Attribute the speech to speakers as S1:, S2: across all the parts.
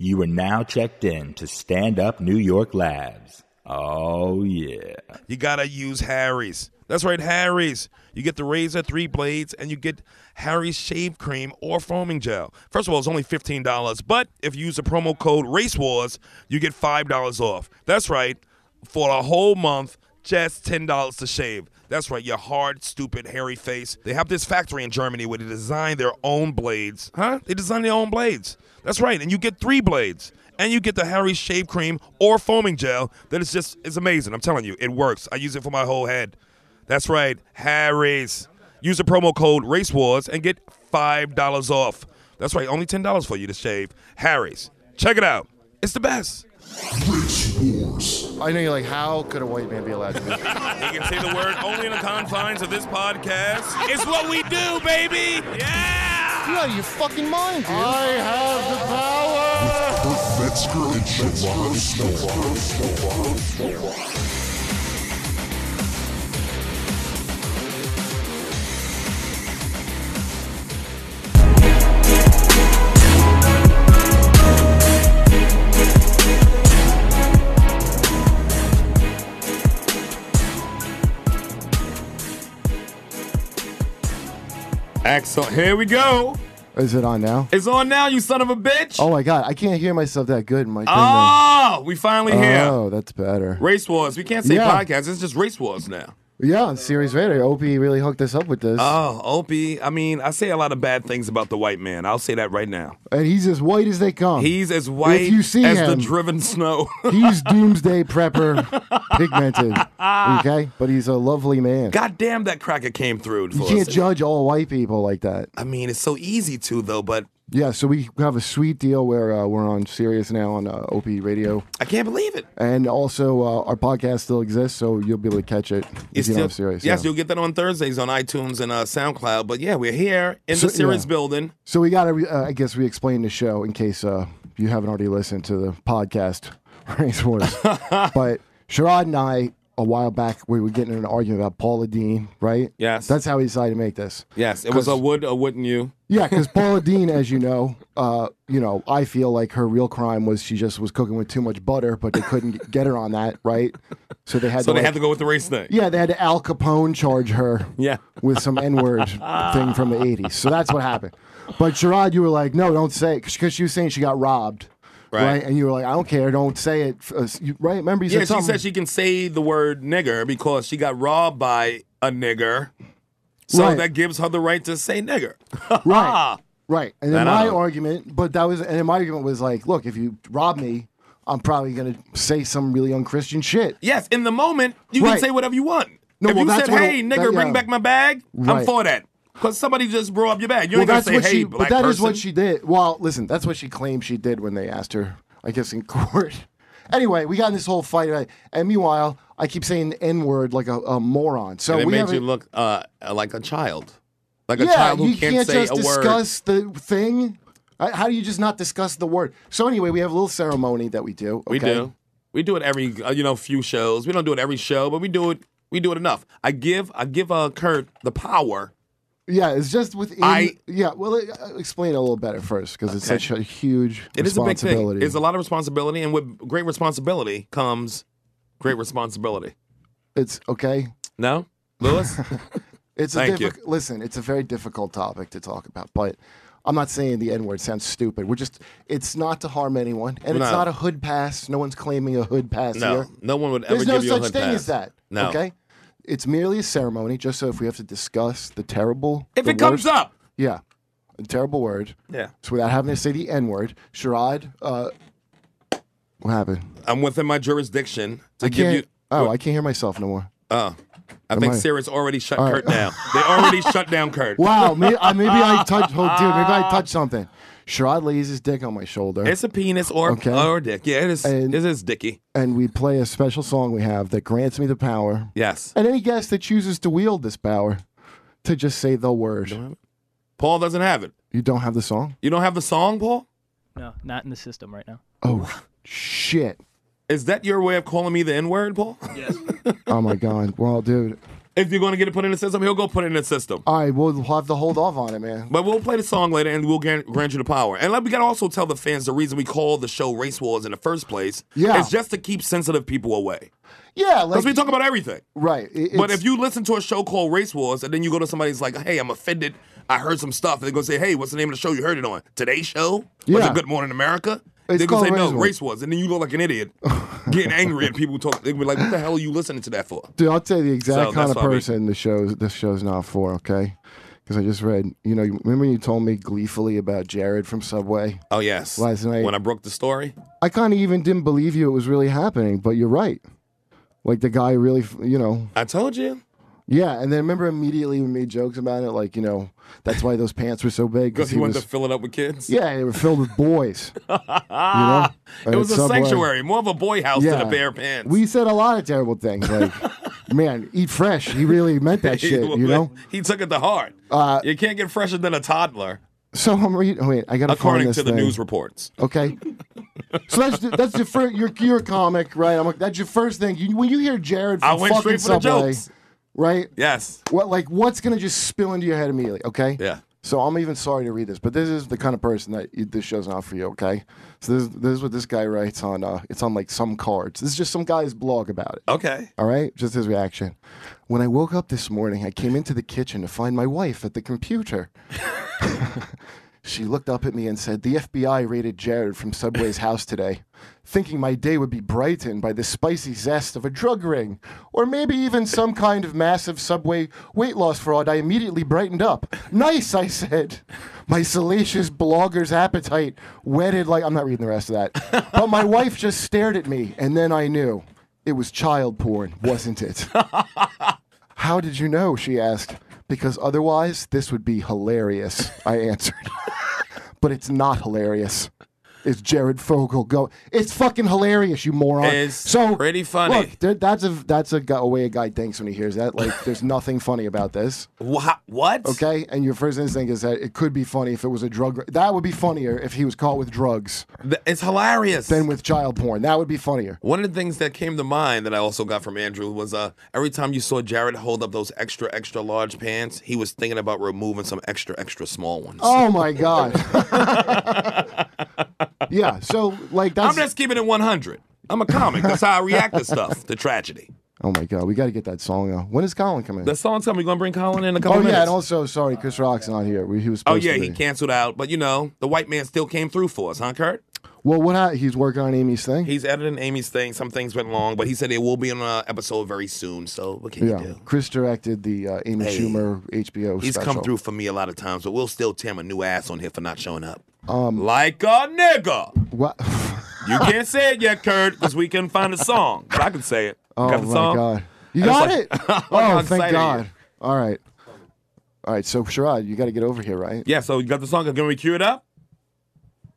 S1: You are now checked in to Stand Up New York Labs. Oh, yeah.
S2: You gotta use Harry's. That's right, Harry's. You get the razor, three blades, and you get Harry's shave cream or foaming gel. First of all, it's only $15, but if you use the promo code RACEWARS, you get $5 off. That's right, for a whole month, just $10 to shave. That's right, your hard, stupid, hairy face. They have this factory in Germany where they design their own blades. Huh? They design their own blades. That's right, and you get three blades and you get the Harry's shave cream or foaming gel that is just it's amazing. I'm telling you, it works. I use it for my whole head. That's right, Harry's. Use the promo code RACEWARS and get five dollars off. That's right, only ten dollars for you to shave. Harry's. Check it out. It's the best.
S3: I know you're like, how could a white man be allowed to do that?
S2: You can say the word only in the confines of this podcast. It's what we do, baby. Yeah.
S3: You're out of your fucking mind, dude. I have the power.
S4: Metzger and Shabbat
S5: Excellent. Here we go.
S3: Is it on now?
S5: It's on now, you son of a bitch.
S3: Oh my god, I can't hear myself that good in my thing.
S5: Oh, we finally
S3: though.
S5: here.
S3: oh that's better.
S5: Race Wars. We can't say
S3: Yeah.
S5: podcasts. It's just Race Wars now.
S3: Yeah, on series radio, Opie really hooked us up with this,
S5: Oh, Opie. I mean, I say a lot of bad things about the white man. I'll say that right now.
S3: and he's as white as they come.
S5: He's as white
S3: Oh. you see
S5: as the
S3: him-
S5: driven snow.
S3: he's doomsday prepper, pigmented. Okay, but he's a lovely man.
S5: God damn, that cracker came through
S3: you
S5: for
S3: can't
S5: us.
S3: judge all white people like that.
S5: I mean, it's so easy to though, but
S3: Yeah, so we have a sweet deal where uh, we're on Sirius now on uh, Opie Radio,
S5: I can't believe it.
S3: and also uh, our podcast still exists, so you'll be able to catch it
S5: It's
S3: if you don't
S5: still-
S3: have Sirius.
S5: yes,
S3: yeah.
S5: you'll get that on Thursdays on iTunes and uh, SoundCloud. But yeah, we're here in the
S3: So-
S5: series
S3: yeah.
S5: building.
S3: So we got to, uh, I guess, we explain the show in case uh, you haven't already listened to the podcast Race Wars. but Sherrod and I, a while back, we were getting in an argument about Paula Dean, right?
S5: Yes.
S3: That's how we decided to make this.
S5: Yes, it was
S3: 'Cause-
S5: a would a wouldn't you?
S3: Yeah, because Paula Dean, as you know, uh, you know, I feel like her real crime was she just was cooking with too much butter, but they couldn't get her on that, right? So they had to,
S5: So they
S3: like-
S5: had to go with the race thing.
S3: yeah, they had to Al Capone charge her.
S5: Yeah.
S3: With some N word thing from the 80s. So that's what happened. But Gerard, you were like, no, don't say it. Because she was saying she got robbed.
S5: Right.
S3: And you were like, I don't care. Don't say it. Uh, you- right? Remember you
S5: Yeah,
S3: said
S5: she
S3: something?
S5: said she can say the word nigger because she got robbed by a nigger. So
S3: Right.
S5: that gives her the right to say nigger. Ah,
S3: right. Right. And then
S5: Then I
S3: my
S5: don't-
S3: argument, but that was, and then my argument was like, look, if you rob me, I'm probably going to say some really unchristian shit.
S5: Yes, in the moment, you
S3: Right.
S5: can say whatever you want.
S3: No,
S5: if
S3: well,
S5: you
S3: that's
S5: said,
S3: what-
S5: hey, nigger,
S3: that- yeah.
S5: bring back my bag,
S3: Right.
S5: I'm for that. Because somebody just brought up your bag. You
S3: Well,
S5: ain't going
S3: that's
S5: to say,
S3: what
S5: hey,
S3: she, but
S5: black
S3: that is
S5: person.
S3: what she did. Well, listen, that's what she claimed she did when they asked her, I guess, in court. Anyway, we got in this whole fight, right? and meanwhile, I keep saying the N word like a, a moron. So
S5: And it
S3: we
S5: made
S3: haven't-
S5: you look uh, like a child. Like a
S3: yeah,
S5: child who
S3: you
S5: can't,
S3: can't
S5: say
S3: just
S5: a word.
S3: discuss the thing. I- How do you just not discuss the word? So anyway, we have a little ceremony that we do.
S5: We
S3: okay?
S5: do. We do it every uh, you know few shows. We don't do it every show, but we do it. We do it enough. I give I give uh, Kurt the power.
S3: Yeah, it's just within.
S5: I-
S3: yeah, well, uh, explain it a little better first because it's
S5: Okay.
S3: such a huge
S5: It is a big thing.
S3: responsibility.
S5: It's a lot of responsibility, and with great responsibility comes great responsibility.
S3: It's okay.
S5: No, Lewis.
S3: It's a
S5: Thank you.
S3: difficult. Listen, it's a very difficult topic to talk about, but I'm not saying the N word sounds stupid. We're just, it's not to harm anyone, and it's
S5: No.
S3: not a hood pass. No one's claiming a hood pass
S5: no,
S3: here.
S5: no one would ever
S3: There's
S5: give
S3: no
S5: you a
S3: such
S5: hood
S3: thing
S5: pass.
S3: as that.
S5: No.
S3: Okay. It's merely a ceremony, just so if we have to discuss the terrible.
S5: If
S3: the
S5: it comes
S3: worst-
S5: up,
S3: yeah, a terrible word.
S5: yeah,
S3: So without having to say the N word, Sherrod, uh, what happened?
S5: I'm within my jurisdiction to
S3: I
S5: give
S3: can't.
S5: you.
S3: oh, I can't hear myself no more.
S5: Uh, I
S3: Am
S5: think
S3: I-
S5: Sarah's already shut Kurt down. They already shut down Kurt. Ah.
S3: Wow, maybe, uh, maybe I touched. Oh, dude, maybe I touched something. Sherrod lays his dick on my shoulder,
S5: It's a penis or
S3: Okay.
S5: or dick. Yeah, it is.
S3: And-
S5: it is dicky.
S3: and we play a special song we have that grants me the power,
S5: Yes.
S3: and any guest that chooses to wield this power, to just say the word.
S5: Paul doesn't have it.
S3: You don't have the song.
S5: You don't have the song, Paul?
S6: No, not in the system right now.
S3: Oh shit!
S5: Is that your way of calling me the N word, Paul?
S6: Yes.
S3: Oh my god. Well, dude,
S5: If you're going to get it put in the system, he'll go put it in the system.
S3: All right, we'll have to hold off on it, man.
S5: But we'll play the song later, and we'll grant, grant you the power. And like, we gotta also tell the fans the reason we call the show "Race Wars" in the first place.
S3: Yeah.
S5: is just to keep sensitive people away
S3: Yeah, like
S5: because we talk about everything.
S3: right. it-
S5: But
S3: it's-
S5: if you listen to a show called Race Wars, and then you go to somebody's like, "Hey, I'm offended. I heard some stuff," and they're gonna say, "Hey, what's the name of the show you heard it on? Today's show? Was
S3: Yeah.
S5: it Good Morning America?"
S3: It's
S5: they're gonna say,
S3: called Race
S5: "No,
S3: Wars."
S5: Race Wars," and then you look like an idiot, getting angry at people who talk. They're gonna be like, "What the hell are you listening to that for?"
S3: Dude, I'll tell you the exact
S5: So,
S3: kind of
S5: that's why we-
S3: person the show's this show's not for. Okay, because I just read. You know, you- remember you told me gleefully about Jared from Subway.
S5: Oh yes,
S3: Last night-
S5: when I broke the story.
S3: I kind of even didn't believe you it was really happening, but you're right. Like the guy really, f- you know,
S5: I told you.
S3: yeah. And then remember immediately we made jokes about it, like you know, that's why those pants were so big
S5: Because he,
S3: was,
S5: wanted to fill it up with kids. Ah,
S3: yeah, they were filled with boys. you know,
S5: It was a
S3: Subway.
S5: sanctuary, more of a boy house
S3: Yeah.
S5: than a pair of pants.
S3: We said a lot of terrible things, like man, eat fresh. He really meant that shit, you know.
S5: he took it to heart.
S3: Uh,
S5: you can't get fresher than a toddler,
S3: So I'm reading. Wait, I gotta find
S5: according
S3: this
S5: to the
S3: thing.
S5: news reports.
S3: Okay. So that's the, that's the first you're you're a comic, right? I'm like that's your first thing. You, when you hear Jared from
S5: I went
S3: fucking
S5: straight for the
S3: Subway,
S5: jokes.
S3: right?
S5: Yes.
S3: What like what's gonna just spill into your head immediately? Okay.
S5: Yeah.
S3: So I'm even sorry to read this, but this is the kind of person that you, this show's not for you. Okay. So this this is what this guy writes on. Uh, it's on like some cards. This is just some guy's blog about it.
S5: Okay.
S3: All right, just his reaction. When I woke up this morning, I came into the kitchen to find my wife at the computer. she looked up at me and said, The FBI raided Jared from Subway's house today, thinking my day would be brightened by the spicy zest of a drug ring, or maybe even some kind of massive Subway weight loss fraud. I immediately brightened up. Nice, I said. My salacious blogger's appetite whetted like. I'm not reading the rest of that. But my wife just stared at me, and then I knew. It was child porn, wasn't it? How did you know? She asked. Because otherwise, this would be hilarious, I answered. but it's not hilarious. It's Jared Fogle go. It's fucking hilarious, you moron.
S5: It's
S3: so
S5: pretty funny.
S3: Look, there- that's a that's a, gu- a way a guy thinks when he hears that. Like, there's nothing funny about this,
S5: Wha- what?
S3: okay? And your first instinct is that it could be funny if it was a drug. That would be funnier if he was caught with drugs
S5: Th- It's hilarious.
S3: than with child porn. That would be funnier.
S5: One of the things that came to mind that I also got from Andrew was uh, every time you saw Jared hold up those extra, extra large pants, he was thinking about removing some extra, extra small ones.
S3: Oh my god. yeah. So like that's.
S5: I'm just keeping it 100. I'm a comic. That's how I react to stuff, to tragedy.
S3: oh my god, we got to get that song out. When is Colin coming?
S5: The song's coming. You gonna bring Colin in a couple
S3: oh
S5: minutes?
S3: yeah, and also sorry, Chris Rock's not here. We- He was.
S5: Oh
S3: Supposed
S5: yeah,
S3: to
S5: he
S3: be.
S5: canceled out, but you know the white man still came through for us, huh, Kurt?
S3: Well, what? hap- He's working on Amy's thing.
S5: He's editing Amy's thing. Some things went long, but he said it will be on an episode very soon. So what can
S3: yeah.
S5: you do?
S3: Chris directed the uh, Amy
S5: Hey.
S3: Schumer HBO.
S5: He's
S3: special.
S5: come through for me a lot of times, but we'll still tear him a new ass on here for not showing up. like a nigga.
S3: Um, What?
S5: You can't say it yet, Kurt, because we couldn't find a song. But I can say it.
S3: Oh
S5: Got the
S3: my
S5: song?
S3: god. You
S5: just
S3: got
S5: like-
S3: it.
S5: Look how
S3: oh, thank
S5: excited you
S3: God.
S5: are.
S3: All right. All right. So Sherrod, you got to get over here, right?
S5: Yeah, so you got the song. Can we cue it up?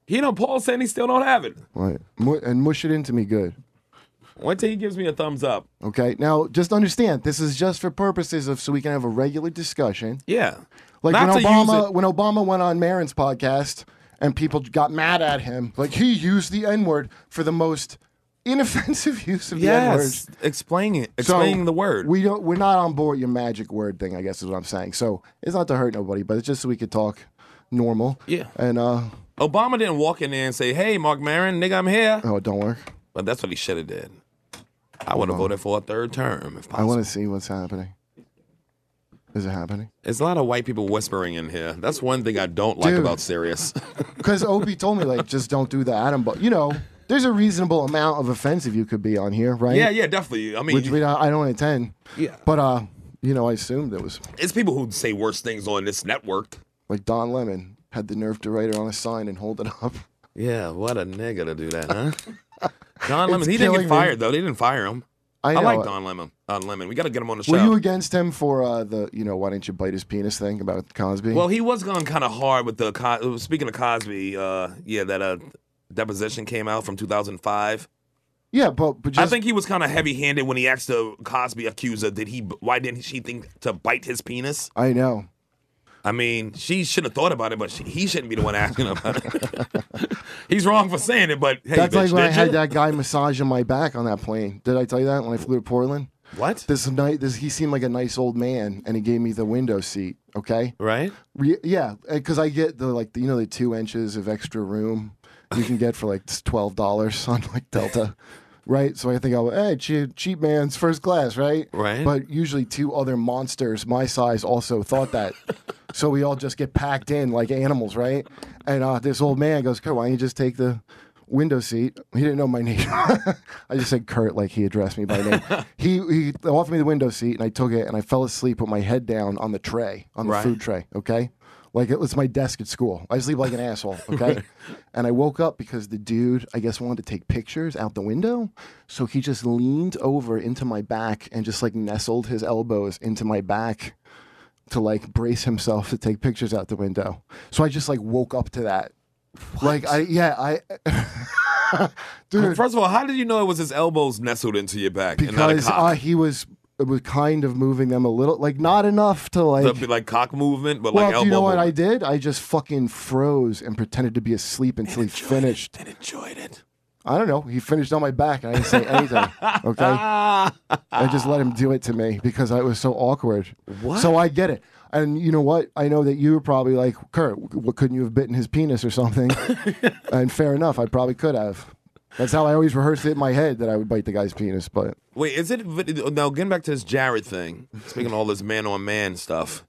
S5: He know Paul's saying he still don't have it.
S3: Right. Mu- and mush it into me good.
S5: Wait till he gives me a thumbs up.
S3: Okay. Now, just understand, this is just for purposes of so we can have a regular discussion.
S5: Yeah.
S3: Like
S5: Not
S3: when
S5: to use
S3: Obama
S5: it-
S3: when Obama went on Marin's podcast and people got mad at him, like he used the N word for the most inoffensive use of
S5: Yes.
S3: the N word.
S5: Explain it. Explain the word.
S3: We don't. We're not on board your magic word thing. I guess is what I'm saying. So it's not to hurt nobody, but it's just so we could talk normal.
S5: Yeah.
S3: And uh
S5: Obama didn't walk in there and say, "Hey, Mark Maron, nigga, I'm here."
S3: oh, it don't work.
S5: But that's what he should have did. I would have voted for a third term if
S3: I
S5: possible.
S3: want to see what's happening. Is it happening?
S5: There's a lot of white people whispering in here. That's one thing I don't like
S3: Dude.
S5: about Sirius.
S3: Because Opie told me like just don't do the Adam, but you know. There's a reasonable amount of offensive you could be on here, right?
S5: yeah, yeah, definitely. I mean,
S3: which we don't, I don't intend.
S5: Yeah.
S3: But uh, you know, I assumed it was
S5: it's people who say worse things on this network.
S3: like Don Lemon had the nerve to write it on a sign and hold it up.
S5: Yeah, what a nigga to do that, huh? Don
S3: It's
S5: Lemon, he didn't
S3: killing me.
S5: get fired though. They didn't fire him. I,
S3: know.
S5: like Don Lemon. Don Lemon, we got to get him on the show.
S3: Were you against him for uh, the you know why didn't you bite his penis thing about Cosby?
S5: Well, he was going kind of hard with the. Co- speaking of Cosby, uh, yeah, that uh, deposition came out from 2005.
S3: yeah, but but just
S5: I think he was kind of heavy-handed when he asked the Cosby accuser, "Did he? Why didn't she think to bite his penis?"
S3: I know.
S5: I mean, she should have thought about it, but she, he shouldn't be the one asking about it. He's wrong for saying it, but hey,
S3: That's like
S5: bitch,
S3: when I
S5: did
S3: had
S5: you?
S3: that guy massaging my back on that plane. Did I tell you that when I flew to Portland?
S5: What?
S3: This night, this he seemed like a nice old man, and he gave me the window seat. Okay,
S5: Right?
S3: Re- yeah, because I get the like the, you know the two inches of extra room you can get for like twelve dollars on like Delta, right? So I think I will hey cheap, cheap man's first class, right?
S5: Right.
S3: But usually two other monsters my size also thought that, so we all just get packed in like animals, right? And uh, this old man goes, "Kurt, why don't you just take the window seat?" He didn't know my name. I just said Kurt like he addressed me by name. he he offered me the window seat, and I took it, and I fell asleep with my head down on the tray on the
S5: Right.
S3: food tray. Okay. Like it was my desk at school. I sleep like an asshole. Okay. And I woke up because the dude, I guess, wanted to take pictures out the window. So he just leaned over into my back and just like nestled his elbows into my back to like brace himself to take pictures out the window. So I just like woke up to that. Like I yeah, I dude
S5: First of all, how did you know it was his elbows nestled into your back and not a
S3: because uh,
S5: cock?
S3: he was it was kind of moving them a little like not enough to like
S5: That'd be like cock movement, but
S3: Well,
S5: like elbow
S3: do you know what I
S5: movement.
S3: did? I just fucking froze and pretended to be asleep until he finished.
S5: And enjoyed it.
S3: I don't know. He finished on my back, and I didn't say anything. Okay,
S5: Ah,
S3: I just let him do it to me because I was so awkward. What? So I get it. And you know what? I know that you were probably like, Kurt, what couldn't you have bitten his penis or something? and fair enough, I probably could have. That's how I always rehearsed it in my head that I would bite the guy's penis. But
S5: Wait, is it vid- now getting back to this Jared thing? Speaking of all this man on man stuff.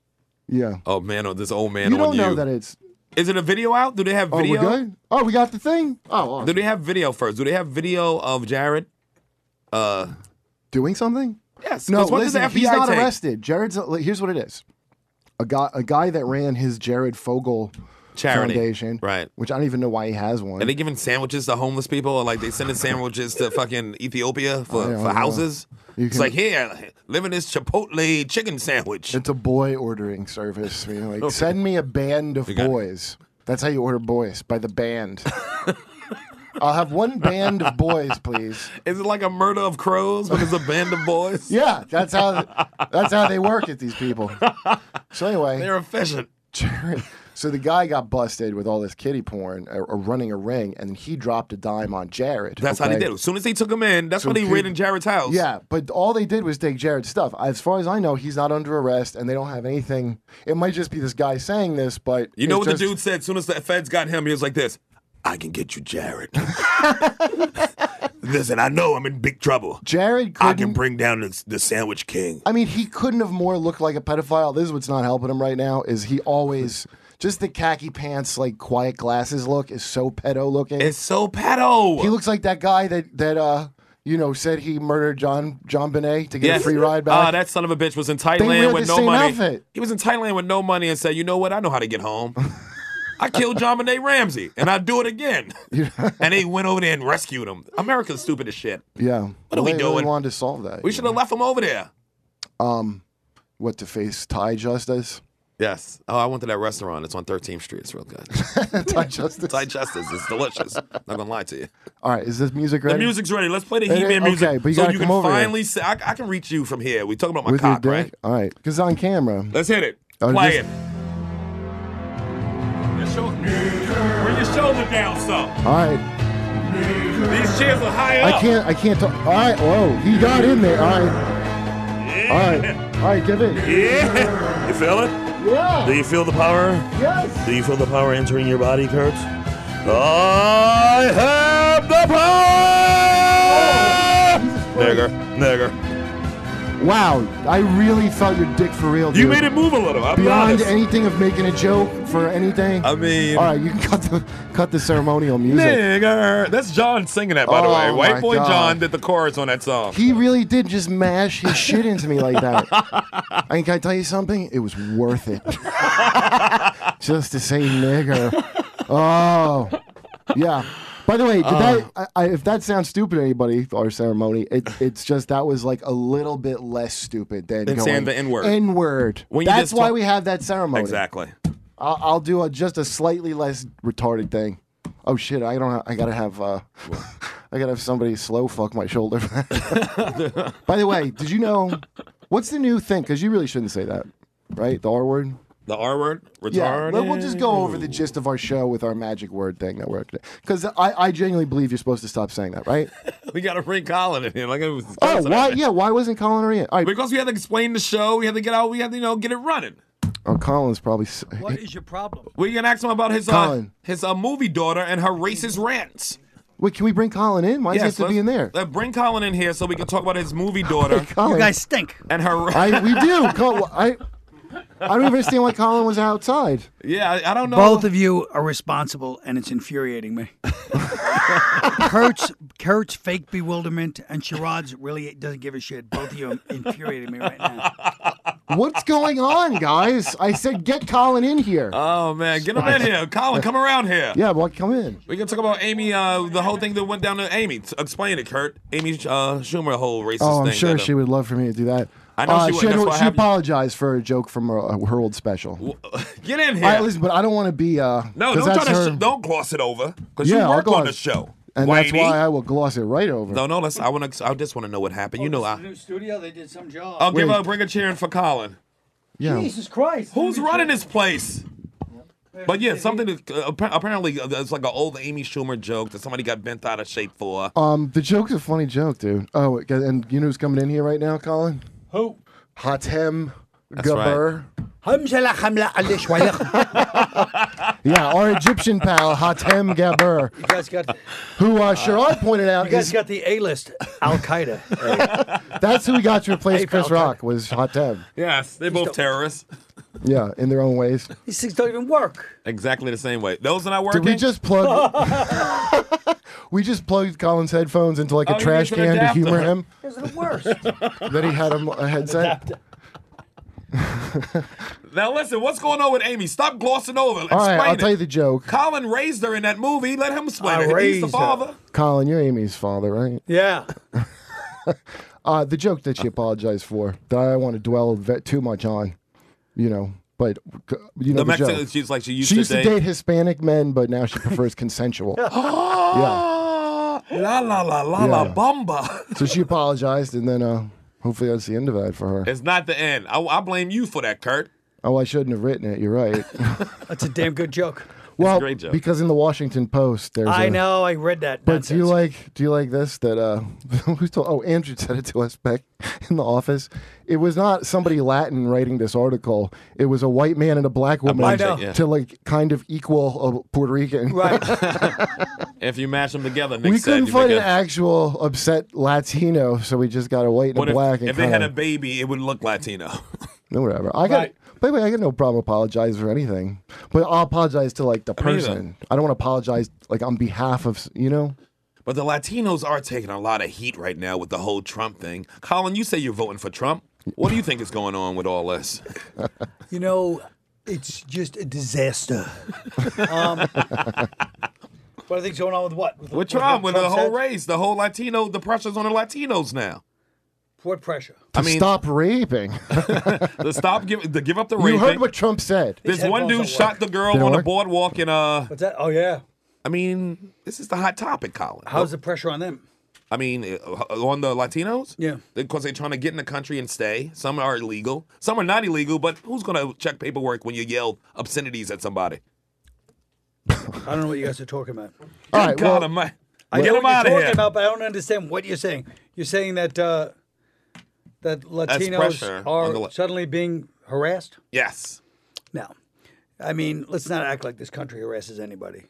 S3: yeah,
S5: Oh man, on this old man
S3: you
S5: on
S3: don't
S5: you.
S3: know that it's.
S5: Is it a video out? Do they have
S3: Oh,
S5: video?
S3: we're good. Oh, we got the thing. Oh, oh.
S5: Do they have video first? Do they have video of Jared? Uh,
S3: doing something.
S5: yes.
S3: No,
S5: 'cause what does
S3: listen,
S5: the
S3: he's
S5: FBI
S3: not
S5: take?
S3: arrested. Jared's uh, like, here's what it is: a guy, a guy that ran his Jared Fogle
S5: Charity.
S3: Foundation,
S5: Right.
S3: Which I don't even know why he has one.
S5: Are they giving sandwiches to homeless people, or like they sending sandwiches to fucking Ethiopia
S3: I
S5: for,
S3: don't
S5: for
S3: know.
S5: houses?
S3: You
S5: It's
S3: can-
S5: like here, live in this Chipotle chicken sandwich.
S3: it's a boy ordering service. You know, like, send me a band of
S5: Oh. got it.
S3: boys. That's how you order boys by the band. I'll have one band of boys, please.
S5: Is it like a murder of crows when it's a band of boys?
S3: Yeah, that's how that's how they work at these people. So anyway,
S5: They're efficient.
S3: Jared- so the guy got busted with all this kitty porn or, or running a ring, and he dropped a dime on Jared.
S5: That's how they
S3: okay?
S5: did it. As soon as they took him in, that's
S3: So
S5: when he
S3: kid-
S5: raided Jared's house.
S3: Yeah, but all they did was take Jared's stuff. As far as I know, he's not under arrest, and they don't have anything. It might just be this guy saying this, but
S5: You know
S3: it's
S5: what
S3: just-
S5: the dude said? As soon as the feds got him, he was like this. I can get you, Jared. Listen, I know I'm in big trouble.
S3: Jared
S5: I
S3: couldn't.
S5: can bring down the, the sandwich king.
S3: I mean, he couldn't have more looked like a pedophile. This is what's not helping him right now. Is he always just the khaki pants, like quiet glasses look is so pedo looking.
S5: It's so pedo.
S3: he looks like that guy that that uh you know said he murdered John John Benet to get a free ride
S5: Ah,
S3: back.
S5: that son of a bitch was in
S3: wear
S5: Thailand
S3: the
S5: with no
S3: same
S5: money.
S3: outfit.
S5: He was in Thailand with no money and said, "You know what? I know how to get home. I killed JonBenet Ramsey, and I do it again." and they went over there and rescued him. America's stupid as shit.
S3: yeah, what
S5: are we
S3: they Really
S5: doing?
S3: wanted to solve that. Um,
S5: We should have left him over there.
S3: what to face Thai Justice.
S5: Yes. Oh, I went to that restaurant. It's on 13th Street. It's real good.
S3: Thai Justice.
S5: Digest this. It's delicious. Not gonna lie to you.
S3: All right, is this music ready?
S5: The music's ready. Let's play the
S3: It is-
S5: He-Man music.
S3: okay, but you
S5: so
S3: gotta
S5: you
S3: come
S5: can
S3: over here.
S5: finally say, I, I can reach you from here. we talking about my
S3: With
S5: cock,
S3: your dick?
S5: right?
S3: All right, because on camera.
S5: Let's hit it.
S3: Oh,
S5: Play
S3: this-
S5: it. Your shoulder- Bring your shoulder down some.
S3: All right,
S5: These chairs are high
S3: I
S5: up.
S3: can't. I can't talk. All right, whoa, he got in there. All right, all right, all right, give it.
S7: Yeah. You feel it? Do
S3: Yeah,
S7: you feel the power?
S3: yes.
S7: Do you feel the power entering your body, Kurt? I have the power! Nigger, nigger.
S3: Wow, I really felt your dick for real, dude.
S7: You made it move a little. I
S3: beyond
S7: promise.
S3: anything of making a joke for anything.
S5: I mean,
S3: all right, you can cut the cut the ceremonial music.
S5: nigger. That's John singing that, by the
S3: Oh,
S5: way.
S3: my
S5: White boy
S3: God.
S5: John did the chorus on that song.
S3: He really did just mash his shit into me like that. I mean, can I tell you something? It was worth it. just to say nigger. Oh, yeah. By the way, did
S5: Oh.
S3: that, I, I, if that sounds stupid to anybody, our ceremony, it, it's just that was like a little bit less stupid than
S5: Than
S3: going,
S5: saying the N-word.
S3: N-word.
S5: When you
S3: That's
S5: just
S3: why
S5: talk-
S3: we have that ceremony.
S5: Exactly.
S3: I'll, I'll do a, just a slightly less retarded thing. Oh shit! I don't. Have, I gotta have. Uh, I gotta have somebody slow fuck my shoulder. By the way, did you know what's the new thing? Because you really shouldn't say that, right? The R word.
S5: The R word? Retarded?
S3: Yeah, well, we'll just go over the gist of our show with our magic word thing that we're because I, I genuinely believe you're supposed to stop saying that, right?
S5: We got to bring Colin in here. Like it was
S3: oh,
S5: Colin.
S3: why? Yeah, why wasn't Colin already in? All right,
S5: Because we had to explain the show. We had to get out. We had to, you know, get it running.
S3: oh, Colin's probably. s-
S8: What is your problem?
S5: We can ask him about his uh,
S3: Colin.
S5: his uh, movie daughter and her racist rants.
S3: Wait, can we bring Colin in? Why does he have to
S5: let's-
S3: be in there?
S5: let- bring Colin in here so we can talk about his movie daughter
S3: Colin,
S8: You guys stink.
S5: and her.
S3: I we do. Col- I I don't even understand why Colin was outside.
S5: yeah, I, I don't know.
S8: Both of you are responsible, and it's infuriating me. Kurt's, Kurt's fake bewilderment and Sherrod's really doesn't give a shit. Both of you are infuriating me right now.
S3: What's going on, guys? I said get Colin in here.
S5: oh man, get him in here, Colin. Come around here.
S3: yeah, well, come in.
S5: We can talk about Amy. Uh, the whole thing that went down to Amy. T- Explain it, Kurt. Amy uh, Schumer, whole racist
S3: Oh, I'm
S5: thing.
S3: sure
S5: that, uh,
S3: she would love for me to do that.
S5: I know
S3: Uh,
S5: she would.
S3: had
S5: That's
S3: to-
S5: why I
S3: she
S5: have you.
S3: apologized for a joke from her, uh, her old special.
S5: Get in here.
S3: All right, listen, but I don't want to be. Uh,
S5: no,
S3: 'cause
S5: don't try
S3: that's
S5: to
S3: her-
S5: sh- don't gloss it over because
S3: Yeah,
S5: you
S3: I'll
S5: work on
S3: gloss-
S5: the shoho
S3: And that's
S5: Whitey.
S3: why I will gloss it right over.
S5: no, no. Let's. I want to. I just want to know what happened. You know, I.
S8: new studio, they did some job.
S5: I'll give
S3: Wait.
S5: a bring a cheering for Colin.
S3: yeah.
S8: Jesus Christ.
S5: Who's running this place? But yeah, something that, uh, appa- apparently uh, it's like an old Amy Schumer joke that somebody got bent out of shape for.
S3: Um, the joke's a funny joke, dude. Oh, it- and you know who's coming in here right now, Colin?
S8: Who?
S3: Hatem
S5: right.
S3: Gaber.
S8: Hamzala Hamla Ali Shwayakh.
S3: Yeah, our Egyptian pal Hatem Gaber,
S8: You guys got,
S3: who uh, Sherrod pointed out
S8: you guys
S3: is-
S8: got the A-list Al Qaeda.
S3: that's who we got to replace
S8: Hey,
S3: Chris
S8: pal,
S3: Rock was Hatem.
S5: yes, they're both terrorists.
S3: Yeah, in their own ways.
S8: These things don't even work.
S5: Exactly the same way. Those are not working.
S3: Did we just plug? we just plugged Colin's headphones into like a
S5: Oh, you
S3: trash
S5: used an
S3: can to
S5: adapter.
S3: humor him.
S8: Those are the worst.
S3: That he had a, a headset.
S5: now listen, what's going on with Amy? Stop glossing over.
S3: All right,
S5: Explain
S3: I'll
S5: it.
S3: tell you the joke.
S5: Colin raised her in that movie. Let him explain
S8: I
S5: it. He's
S8: raised
S5: the
S8: her.
S5: father.
S3: Colin, you're Amy's father, right?
S8: Yeah.
S3: Uh, the joke that she apologized for that I don't want to dwell ve- too much on, you know. But c- you know the,
S5: The Mexican.
S3: joke.
S5: She's like she used
S3: She
S5: to
S3: used
S5: date.
S3: to date Hispanic men, but now she prefers consensual. yeah.
S5: Ah, La la la la la
S3: Yeah.
S5: bumba.
S3: So she apologized, and then uh, hopefully that's the end of that for her.
S5: It's not the end. I, I blame you for that, Kurt.
S3: Oh, I shouldn't have written it. You're right.
S8: That's a damn good joke.
S3: well,
S5: great joke.
S3: because in the Washington Post, there's.
S8: I
S3: a-
S8: know. I read that.
S3: But do you
S8: nonsense.
S3: like do you like this that uh who's told oh Andrew said it to us back in the office. It was not somebody Latin writing this article. It was a white man and a black woman
S8: black chick, yeah.
S3: to like kind of equal a Puerto Rican.
S8: Right.
S5: If you mash them together, Nick
S3: We
S5: said
S3: couldn't
S5: you
S3: find
S5: make
S3: an
S5: a-
S3: actual upset Latino, so we just got a white and
S5: What
S3: a
S5: if,
S3: black and
S5: if they had a
S3: kinda-
S5: baby, it would look Latino.
S3: no, whatever. I got
S8: Right.
S3: by the way, I got no problem apologizing for anything. But I'll apologize to like the
S5: Me neither.
S3: person. I don't want to apologize like on behalf of s- you know?
S5: But the Latinos are taking a lot of heat right now with the whole Trump thing. Colin, you say you're voting for Trump. What do you think is going on with all this?
S8: you know, it's just a disaster. um, what are things going on with what? With,
S5: With Trump, with the whole
S8: said?
S5: race, the whole Latino, the pressure's on the Latinos now.
S8: What pressure?
S5: I mean,
S3: Stop raping.
S5: to stop giving, to give up the
S3: you
S5: raping.
S3: heard what Trump said.
S5: this one dude
S8: Headphones don't
S5: shot the girl
S3: Didn't
S5: on the
S3: work?
S5: boardwalk, and uh,
S8: What's that? Oh yeah.
S5: I mean, this is the hot topic, Colin.
S8: How's the pressure on them?
S5: I mean, uh, on the Latinos?
S8: Yeah.
S5: Because they're trying to get in the country and stay. Some are illegal, some are not illegal, but who's going to check paperwork when you yell obscenities at somebody?
S8: I don't know what you guys are talking about.
S3: All right,
S5: God,
S3: well,
S5: Almighty.
S8: I
S5: get
S8: know
S5: him
S8: what
S5: out
S8: you're
S5: of
S8: talking
S5: here.
S8: about, but I don't understand what you're saying. You're saying that uh, that
S5: pressure
S8: Latinos
S5: on
S8: are
S5: the la-
S8: suddenly being harassed.
S5: Yes.
S8: No. I mean, let's not act like this country harasses anybody.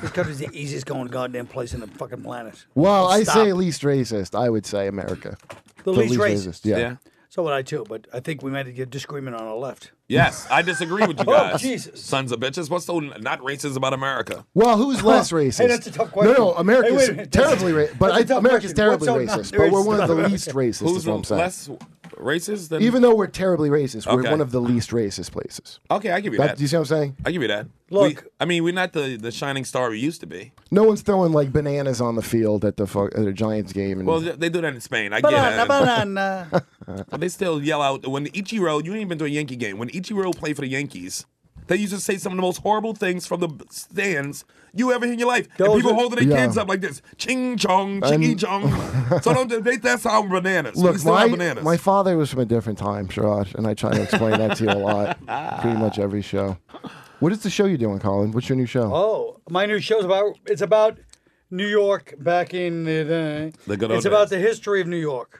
S8: this country's the easiest going goddamn place in the fucking planet.
S3: Well, I
S8: Stop.
S3: say least racist. I would say America.
S8: the least, racist.
S3: Yeah.
S5: Yeah.
S8: So would I too, but I think we might get disagreement on our left.
S5: Yes, I disagree with you guys.
S8: Oh, Jesus.
S5: Sons of bitches. What's so not racist about America?
S3: Well, who's less racist?
S8: that's a tough question.
S3: No, no,
S8: Hey,
S3: America's
S8: wait a minute.
S3: terribly racist. But
S8: that's a
S3: I,
S8: tough
S3: America's
S8: question.
S3: terribly
S8: What's so not
S3: racist. But we're
S8: racist
S3: one of the
S8: about
S3: least racist,
S5: Who's
S3: is what I'm saying.
S5: less racist than.
S3: Even though we're terribly racist, we're
S5: Okay.
S3: one of the least racist places.
S5: okay, I give you
S3: That,
S5: that.
S3: do you see what I'm saying?
S5: I give you that.
S8: Look.
S5: We- I mean, we're not the, the shining star we used to be.
S3: No one's throwing like bananas on the field at the fu- at a Giants game. And,
S5: Well, they they do that in Spain. I get
S8: Banana,
S5: it.
S8: banana.
S5: They still yell out when Ichiro. You ain't been to a Yankee game. When Ichiro played for the Yankees, They used to say some of the most horrible things from the stands you ever hear in your life.
S7: Those
S5: and people
S7: are-
S5: holding their
S3: Yeah.
S5: kids up like this, ching chong, chingy chong. so don't debate that sound bananas. we
S3: Look,
S5: still
S3: my,
S5: have bananas.
S3: my father was from a different time, Sharad, and I try to explain that to you a lot, pretty much every show. What is the show you're doing, Colin? What's your new show?
S9: Oh, my new show's about it's about New York back in the day.
S5: The good old
S9: it's about
S5: days.
S9: the history of New York.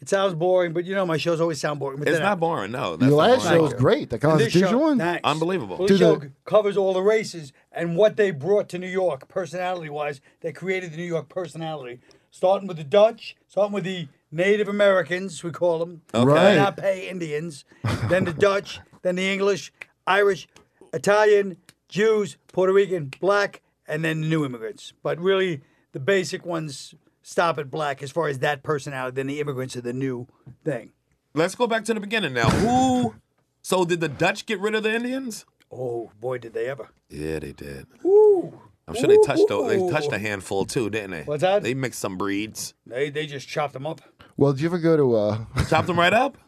S9: It sounds boring, but you know my shows always sound boring. But
S5: it's
S9: then
S5: not boring. No, Oh, that's
S3: your
S5: not
S3: last
S5: boring.
S3: show was great. The
S9: I, this
S3: Constitution
S9: show,
S3: one.
S9: thanks.
S5: Unbelievable.
S9: Well, this
S3: Do
S9: show
S3: the-
S9: covers all the races and what they brought to New York, personality-wise. They created the New York personality, starting with the Dutch, starting with the Native Americans, we call them,
S3: Right.
S9: not pay Indians, then the Dutch, then the English, Irish, Italian, Jews, Puerto Rican, black, and then the new immigrants. But really, the basic ones stop at black as far as that personality. Then the immigrants are the new thing.
S5: Let's go back to the beginning now. Who? So did the Dutch get rid of the Indians?
S9: Oh boy, did they ever!
S5: Yeah, they did. Ooh. I'm sure they touched a, they touched a handful too, didn't they?
S9: What's that?
S5: They mixed some breeds,
S9: They they just chopped them up.
S3: Well, did you ever go to? Uh,
S5: chopped them right up.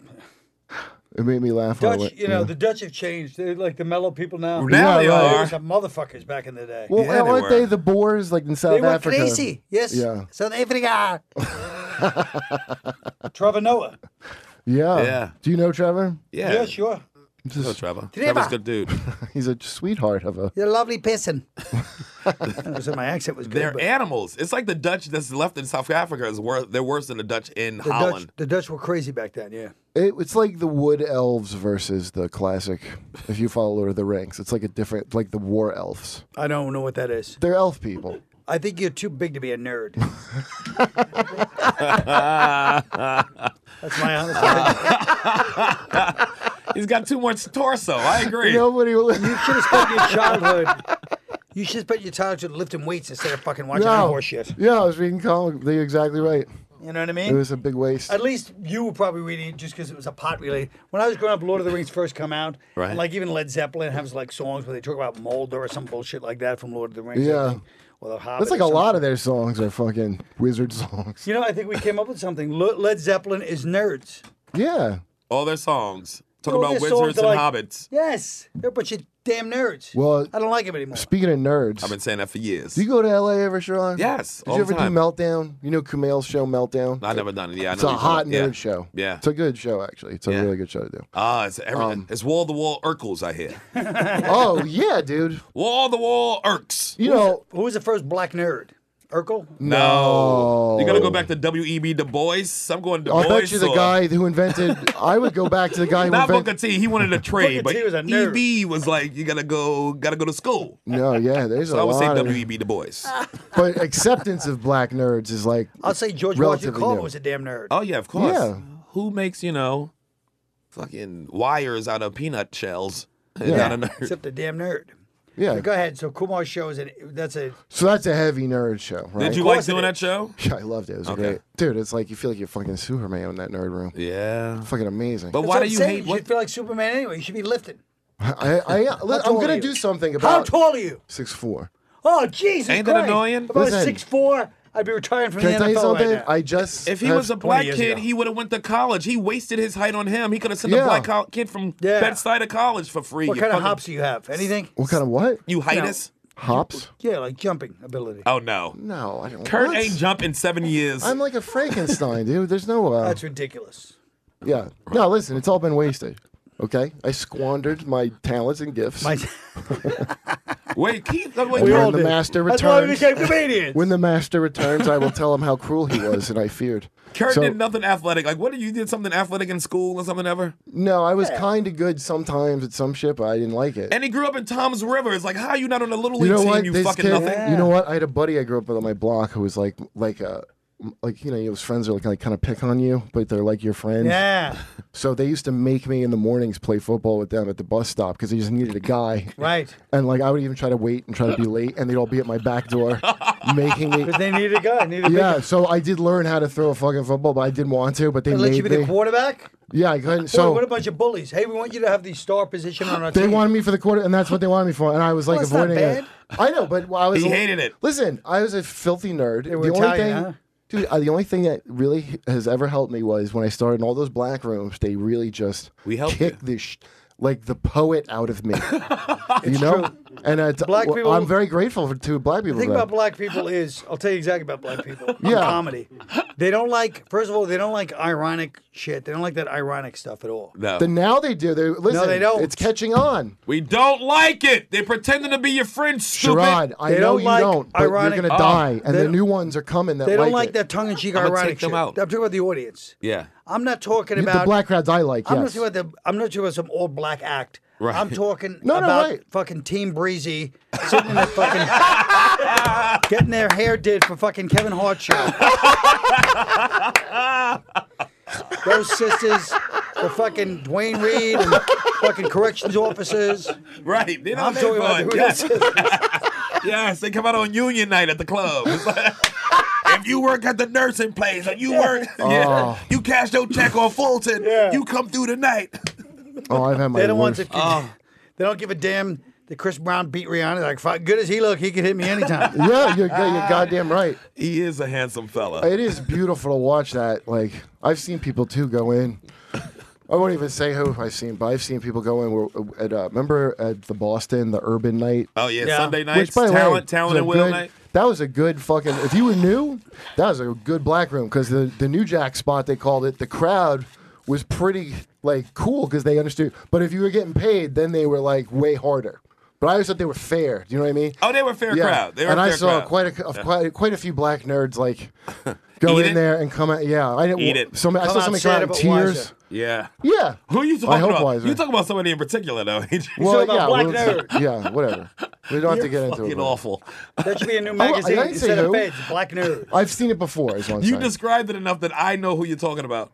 S3: it made me laugh. when I
S9: Dutch,
S3: went-
S9: you know,
S3: yeah.
S9: the Dutch have changed. They're like the mellow people now.
S5: Now
S3: Yeah,
S5: they
S3: right.
S9: They were
S5: are.
S9: some motherfuckers back in the day.
S3: Well,
S5: Yeah, they
S3: aren't
S5: were.
S3: they the Boers like in South
S9: they were
S3: Africa?
S9: crazy. Yes.
S3: Yeah.
S9: South Africa. Trevor Noah.
S3: Yeah.
S5: Yeah.
S3: Do you know Trevor?
S5: Yeah.
S9: Yeah, sure.
S5: Hello, Trevor.
S9: Trevor.
S5: Trevor's a good dude.
S3: He's a sweetheart of a.
S9: You're a lovely person. I said my accent was good.
S5: They're
S9: but
S5: animals. It's like the Dutch that's left in South Africa is worse. They're worse than the Dutch in
S9: the Dutch,
S5: Holland.
S9: the Dutch were crazy back then. Yeah.
S3: It, it's like the Wood Elves versus the classic. If you follow Lord of the Rings, it's like a different, like the War Elves.
S9: I don't know what that is.
S3: They're elf people.
S9: I think you're too big to be a nerd. That's my honest. opinion.
S5: He's got too much torso. I agree.
S3: Nobody will.
S9: You should have spent your childhood. You should have spent your childhood lifting weights instead of fucking watching that horse shit.
S3: Yeah, I was reading Colin. They're exactly right.
S9: You know what I
S3: It
S9: mean?
S3: was a big waste.
S9: At least you were probably reading it just because it was a pot related. When I was growing up, Lord of the Rings first come out.
S5: Right.
S9: And like even Led Zeppelin has like songs where they talk about Mulder or some bullshit like that from Lord of the Rings. I
S3: Yeah.
S9: think, Or the Hobbit
S3: That's like
S9: or
S3: a lot of
S9: something.
S3: their songs are fucking wizard songs.
S9: You know, I think we came up with something. Le- Led Zeppelin is nerds.
S3: Yeah.
S5: All their songs talk
S9: All
S5: about
S9: their songs
S5: wizards and
S9: are like-
S5: hobbits.
S9: Yes, they're a bunch of damn nerds.
S3: Well,
S9: I don't like them anymore.
S3: Speaking of nerds,
S5: I've been saying that for years.
S3: do you go to LA ever, Sharon?
S5: Yes,
S3: Did
S5: all
S3: you
S5: the
S3: ever
S5: time.
S3: do Meltdown? You know Kumail's show Meltdown.
S5: I've never done it. Yeah, I
S3: It's
S5: know
S3: a
S5: you talk
S3: hot
S5: about-
S3: nerd
S5: yeah.
S3: show.
S5: Yeah.
S3: It's a good show, actually. It's a
S5: Yeah.
S3: really good show to do.
S5: Ah, it's everything.
S3: um,
S5: it's wall to wall Urkels. I hear
S3: oh, yeah, dude.
S5: wall to wall Urks.
S3: You know,
S9: Who was the first black nerd? Urkel?
S5: No.
S3: No.
S5: Oh. You gotta go back to W.E.B. Du Bois. I'm going Du Bois.
S3: Oh. I'll bet you the
S5: or-
S3: guy who invented. I would go back to the guy who
S5: Not Booker
S3: invented.
S5: T. He wanted to trade,
S9: Booker
S5: but
S9: T was a nerd.
S5: E.B. was like, you gotta go, gotta go to school.
S3: No, yeah, there's
S5: So I
S3: a
S5: would say E.
S3: lot. of-
S5: W.E.B. Du Bois.
S3: but acceptance of black nerds is like.
S9: I'll say George
S3: Relatively
S9: Washington Carver
S3: new.
S9: was a damn nerd.
S5: oh yeah, of course.
S3: Yeah.
S5: Who makes you know, fucking wires out of peanut shells?
S3: Yeah.
S5: Not a nerd.
S9: Except a damn nerd.
S3: Yeah.
S9: But go ahead. So Kumar shows it. That's a
S3: So that's a heavy nerd show, right?
S5: Did you
S9: course
S5: like doing
S9: it
S5: that show?
S3: Yeah, I loved it. It was great, dude. It's like you feel like you're fucking Superman in that nerd room.
S5: Yeah.
S3: Fucking amazing.
S5: But
S9: That's what
S5: why do
S9: I'm
S5: you
S9: saying.
S5: hate?
S9: You should
S5: What,
S9: feel like Superman anyway. You should be lifted.
S3: I, I, I I'm
S9: tall are
S3: gonna
S9: you?
S3: do something
S9: How
S3: about
S9: tall are you?
S3: six four.
S9: Oh, Jesus
S5: Ain't that
S9: Christ.
S5: annoying?
S9: If I was
S3: Listen.
S9: six four, I'd be retiring from
S3: Can
S9: the
S3: I tell you
S9: NFL
S3: something?
S9: right now.
S3: I just
S5: if he
S3: have-
S5: was a black
S9: years
S5: kid,
S9: ago.
S5: he would have went to college. He wasted his height on him. He could have sent
S3: Yeah.
S5: a black col- kid from
S9: Yeah.
S5: bedside of college for free.
S9: what
S5: you
S9: kind of
S5: fucking-
S9: hops do you have? Anything?
S3: what kind of what
S5: You heightus?
S3: hops?
S9: Yeah, like jumping ability.
S5: Oh no.
S3: No, I don't.
S5: Kurt
S3: what?
S5: ain't jumped in seven years.
S3: I'm like a Frankenstein, dude. There's no. Uh,
S9: That's ridiculous.
S3: yeah. No, listen. It's all been wasted. Okay, I squandered my talents and gifts.
S9: My,
S5: Wait, Keith. uh, Wait,
S3: and when
S5: Kurt-
S3: the master
S9: that's why we
S3: returns,
S9: became comedians.
S3: when the master returns, I will tell him how cruel he was, and I feared.
S5: Kurt
S3: So-
S5: did nothing athletic. Like, what did you did something athletic in school or something ever?
S3: No, I was kind of good sometimes at some shit, but I didn't like it.
S5: And he grew up in Tom's River. It's like, how you not on the little league
S3: you know
S5: team?
S3: what?
S5: You
S3: This
S5: fucking
S3: kid-
S5: nothing.
S3: You know what? I had a buddy I grew up with on my block who was like, like a. Like you know, his friends are like, like kind of pick on you, but they're like your friends.
S9: yeah,
S3: So they used to make me in the mornings play football with them at the bus stop because they just needed a guy.
S9: right.
S3: And like I would even try to wait and try to be late, and they'd all be at my back door, making me.
S9: Because they need a guy. Need a big
S3: Yeah, so I did learn how to throw a fucking football, but I didn't want to. But they
S9: They let you
S3: made
S9: be the
S3: me.
S9: quarterback?
S3: yeah, I couldn't.
S9: So,
S3: So
S9: Boy, what a bunch of bullies. Hey, we want you to have the star position on our
S3: They
S9: team.
S3: wanted me for the quarter, and that's what they wanted me for. And I was like
S9: Well, it's not
S3: avoiding it. I know, but I was.
S5: He hated it.
S3: Listen, I was a filthy nerd. The
S9: were
S3: only
S9: Italian,
S3: thing,
S9: huh?
S3: dude, uh, the only thing that really has ever helped me was when I started in all those black rooms. They really just
S5: We helped
S3: kicked the. Sh- like the poet out of me. you know, and it's,
S9: Black
S3: well,
S9: people-
S3: I'm very grateful for, to black people.
S9: The thing
S3: for that.
S9: about black people is, I'll tell you exactly about black people.
S3: Yeah.
S9: Comedy. They don't like, first of all, they don't like ironic shit. They don't like that ironic stuff at all.
S5: No.
S3: Then now they do. They listen.
S9: they don't.
S3: It's catching on.
S5: we don't like it. They're pretending to be your friend, stupid.
S3: Sherrod, I
S9: They
S3: know
S9: don't
S3: you
S9: like
S3: don't, but
S9: ironic-
S3: you're gonna
S9: Oh.
S3: die, and
S9: They
S3: the
S9: don't-
S3: new ones are coming that
S9: They don't like
S3: it.
S9: that tongue in cheek
S5: I'ma
S9: ironic
S5: take them
S9: shit.
S5: out.
S9: I'm talking about the audience.
S5: Yeah.
S9: I'm not talking
S3: You-
S9: about.
S3: the black crowds I like.
S9: I'm
S3: yes.
S9: not talking about the, I'm not talking about some old black act.
S5: Right.
S9: I'm talking
S3: No, no,
S9: about
S3: right.
S9: fucking Team Breezy sitting in that fucking getting their hair did for fucking Kevin Hart show. Those sisters, the fucking Dwayne Reed and fucking corrections officers.
S5: Right. They
S9: I'm
S5: don't
S9: talking about the
S5: fun.
S9: real
S5: Yes.
S9: sisters.
S5: yes, they come out on union night at the club. It's like, if you work at the nursing place or you work, yeah,
S3: Oh.
S5: you cash your check on Fulton, you come through tonight.
S3: Oh, I've had my
S9: They're the ones
S3: worst.
S9: that can, they don't give a damn that Chris Brown beat Rihanna. Like, fuck, good as he look, he could hit me anytime.
S3: yeah, you're, go- you're goddamn right.
S5: He is a handsome fella.
S3: It is beautiful to watch that. Like I've seen people too go in. I won't even say who I've seen, but I've seen people go in. Where, at uh, remember at the Boston, the Urban Night.
S5: Oh yeah,
S9: Yeah.
S5: Sunday
S3: Which,
S5: nights,
S3: by the way,
S5: talent,
S3: was
S5: talent,
S3: a
S5: and will
S3: good-
S5: night.
S3: That was a good fucking. If you were new, that was a good black room because the the new jack spot they called it. The crowd was pretty like cool because they understood. But if you were getting paid, then they were like way harder. But I always thought they were fair. Do you know what I mean?
S5: Oh, they were a fair crowd. They were
S3: and
S5: a
S3: I
S5: fair
S3: saw
S5: crowd.
S3: quite a quite, quite a few black nerds like go
S5: Eat
S3: in
S5: it?
S3: there and come out. Yeah, I didn't.
S5: Eat it.
S3: Some, I
S9: Come
S3: saw
S9: out
S3: somebody come
S9: sad
S3: out in
S9: but
S3: tears.
S9: wiser.
S5: Yeah.
S3: Yeah.
S5: Who are you talking
S3: I hope
S5: about?
S3: wiser.
S5: You talking about somebody in particular though?
S3: well,
S9: about
S3: yeah,
S9: black
S3: well, it's- yeah, whatever. We don't have to get into it.
S5: fucking
S3: but-
S5: awful.
S9: That should be a new
S3: I
S9: magazine
S3: didn't say
S9: instead of
S3: who.
S9: Feds, Black Nerd.
S3: I've seen it before. Is what I'm
S5: You
S3: saying.
S5: described it enough that I know who you're talking about.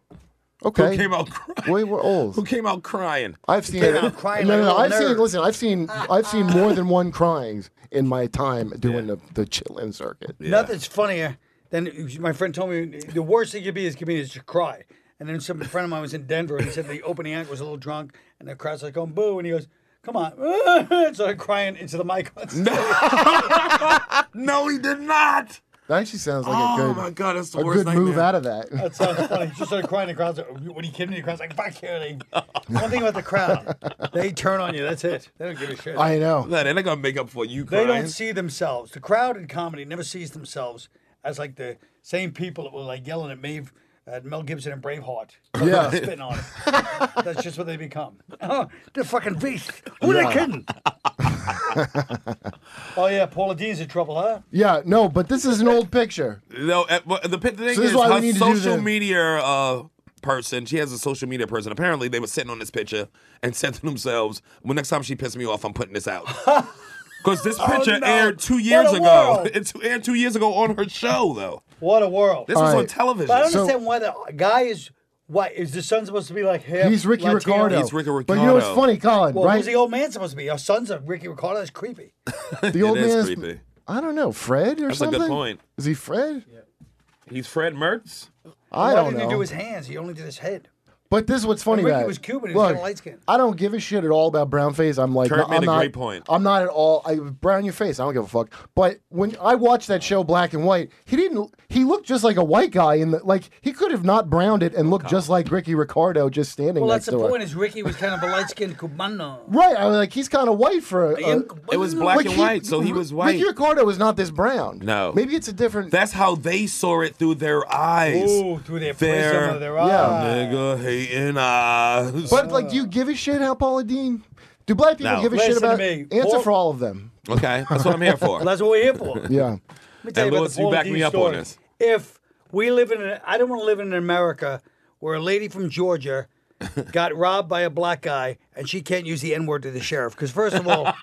S3: okay.
S5: Who came out crying?
S3: We were old.
S5: Who came out crying?
S3: I've seen
S9: Came
S3: it.
S9: out crying
S3: no,
S9: like
S3: no,
S9: a
S3: no. I've
S9: little
S3: seen.
S9: nerd.
S3: Listen, I've seen. I've seen more than one crying in my time doing the the chillin' circuit.
S9: Nothing's funnier than my friend told me the worst thing you could be as a comedian is to cry. And then some friend of mine was in Denver and he said the opening act was a little drunk and the crowd's like going boo and he goes, Come on. and started crying into the mic.
S5: No, he did not.
S3: That actually sounds like
S5: Oh
S3: a good,
S5: my god, that's the
S3: a
S5: worst
S3: good move
S5: nightmare.
S3: out of that.
S9: That sounds funny. She started crying. The crowd's like, What are you kidding me? The crowd's like, Fuck you. They- One thing about the crowd, they turn on you. That's it. They don't give a shit.
S3: I know.
S5: No, they're not gonna make up for you
S9: they
S5: crying.
S9: don't see themselves. The crowd in comedy never sees themselves as like the same people that were like yelling at Maeve, at Mel Gibson and Braveheart.
S3: Yeah.
S9: spitting on it. That's just what they become. Oh, they're fucking beast. Who they kidding? oh yeah, Paula Dean's in trouble, huh?
S3: Yeah. No, but this is an old picture.
S5: No, uh, but the, pi- the thing
S3: So this
S5: is,
S3: is why we
S5: her
S3: need to do
S5: social
S3: the-
S5: media uh, person, she has a social media person. Apparently, they were sitting on this picture and said to themselves, well, next time she pissed me off, I'm putting this out. Because this
S3: Oh,
S5: picture
S9: no.
S5: aired two
S9: What
S5: years
S9: a
S5: ago.
S9: world.
S5: It's aired two years ago on her show, though.
S9: What a world.
S5: This was
S3: All
S5: on
S3: right.
S5: television.
S9: But I don't
S3: So-
S9: understand why the guy is. Why is the son supposed to be like him?
S3: He's Ricky
S9: Latino?
S3: Ricardo.
S5: He's Ricky
S3: But you know what's
S5: Ricardo.
S3: funny, Colin?
S9: Well,
S3: right?
S9: who's the old man supposed to be? Our son's a Ricky Ricardo. That's creepy.
S3: the old
S5: It is
S3: man's-
S5: creepy.
S3: I don't know. Fred or
S5: That's a good
S3: something.
S5: point.
S3: Is he Fred?
S5: He's Fred Mertz.
S3: I
S9: why
S3: don't
S9: didn't
S3: know.
S9: he do his hands? He only did his head.
S3: But this is what's funny
S9: Ricky
S3: about it.
S9: was Cuban, he was
S3: Look,
S9: kinda light-skinned.
S3: I don't give a shit at all about brown face. I'm like,
S5: Kurt
S3: no,
S5: made
S3: I'm
S5: a
S3: not,
S5: great point.
S3: I'm not at all. I brown your face. I don't give a fuck. But when I watched that show, Black and White, he didn't. He looked just like a white guy in the like. He could have not browned it and looked just like Ricky Ricardo just standing
S9: Oh, Well,
S3: next
S9: that's the
S3: to her.
S9: point. Is Ricky was kind of a light skinned Cubano.
S3: Right, I was like, he's kind of white for. A, a-
S5: It was black
S3: like
S5: and
S3: he-
S5: white, so he was white.
S3: Ricky Ricardo was not this brown.
S5: No.
S3: maybe it's a different.
S5: That's how they saw it through their eyes.
S9: Ooh, through their prism
S5: Their
S9: of their
S3: Yeah.
S9: eye.
S5: nigga hating eyes.
S3: but like, do you give a shit how Paula Dean? Do black people
S5: No.
S3: give a shit
S9: Listen to
S3: about?
S9: me.
S3: Answer
S9: Paul-
S3: for all of them.
S5: okay, that's what I'm here for.
S9: Well, that's what we're here for.
S3: Yeah.
S9: Let me tell you about
S5: Louis,
S9: the
S5: you
S9: Paul
S5: back
S9: Dean
S5: me up on
S9: story.
S5: this.
S9: If we live in, a, I don't want to live in an America where a lady from Georgia got robbed by a black guy and she can't use the N word to the sheriff. Because first of all,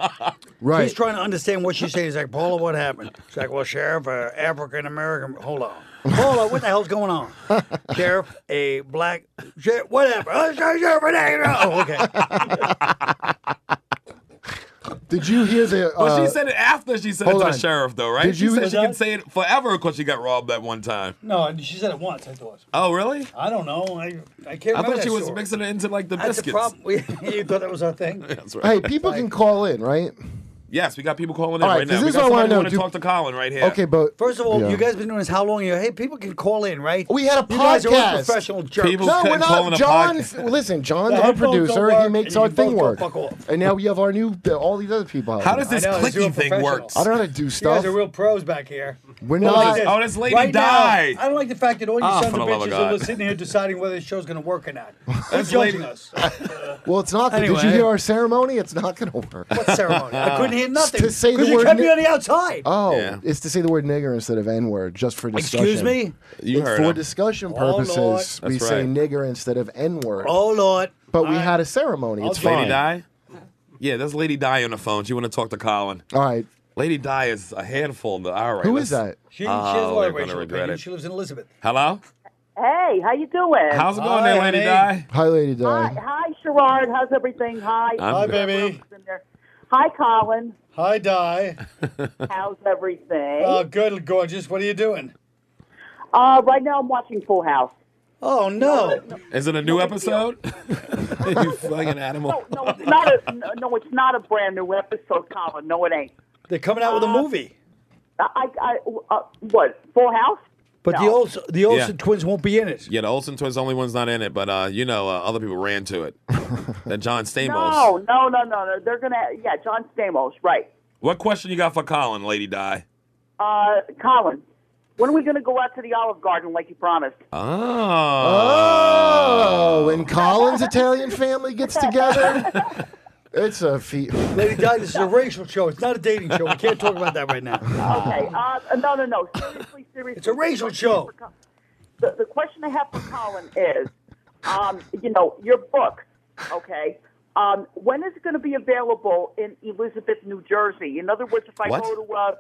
S3: Right.
S9: he's trying to understand what she's saying. He's like, Paula, what happened? She's like, Well, sheriff, uh, African American. Hold on. Paula, what the hell's going on? sheriff, a black, sheriff, whatever. Oh, sheriff, oh, okay.
S3: Did you hear the?
S5: But
S3: uh,
S5: she said it after she said it to
S3: hold
S5: the
S3: on.
S5: sheriff, though, right?
S3: Did
S5: she
S3: you-
S5: said she
S9: Was
S5: can
S9: that-
S5: say it forever because she got robbed that one time.
S9: No, and she said it once. I thought.
S5: Oh, really?
S9: I don't know. I, I can't.
S5: I
S9: remember
S5: thought she
S9: that
S5: was
S9: story.
S5: mixing it into like the
S9: That's
S5: biscuits.
S9: the problem. you thought that was our thing.
S5: That's right.
S3: Hey, people can call in, right?
S5: Yes, we got people calling in
S3: All right,
S5: right
S3: 'cause
S5: now. We
S3: this is what I
S5: got
S3: wanna
S5: somebody
S3: know.
S5: want to
S3: Do-
S5: talk to Colin right here.
S3: Okay, but
S9: First of all,
S3: Yeah.
S9: you guys been doing this how long? You hey, people can call in, right?
S3: We had a
S9: You guys are all
S3: podcast.
S9: professional jerks.
S5: People-
S3: no, we're
S5: couldn't call in
S3: not.
S5: a
S3: John,
S5: podcast.
S3: listen, John's
S9: The
S3: our
S9: headphones don't
S3: producer.
S9: work,
S3: He
S9: and
S3: makes
S9: you
S3: our
S9: both
S3: thing
S9: go
S3: work.
S9: fuck off.
S3: And now we have our new, all these other people. out
S5: How
S3: here.
S5: does this
S9: I know, it's real
S5: clicky thing
S9: professional.
S5: work?
S3: I don't know how to do
S9: you guys
S3: stuff.
S9: are real pros back here.
S3: we're
S5: Look at
S3: not.
S5: this. Oh, this lady
S9: right now,
S5: died.
S9: I don't like the fact that all you
S5: Ah,
S9: sons
S5: for
S9: of
S5: the love of
S9: bitches are
S5: God.
S9: sitting here deciding whether the show's going to work or not. That's
S5: This
S9: judging
S5: lady-
S9: us.
S3: Well, it's not. good. Did you
S9: Anyway.
S3: hear our ceremony? It's not going to work.
S9: What ceremony? I couldn't hear nothing.
S3: To say the
S9: 'cause you
S3: word
S9: kept
S3: ni-
S9: me on the outside.
S3: Oh,
S5: Yeah.
S3: it's to say the word nigger instead of n word, just for discussion.
S9: Excuse me? Oh,
S5: You heard
S3: for
S5: him.
S3: discussion
S9: Lord.
S3: purposes,
S9: That's
S3: we
S5: right.
S3: say nigger instead of n word.
S9: Oh, Lord.
S3: but we had a ceremony. It's fine.
S5: Lady Di? Yeah, that's Lady Di on the phone. She want to talk to Colin.
S3: All right.
S5: Lady Di is a handful. All right.
S3: Who is
S5: let's-
S3: that?
S9: She, she
S5: Oh,
S9: has a lot
S5: we're
S9: of
S5: gonna
S9: racial
S5: regret
S9: opinion.
S5: it.
S9: She lives in Elizabeth.
S5: Hello?
S10: Hey, how you doing?
S5: How's it going
S9: Hi,
S5: there, Lady
S9: honey.
S5: Di?
S3: Hi, Lady Di.
S10: Hi, hi, Sherrod. How's everything? Hi.
S5: I'm Hi, good.
S9: baby.
S10: Hi, Colin.
S9: Hi, Di.
S10: How's everything?
S9: Oh, good, gorgeous. What are you doing?
S10: Uh, right now, I'm watching Full House.
S9: Oh, no.
S5: Is it a new episode? you fucking animal.
S10: No, no, it's not a no, no, it's not a brand new episode, Colin. No, it ain't. Uh,
S9: They're coming out with a movie.
S10: I, I, I uh, what? Full House?
S9: But the
S10: No.
S9: Olsen, the Olsen
S5: Yeah.
S9: twins won't be in it.
S5: Yeah, the Olsen twins, the only one's not in it, but uh, you know, uh, other people ran to it. that John Stamos.
S10: No, no, no, no, no. They're gonna. Yeah, John Stamos, right?
S5: What question you got for Colin, Lady Di?
S10: Uh, Colin, when are we gonna go out to the Olive Garden like you promised?
S5: Ah.
S3: Oh, when Colin's Italian family gets together, it's a feat.
S9: Lady Di, this is a racial show. It's not a dating show. We can't talk about that right now.
S10: Okay. Uh, no, no, no. Seriously, seriously.
S9: It's a racial show.
S10: The, the question I have for Colin is, um, you know, your book, okay? Um, when is it going to be available in Elizabeth, New Jersey? In other words, if I
S5: What?
S10: go to a,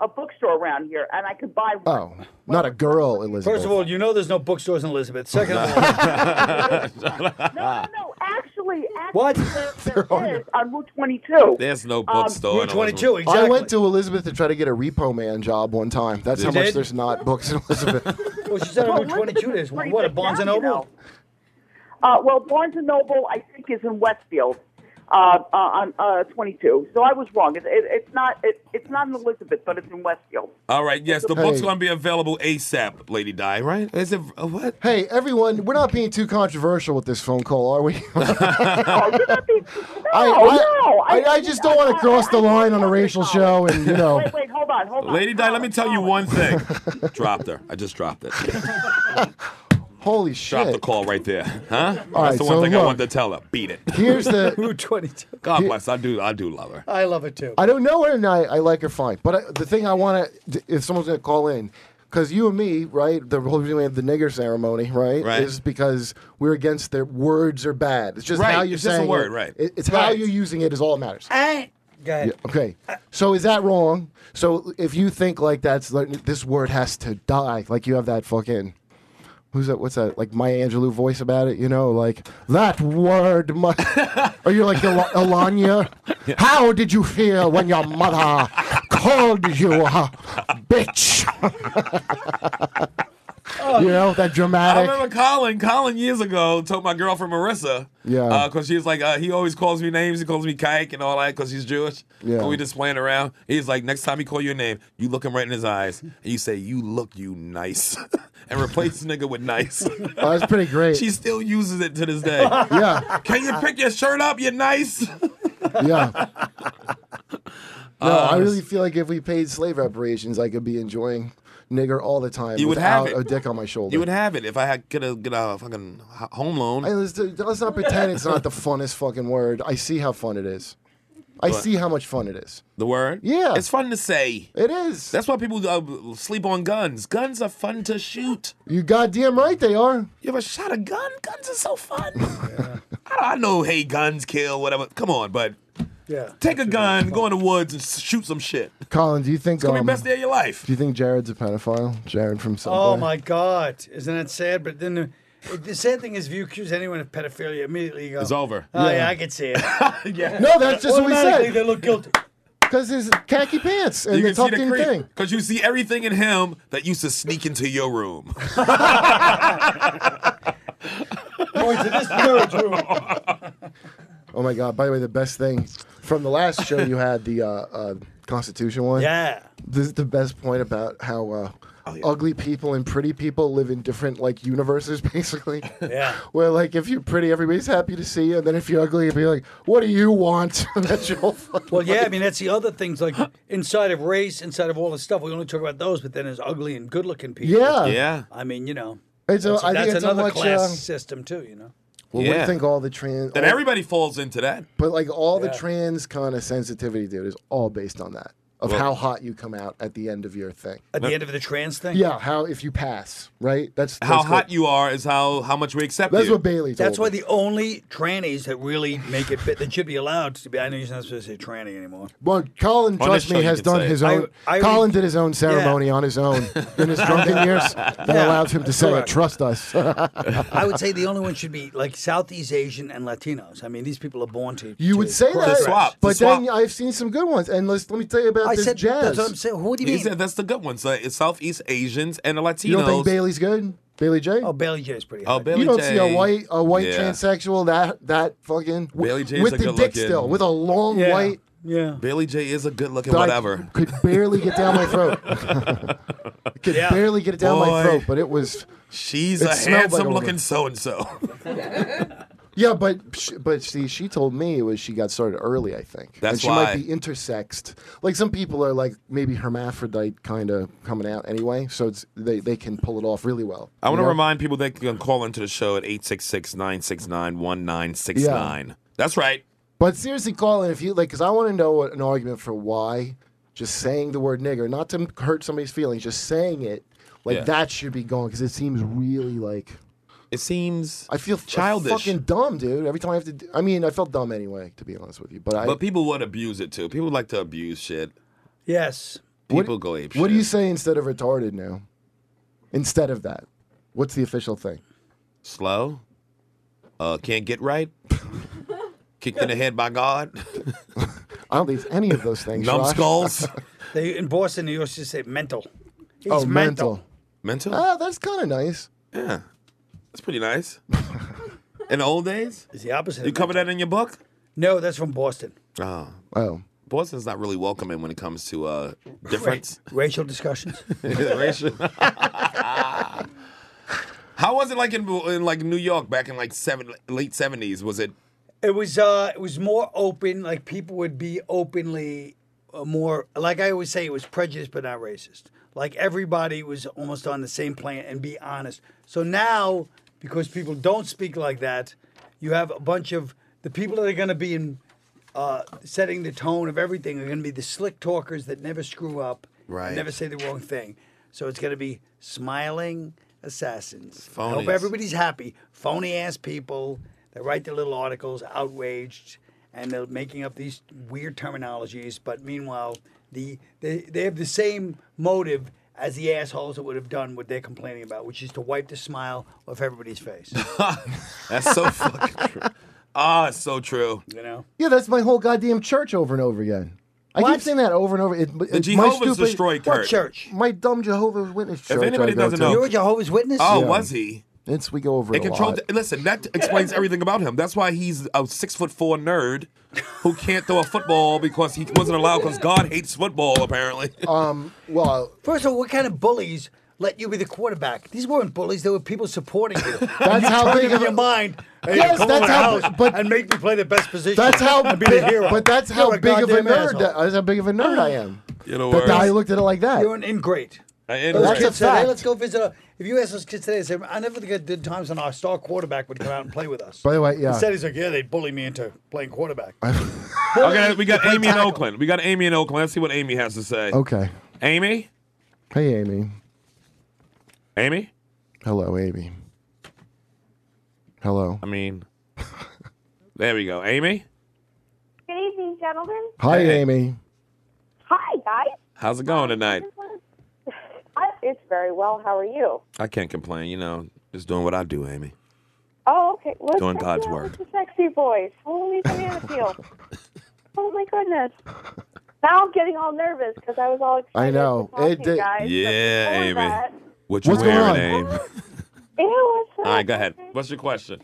S10: a bookstore around here and I could buy one.
S3: Oh, not a girl, Elizabeth.
S9: First of all, you know there's no bookstores in Elizabeth. Second of all,
S10: No, no, no. Actually, actually
S9: What?
S10: there, there is on Route Um, 22.
S5: There's no
S9: Route
S5: bookstore. in
S9: 22,
S5: Elizabeth.
S9: exactly.
S3: I went to Elizabeth to try to get a repo man job one time. That's how
S9: You
S3: much
S9: did?
S3: there's not books in Elizabeth.
S9: Well, she said on
S10: Well,
S9: Route
S10: Elizabeth
S9: 22
S10: is
S9: there's one.
S10: pretty
S9: What, a
S10: big
S9: Barnes and
S10: town, you
S9: Noble?
S10: know. Uh, well, Barnes and Noble, I think, is in Westfield uh, uh, on uh, 22. So I was wrong. It, it, it's not. It, it's not in Elizabeth, but it's in Westfield.
S5: All right, yes, the book's
S3: Hey.
S5: going to be available ASAP, Lady Di, right? Is it uh, what?
S3: hey, everyone, we're not being too controversial with this phone call, are we?
S10: Oh, you're not being, no,
S3: I,
S10: no.
S3: I, I, I just don't want to cross the line on a racial show, and you know,
S10: Wait, wait, hold on, hold on.
S5: Lady Di, let me
S10: Colin,
S5: tell you
S10: Colin.
S5: one thing. dropped her. I just dropped it.
S3: holy
S5: Dropped the
S3: shit.
S5: call right there. Huh? That's
S3: right,
S5: the one
S3: so
S5: thing I
S3: look.
S5: wanted to tell her. Beat it.
S3: Here's the.
S9: Route 22.
S5: God bless. I do I do love her.
S9: I love it too.
S3: I don't know her, and I, I like her fine. But I, the thing I want to, if someone's going to call in, because you and me, right, the whole reason we have the nigger ceremony, right,
S5: Right.
S3: is because we're against their words are bad. It's just
S5: Right,
S3: how you're
S5: it's just a
S3: saying
S5: word,
S3: it.
S5: right. Uh,
S3: It- it's how
S9: Right.
S3: you're using it is all that matters.
S9: I, go ahead.
S3: Okay. So is that wrong? So if you think like that's like, this word has to die, like you have that fucking who's that? What's that? Like Maya Angelou voice about it, you know? Like that word. Mu-. Are you like El- Elanya? How did you feel when your mother called you a bitch? you know that
S5: Oh, I
S3: dramatic.
S5: remember Colin. Colin years ago told my girlfriend Marissa.
S3: Yeah.
S5: Because she was like, uh, he always calls me names. He calls me kike and all that because he's Jewish.
S3: Yeah.
S5: And we just playing around. He's like, next time he call you a name, you look him right in his eyes and you say, "You look you nice," and replace nigga with nice.
S3: Oh, that's pretty great.
S5: she still uses it to this day.
S3: yeah,
S5: Can you pick your shirt up? You nice.
S3: yeah. No,
S5: Um,
S3: I really feel like if we paid slave reparations, I could be enjoying nigger all the time
S5: You would have
S3: without
S5: it.
S3: a dick on my shoulder.
S5: You would have it if I had could have get a fucking h- home loan.
S3: Hey, let's, do- let's not pretend it's not the funnest fucking word. I see how fun it is. I see how much fun it is.
S5: the word.
S3: Yeah.
S5: It's fun to say.
S3: It is.
S5: That's why people uh, sleep on guns. Guns are fun to shoot.
S3: you goddamn right they are.
S5: You ever shot a gun? Guns are so fun. I, I know, hey, guns kill, whatever. Come on, but
S9: Yeah.
S5: take a gun, go in the woods, and s- shoot some shit. It's
S3: Colin, do you think
S5: gonna
S3: um,
S5: be the best day of your life.
S3: do you think Jared's a pedophile? Jared from somewhere.
S9: Oh my God! Isn't that sad? But then the, the sad thing is, if you accuse anyone of pedophilia, immediately you go,
S5: It's over.
S9: Oh yeah,
S3: Yeah.
S9: I can see it.
S3: No, that's just what we
S9: Automatically, they
S3: said.
S9: look guilty.
S3: Because his khaki pants and the tucked in thing.
S5: because you see everything in him that used to sneak into your room.
S9: Going to this marriage room.
S3: Oh my god! By the way, the best thing from the last show you had the uh, uh, Constitution one.
S9: Yeah. Oh,
S3: This is the best point about how uh, ugly people and pretty people live in different like universes, basically.
S9: Yeah.
S3: Where like if you're pretty, everybody's happy to see you, and then if you're ugly, it'd be like, "What do you want?" That's your whole. fucking
S9: Well, yeah, I
S3: life.
S9: mean that's the other things like inside of race, inside of all this stuff. We only talk about those, but then there's ugly and good-looking people.
S3: Yeah. Yeah.
S9: I mean, you know,
S3: It's a-
S9: that's,
S3: I think
S9: that's
S3: it's a
S9: another
S3: much,
S9: class
S3: uh,
S9: system too. You know,
S3: Well, what do you think all the trans?
S5: Then
S3: all-
S5: everybody falls into that.
S3: Oh. But like all
S9: Yeah.
S3: the trans kind of sensitivity, dude, is all based on that of
S5: Well-
S3: how hot you come out at the end of your thing.
S9: at the end of the trans thing.
S3: Yeah, how if you pass, right? That's,
S5: How
S3: that's
S5: hot you are is how how much we accept
S3: That's
S5: you.
S3: what Bailey told
S9: That's why the only trannies that really make it fit that should be allowed to be. I know you're not supposed to say tranny anymore.
S3: Well, Colin,
S9: On
S3: trust
S9: this
S3: me,
S9: show you
S3: has
S9: can
S3: done
S9: say
S3: his
S9: it.
S3: own.
S9: I- I
S3: Colin
S9: re-
S3: did his own ceremony on his own in his drunken years that
S9: Yeah,
S3: allowed him to
S9: that's
S3: say
S9: correct.
S3: it. Trust us.
S9: I would say the only one should be like Southeast Asian and Latinos. I mean, these people are born to.
S3: You would
S9: to
S3: say that,
S9: progress.
S3: but then I've seen some good ones. And let's, let me tell you about
S9: I
S3: this
S9: said-
S3: jazz.
S9: that's what I'm saying. What do you
S5: he
S9: mean?
S5: said that's the good ones. Like, it's Southeast Asians and the Latinos.
S3: You don't think Bailey's good? Bailey J.
S9: Oh, Bailey J. is pretty.
S5: Oh, Bailey
S3: you don't
S5: J.
S3: see a white a white
S5: Yeah.
S3: transsexual that that fucking
S5: Bailey J. is
S3: with
S5: a
S3: the dick
S5: good looking-
S3: still with a long
S5: Yeah.
S3: white
S9: Yeah.
S5: Bailey J is a good looking
S3: that I
S5: whatever.
S3: could barely get down my throat. could
S5: Yeah.
S3: barely get it down my
S5: Boy.
S3: throat, but it was.
S5: She's
S3: it
S5: a
S3: smelled like a
S5: handsome
S3: woman.
S5: looking so and so.
S3: Yeah, but sh- but see, she told me it was she got started early. I think
S5: That's
S3: and she
S5: why.
S3: might be intersexed. Like some people are like maybe hermaphrodite kind of coming out anyway, so it's they they can pull it off really well.
S5: I
S3: you
S5: want to
S3: know?
S5: remind people they can call into the show at 866 969 1969. That's right.
S3: But seriously, Colin, if you like, because I want to know what an argument for why just saying the word nigger, not to hurt somebody's feelings, just saying it, like
S5: Yeah.
S3: that should be gone because it seems really like.
S5: It seems
S3: I feel
S5: childish.
S3: fucking dumb, dude. Every time I have to, d- I mean, I felt dumb anyway, to be honest with you. But I,
S5: But people would abuse it too. People like to abuse shit.
S9: Yes.
S5: People go ape
S3: what do you say instead of retarded now? Instead of that, what's the official thing?
S5: slow. Uh, can't get right. Kicked in the head by God.
S3: I don't think it's any of those things. Raj.
S5: Numbskulls.
S9: They in Boston, they used to say mental. He's
S3: oh,
S9: mental.
S3: mental.
S5: Mental?
S3: Ah, that's kind of nice.
S5: yeah. That's pretty nice. in the old days?
S9: It's the opposite.
S5: You
S9: of
S5: cover that in your book?
S9: No, that's from Boston.
S5: Oh.
S3: Oh.
S5: Boston's not really welcoming when it comes to uh, difference.
S9: Ra- racial discussions.
S5: Racial. How was it like in, in like New York back in like seven late seventies? Was it
S9: It was uh, it was more open. Like people would be openly uh, more. Like I always say, it was prejudiced but not racist. Like everybody was almost on the same plane and be honest. So now, because people don't speak like that, you have a bunch of the people that are going to be in uh, setting the tone of everything are going to be the slick talkers that never screw up, and
S5: Right.
S9: Never say the wrong thing. So it's going to be smiling assassins. I
S5: Phonies.
S9: Hope everybody's happy. Phony ass people that write their little articles, outraged, and they're making up these weird terminologies. But meanwhile, the they, they have the same motive as the assholes that would have done what they're complaining about, which is to wipe the smile off everybody's face.
S5: that's so fucking true? Ah, it's so true.
S9: You know,
S3: Yeah, that's my whole goddamn church over and over again. I keep saying that over and over. It, it,
S5: The
S3: my
S5: Jehovah's
S3: stupid-
S5: destroy
S9: what
S5: Kurt.
S9: church?
S3: My dumb Jehovah's Witness church.
S5: anybody
S3: I go
S5: doesn't
S3: to.
S5: know-
S9: You're a Jehovah's Witness.
S5: Oh,
S3: Yeah.
S5: was he?
S3: It's we go over
S5: They
S3: it a
S5: controlled.
S3: lot.
S5: Listen, that explains everything about him. That's why he's a six foot four nerd who can't throw a football because he wasn't allowed because God hates football apparently.
S3: Um, well,
S9: First of all, what kind of bullies let you be the quarterback? These weren't bullies; they were people supporting you.
S3: That's
S9: you
S3: how
S9: turned
S3: big
S9: them in
S3: of a-
S9: your mind. And
S3: Yes,
S9: you come
S3: that's
S9: over
S3: how-
S9: the house
S3: but-
S9: and make me play the best position.
S3: that's how
S9: and be the
S3: big,
S9: hero.
S3: but that's how
S9: You're a
S3: big of a
S9: goddamn
S3: nerd.
S9: asshole.
S3: That, that's how big of a nerd I am.
S5: You know
S3: But I looked at it like that.
S9: You're an ingrate.
S3: That's
S9: Those
S3: a
S9: kids said, "Hey,
S3: fact.
S9: let's go visit." A, if you ask those kids today, they say, "I never think I did times when our star quarterback would come out and play with us."
S3: By the way, yeah.
S9: Instead, he's like, "Yeah, they bully me into playing quarterback."
S5: Okay, we got Amy in
S9: tackle.
S5: Oakland. We got Amy in Oakland. Let's see what Amy has to say.
S3: Okay.
S5: Amy,
S3: Hey, Amy.
S5: Amy.
S3: Hello, Amy. Hello.
S5: I mean, there we go. Amy,
S11: Good evening, gentlemen.
S3: Hi,
S5: Hey.
S3: Amy.
S11: Hi, guys.
S5: how's it going tonight?
S11: I, it's very well. How are you?
S5: I can't complain. You know, just doing what I do, Amy.
S11: Oh, okay. Let's
S5: Doing
S11: check
S5: God's
S11: you out
S5: work.
S11: with The sexy voice. Holy banana peel. oh my goodness. Now I'm getting all nervous because I was all excited.
S3: I know.
S11: To talk
S3: It
S11: to you
S3: did-
S11: guys, but
S5: Yeah,
S11: before
S5: Amy.
S11: That,
S5: What you
S3: What's going
S5: wearing, Amy?
S11: ew, what's
S5: All right, go ahead. What's your question?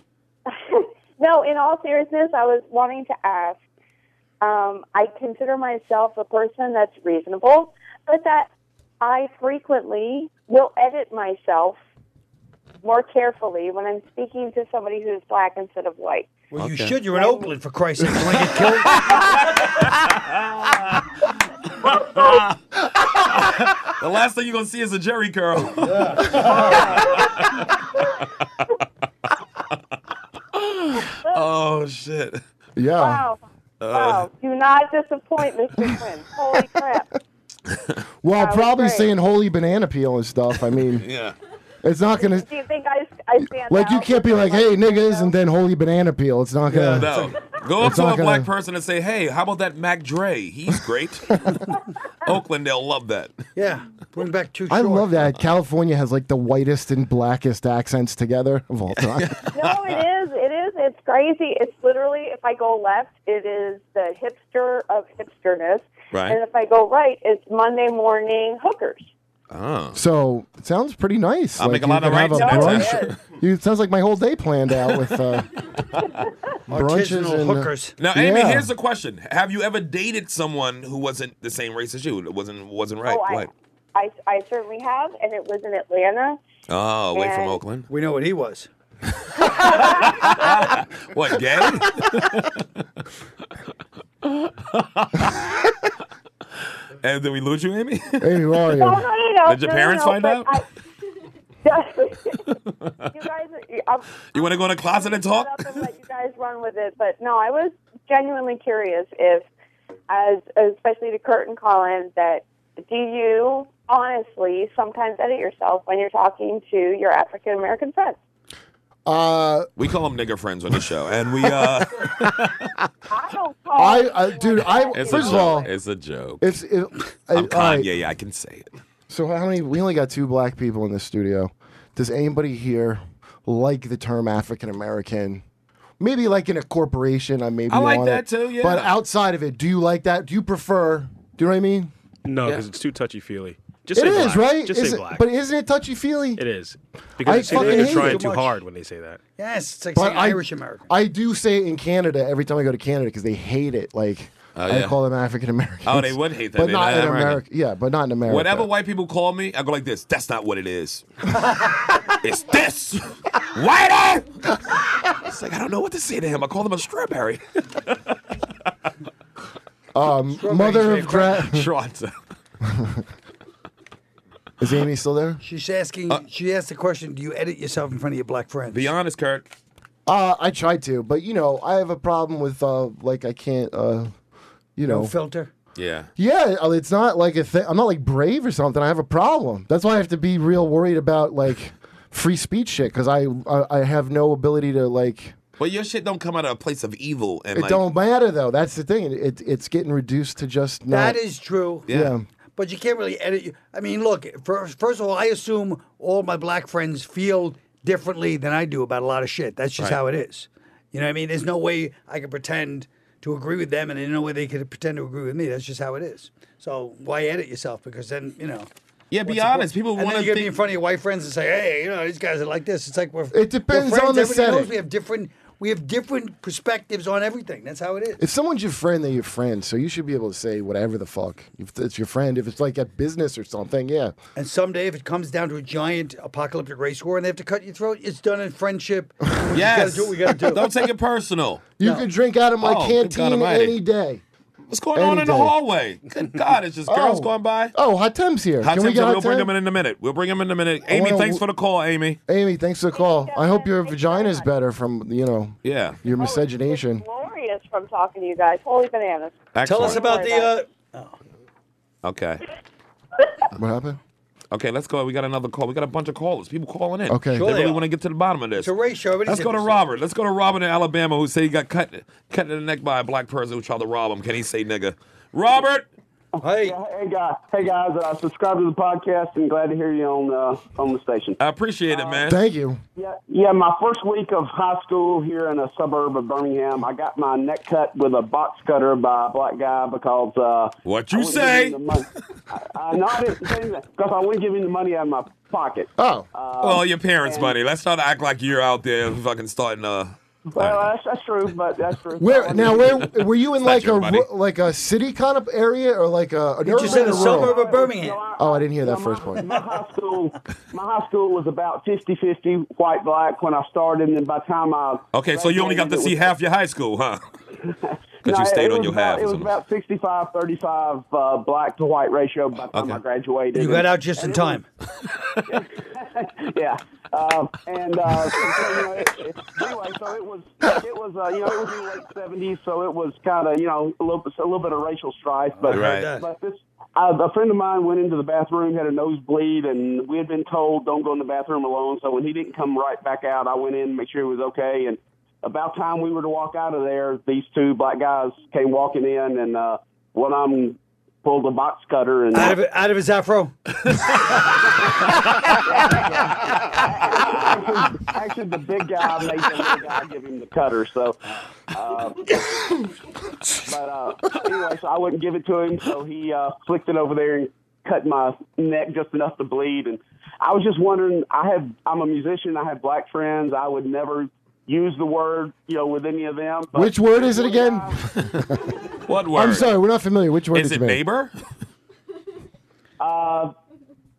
S11: No, in all seriousness, I was wanting to ask Um, I consider myself a person that's reasonable, but that I frequently will edit myself more carefully when I'm speaking to somebody who's black instead of white.
S9: Well, you should. You're in Oakland, for Christ's sake. You wanna get killed?
S5: The last thing you're gonna see is a Jerry curl. oh shit. Uh,
S3: Yeah.
S11: Wow. wow. Do not disappoint, Mr. Quinn. Holy crap.
S3: Well,
S11: was
S3: probably
S11: great.
S3: saying holy banana peel and stuff. I mean,
S5: yeah.
S3: It's not gonna
S11: Do you think I, I stand
S3: like you can't be like, hey niggas, and then holy banana peel. It's not gonna.
S5: no. Go up
S3: it's
S5: to a
S3: not
S5: black
S3: gonna-
S5: person and say, "Hey, how about that Mac Dre? He's great." Oakland, they'll love that.
S9: Yeah, bring back two.
S3: I love that California has like the whitest and blackest accents together of all time.
S11: No, it is. It is. It's crazy. It's literally, if I go left, it is the hipster of hipsterness.
S3: Right.
S11: And if I go right, it's Monday morning hookers.
S5: Oh.
S3: So it sounds pretty nice.
S5: I'll make a
S3: you
S5: lot of
S3: could have
S5: rights
S3: a
S5: in that
S3: brunch. You, it sounds like my whole day planned out with uh, brunches
S9: Artisanal
S3: and uh,
S9: hookers.
S5: Now, Amy,
S3: Yeah.
S5: here's the question: Have you ever dated someone who wasn't the same race as you? That wasn't wasn't right?
S11: Oh, I-
S5: White?
S11: I, I certainly have, and it was in Atlanta.
S5: Oh, away from
S11: And-
S5: Oakland.
S9: We know what he was.
S5: What gay? and did we lose you, Amy?
S3: Amy,
S5: Oh,
S3: where are
S11: Oh, No, no, no, no.
S5: Did your
S11: no, no,
S5: parents
S11: no,
S5: find
S11: but
S5: out?
S11: I- you guys, I'm,
S5: You want to go in a closet and talk?
S11: shut up and let you guys run with it. But no, I was genuinely curious if, as especially to Curtin Colin, that do you honestly sometimes edit yourself when you're talking to your African American friends?
S3: Uh,
S5: We call them nigger friends on the show, and we uh,
S11: I don't call.
S3: I, I dude, I
S5: it's a
S3: first of
S5: joke.
S3: all,
S5: it's a joke.
S3: it's it, I,
S5: I'm
S3: all right.
S5: Kanye. Yeah, I can say it.
S3: So how many? We only got two black people in this studio. Does anybody here like the term African American? Maybe like in a corporation, I may be
S5: I like
S3: on
S5: that
S3: it.
S5: too, yeah.
S3: But outside of it, do you like that? Do you prefer? Do you know what I mean?
S12: No, because it's too touchy feely.
S3: It
S12: Just
S3: is
S12: say black.
S3: right.
S12: Just
S3: Is
S12: say
S3: it-
S12: black.
S3: But isn't it touchy feely?
S12: it is
S3: I
S12: because it seems like
S3: fucking
S12: they're
S3: hate
S12: trying
S3: it.
S12: too hard when they say that.
S9: Yes, it's like
S3: But
S9: saying
S3: I-
S9: Irish American.
S3: I do say it in Canada every time I go to Canada because they hate it. Like
S5: Oh,
S3: I
S5: yeah.
S3: call them African Americans.
S5: Oh, they would hate that.
S3: but
S5: They're
S3: not
S5: not
S3: in
S5: American.
S3: America. Yeah, but not in America.
S5: Whatever white people call me, I go like this. That's not what it is. it's this. Whitey! It's like, I don't know what to say to him. I call him a strawberry.
S3: Um, mother of gra-
S5: Toronto.
S3: is Amy still there?
S9: She's asking. she asked the question: Do you edit yourself in front of your black friends?
S5: Uh, Be honest, Kurt.
S3: Uh, I tried to, but you know, I have a problem with uh, like I can't uh, you know,
S9: No filter.
S5: Yeah.
S3: yeah, uh, it's not like a thing. I'm not like brave or something. I have a problem. That's why I have to be real worried about like free speech shit because I, I I have no ability to like.
S5: But your shit don't come out of a place of evil and
S3: It
S5: like
S3: don't matter though. That's the thing. It, it's getting reduced to just not.
S9: That is true.
S3: yeah.
S9: But you can't really edit. You. I mean, look. First, first of all, I assume all my black friends feel differently than I do about a lot of shit. That's just
S5: Right.
S9: how it is. You know what I mean? There's no way I can pretend to agree with them, and there's no way they could pretend to agree with me. That's just how it is. So why edit yourself? Because then you know.
S5: Yeah, be
S9: what's the point?
S5: honest. People
S9: And then
S5: wanna
S9: you're gonna be
S5: think-
S9: in front of your white friends and say, "Hey, you know, these guys are like this." It's like we're.
S3: It depends
S9: we're friends.
S3: on the
S9: Everybody knows
S3: setting.
S9: We have different. We have different perspectives on everything. That's how it is.
S3: If someone's your friend, they're your friend. So you should be able to say whatever the fuck. If it's your friend, if it's like at business or something, yeah.
S9: And someday, if it comes down to a giant apocalyptic race war and they have to cut your throat, it's done in friendship.
S5: Yes.
S9: We gotta do what we gotta do.
S5: Don't take it personal.
S3: You can drink out of my
S5: Oh, good God
S3: canteen
S5: almighty.
S3: any day.
S5: What's going
S3: Any
S5: on in the
S3: day.
S5: hallway? Good God, it's just girls going by.
S3: Oh, Hot Tem's here.
S5: Hot
S3: can we
S5: Tim's
S3: get
S5: in,
S3: Hot
S5: we'll bring
S3: Tem?
S5: him in in a minute. We'll bring him in in a minute. Amy,
S3: wanna-
S5: thanks for the call, Amy.
S3: Amy, thanks for the call. I hope your vagina's better from you know
S5: Yeah.
S3: your miscegenation.
S11: Glorious from talking to you guys. Holy bananas.
S9: Tell us
S5: Excellent.
S9: about the. Uh,
S5: Okay.
S3: What happened?
S5: Okay, let's go. We got another call. We got a bunch of callers. People calling in.
S3: Okay.
S5: They
S3: Sure
S9: they
S5: really
S9: are.
S5: want to get to the bottom of this.
S9: it's a race show.
S5: Let's
S9: Everybody's
S5: go to
S9: interested.
S5: Robert. Let's go to Robert in Alabama who said he got cut cut in the neck by a black person who tried to rob him. Can he say nigga? Robert!
S9: Hey,
S13: Hey guys, hey guys, uh, subscribe to the podcast and glad to hear you on uh, on the station.
S5: I appreciate it, man.
S3: Thank you.
S13: Yeah, yeah. My first week of high school here in a suburb of Birmingham, I got my neck cut with a box cutter by a black guy because uh,
S5: What
S13: I
S5: you
S13: wouldn't give him
S5: say?
S13: the money. I, I, no, I didn't say that because I wouldn't give him the money out of my pocket.
S3: Oh,
S5: well, your parents' money. Let's not act like you're out there fucking starting uh, a
S13: Well,
S10: Uh,
S13: that's, that's true, but that's true.
S3: Where now? Where were you in like a ru- like a city kind of area or like a? an
S13: You just
S3: urban
S13: said a
S3: or
S13: suburb
S3: rural?
S13: of Birmingham.
S3: Oh, I didn't hear that first part.
S13: my high school, my high school was about 50-50 white black when I started, and then by the time I
S5: Okay, so you only got to see half your high school, huh? Because
S13: No,
S5: you
S13: it-
S5: stayed
S13: it
S5: on
S13: was
S5: your
S13: about-
S5: half.
S13: It was about 65, 35 uh, black to white ratio by the time I graduated.
S8: You got out just
S13: And
S8: in
S13: it was-
S8: time.
S13: yeah. Um, and uh, so, you know, it, it, anyway, so it was it was uh, you know it was in the late seventies, so it was kind of you know a little, a little bit of racial strife. But
S5: Right.
S13: but this uh, a friend of mine went into the bathroom, had a nosebleed, and we had been told don't go in the bathroom alone. So when he didn't come right back out, I went in, make sure he was okay, and about time we were to walk out of there, these two black guys came walking in, and uh, one of them pulled a box cutter and
S8: Out of out of his afro.
S13: actually, actually, the big guy made the little guy give him the cutter. So, uh, but uh, anyway, so I wouldn't give it to him. So he uh, flicked it over there and cut my neck just enough to bleed. And I was just wondering. I have. I'm a musician. I have black friends. I would never use the word, you know, with any of them. But
S3: Which word is it again?
S5: what
S3: I'm
S13: word?
S3: sorry, we're not familiar. Which word
S5: Is
S3: did
S5: it
S3: you make?
S5: neighbor?
S13: Uh,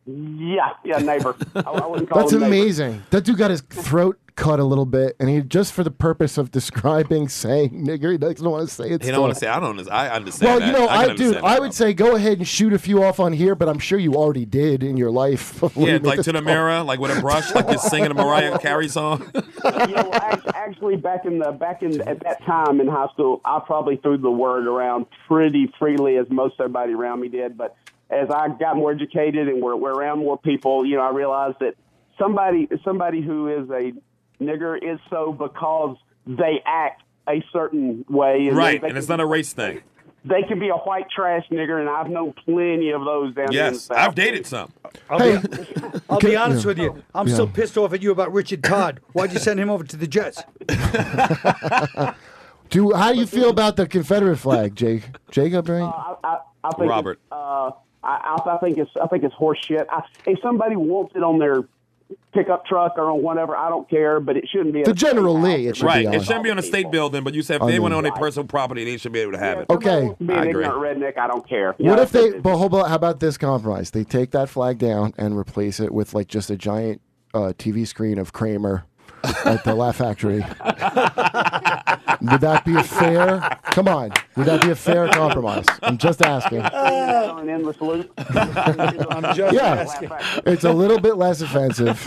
S13: yeah, yeah, neighbor. I, I wouldn't call
S3: That's
S13: him neighbor.
S3: amazing. That dude got his throat cut a little bit, and he just for the purpose of describing saying nigger, he doesn't want to say it.
S5: He
S3: still.
S5: don't want to say. I don't. I understand.
S3: Well,
S5: that.
S3: you know,
S5: I,
S3: I,
S5: can
S3: dude,
S5: understand
S3: I would say go ahead and shoot a few off on here, but I'm sure you already did in your life. before you
S5: Yeah,
S3: made
S5: like
S3: this
S5: to the
S3: call.
S5: mirror, like with a brush, like you're singing a Mariah Carey song.
S13: yeah, well, act- actually, back in the back in at that time in high school, I probably threw the word around pretty freely, as most everybody around me did. But as I got more educated and we're, we're around more people, you know, I realized that somebody somebody who is a nigger is so because they act a certain way, and
S5: Right,
S13: They,
S5: and it's not a race thing.
S13: they can be a white trash nigger, and I've known plenty of those down here in the
S5: Yes,
S13: South.
S5: I've dated some.
S8: I'll, be, I'll be honest with you. I'm
S13: Yeah.
S8: still pissed off at you about Richard Todd. Why'd you send him over to the Jets?
S3: Do how do you feel about the Confederate flag, Jake? Jacob, right?
S13: Uh, I, I, I think
S3: Robert.
S13: It's, uh, I, I I think it's I think it's horse shit. I, if somebody wants it on their pickup truck or on whatever, I don't care, but it shouldn't be. in
S3: The
S13: a-
S3: General Lee. It should
S5: right,
S3: be on.
S5: it shouldn't be on a state building, but you said if
S3: I
S5: they went
S3: mean-
S5: on their personal property, they should be able to have it.
S3: Okay.
S13: Be
S5: I
S13: an
S5: agree.
S13: ignorant redneck. I don't care.
S3: What if they? But hold on. How about this compromise? They take that flag down and replace it with like just a giant uh, TV screen of Kramer at the Laugh Factory. would that be a fair? Come on. Would that be a fair compromise? I'm just asking.
S13: On an endless loop. I'm
S3: yeah, it's a little bit less offensive.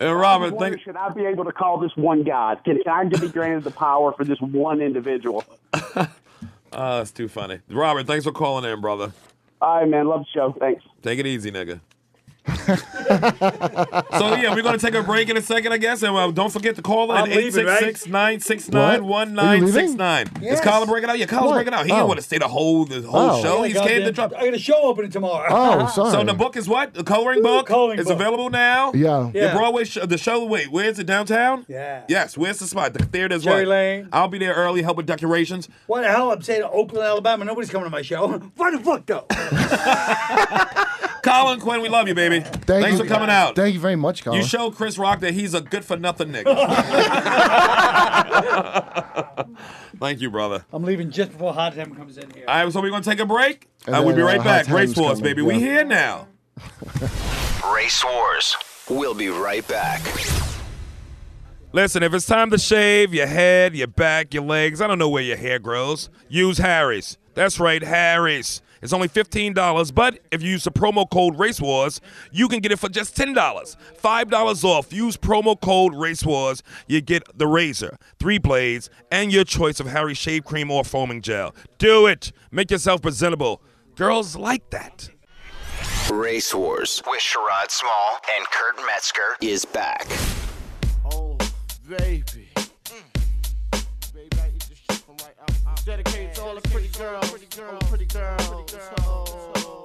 S13: Robert, should I be able to call this one God? Can, can I be granted the power for this one individual?
S5: Uh, it's too funny. Robert, thanks for calling in, brother.
S13: All right, man. Love the show. Thanks.
S5: Take it easy, nigga. so yeah, we're gonna take a break in a second, I guess, and uh, don't forget to call in
S2: I'm leaving, right?
S5: 866-969-1969. Is
S2: Yes.
S5: Colin breaking out? Yeah, Colin's
S2: What?
S5: breaking out. He
S2: Oh.
S5: didn't want to stay the whole the whole
S2: Oh.
S5: show.
S2: Yeah,
S5: He's scared to
S2: goddamn-
S5: drop.
S8: I got a show opening tomorrow.
S9: Oh,
S5: So the book is what? The coloring book
S8: coloring
S5: is
S8: book.
S5: available now.
S3: Yeah.
S5: Your
S8: Yeah.
S5: Broadway show, the show. Wait, where's it downtown?
S8: Yeah.
S5: Yes. Where's the spot? The theater's
S8: Cherry
S5: what?
S8: Lane.
S5: I'll be there early. Help with decorations.
S8: Why the hell I'm saying Oakland, Alabama? Nobody's coming to my show. Why the fuck though?
S5: Colin Quinn, we love you, baby.
S3: Thank
S5: Thanks
S3: you.
S5: for coming out.
S3: Thank you very much, Colin.
S5: You show Chris Rock that he's a good for nothing nigga. Thank you, brother.
S8: I'm leaving just before Hot Time comes in here.
S5: All right, so we're gonna take a break.
S8: And
S5: Uh, we'll
S8: then,
S5: be right
S8: uh,
S5: back.
S8: Hot
S5: Race
S8: Time's
S5: Wars,
S8: coming,
S5: baby.
S8: yeah.
S5: We here now.
S14: Race Wars. We'll be right back.
S2: Listen, if it's time to shave your head, your back, your legs, I don't know where your hair grows, use Harry's. That's right, Harry's. It's only $15, but if you use the promo code RACEWARS, you can get it for just $10. $5 off. Use promo code RACEWARS. You get the razor, three blades, and your choice of Harry shave cream or foaming gel. Do it. Make yourself presentable. Girls like that.
S14: Race Wars with Sherrod Small and Kurt Metzger is back.
S15: baby. Baby, I eat this shit from right out. out. Dedicated to all the pretty girls, pretty girls, pretty girls, pretty girls.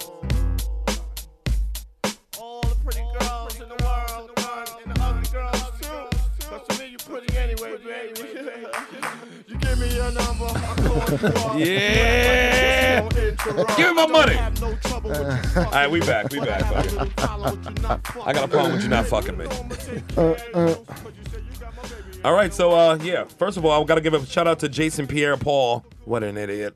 S15: All the pretty girls in the world, and the ugly girls too. Cause to me, you pretty anyway, baby. you give me your number, I call you up.
S2: Yeah. Give me my money. All right, we back. We back.
S5: I got a problem with you not fucking me.
S3: Uh, uh.
S5: All right, so uh, yeah. First of all, I got to give a shout out to Jason Pierre-Paul. What an idiot!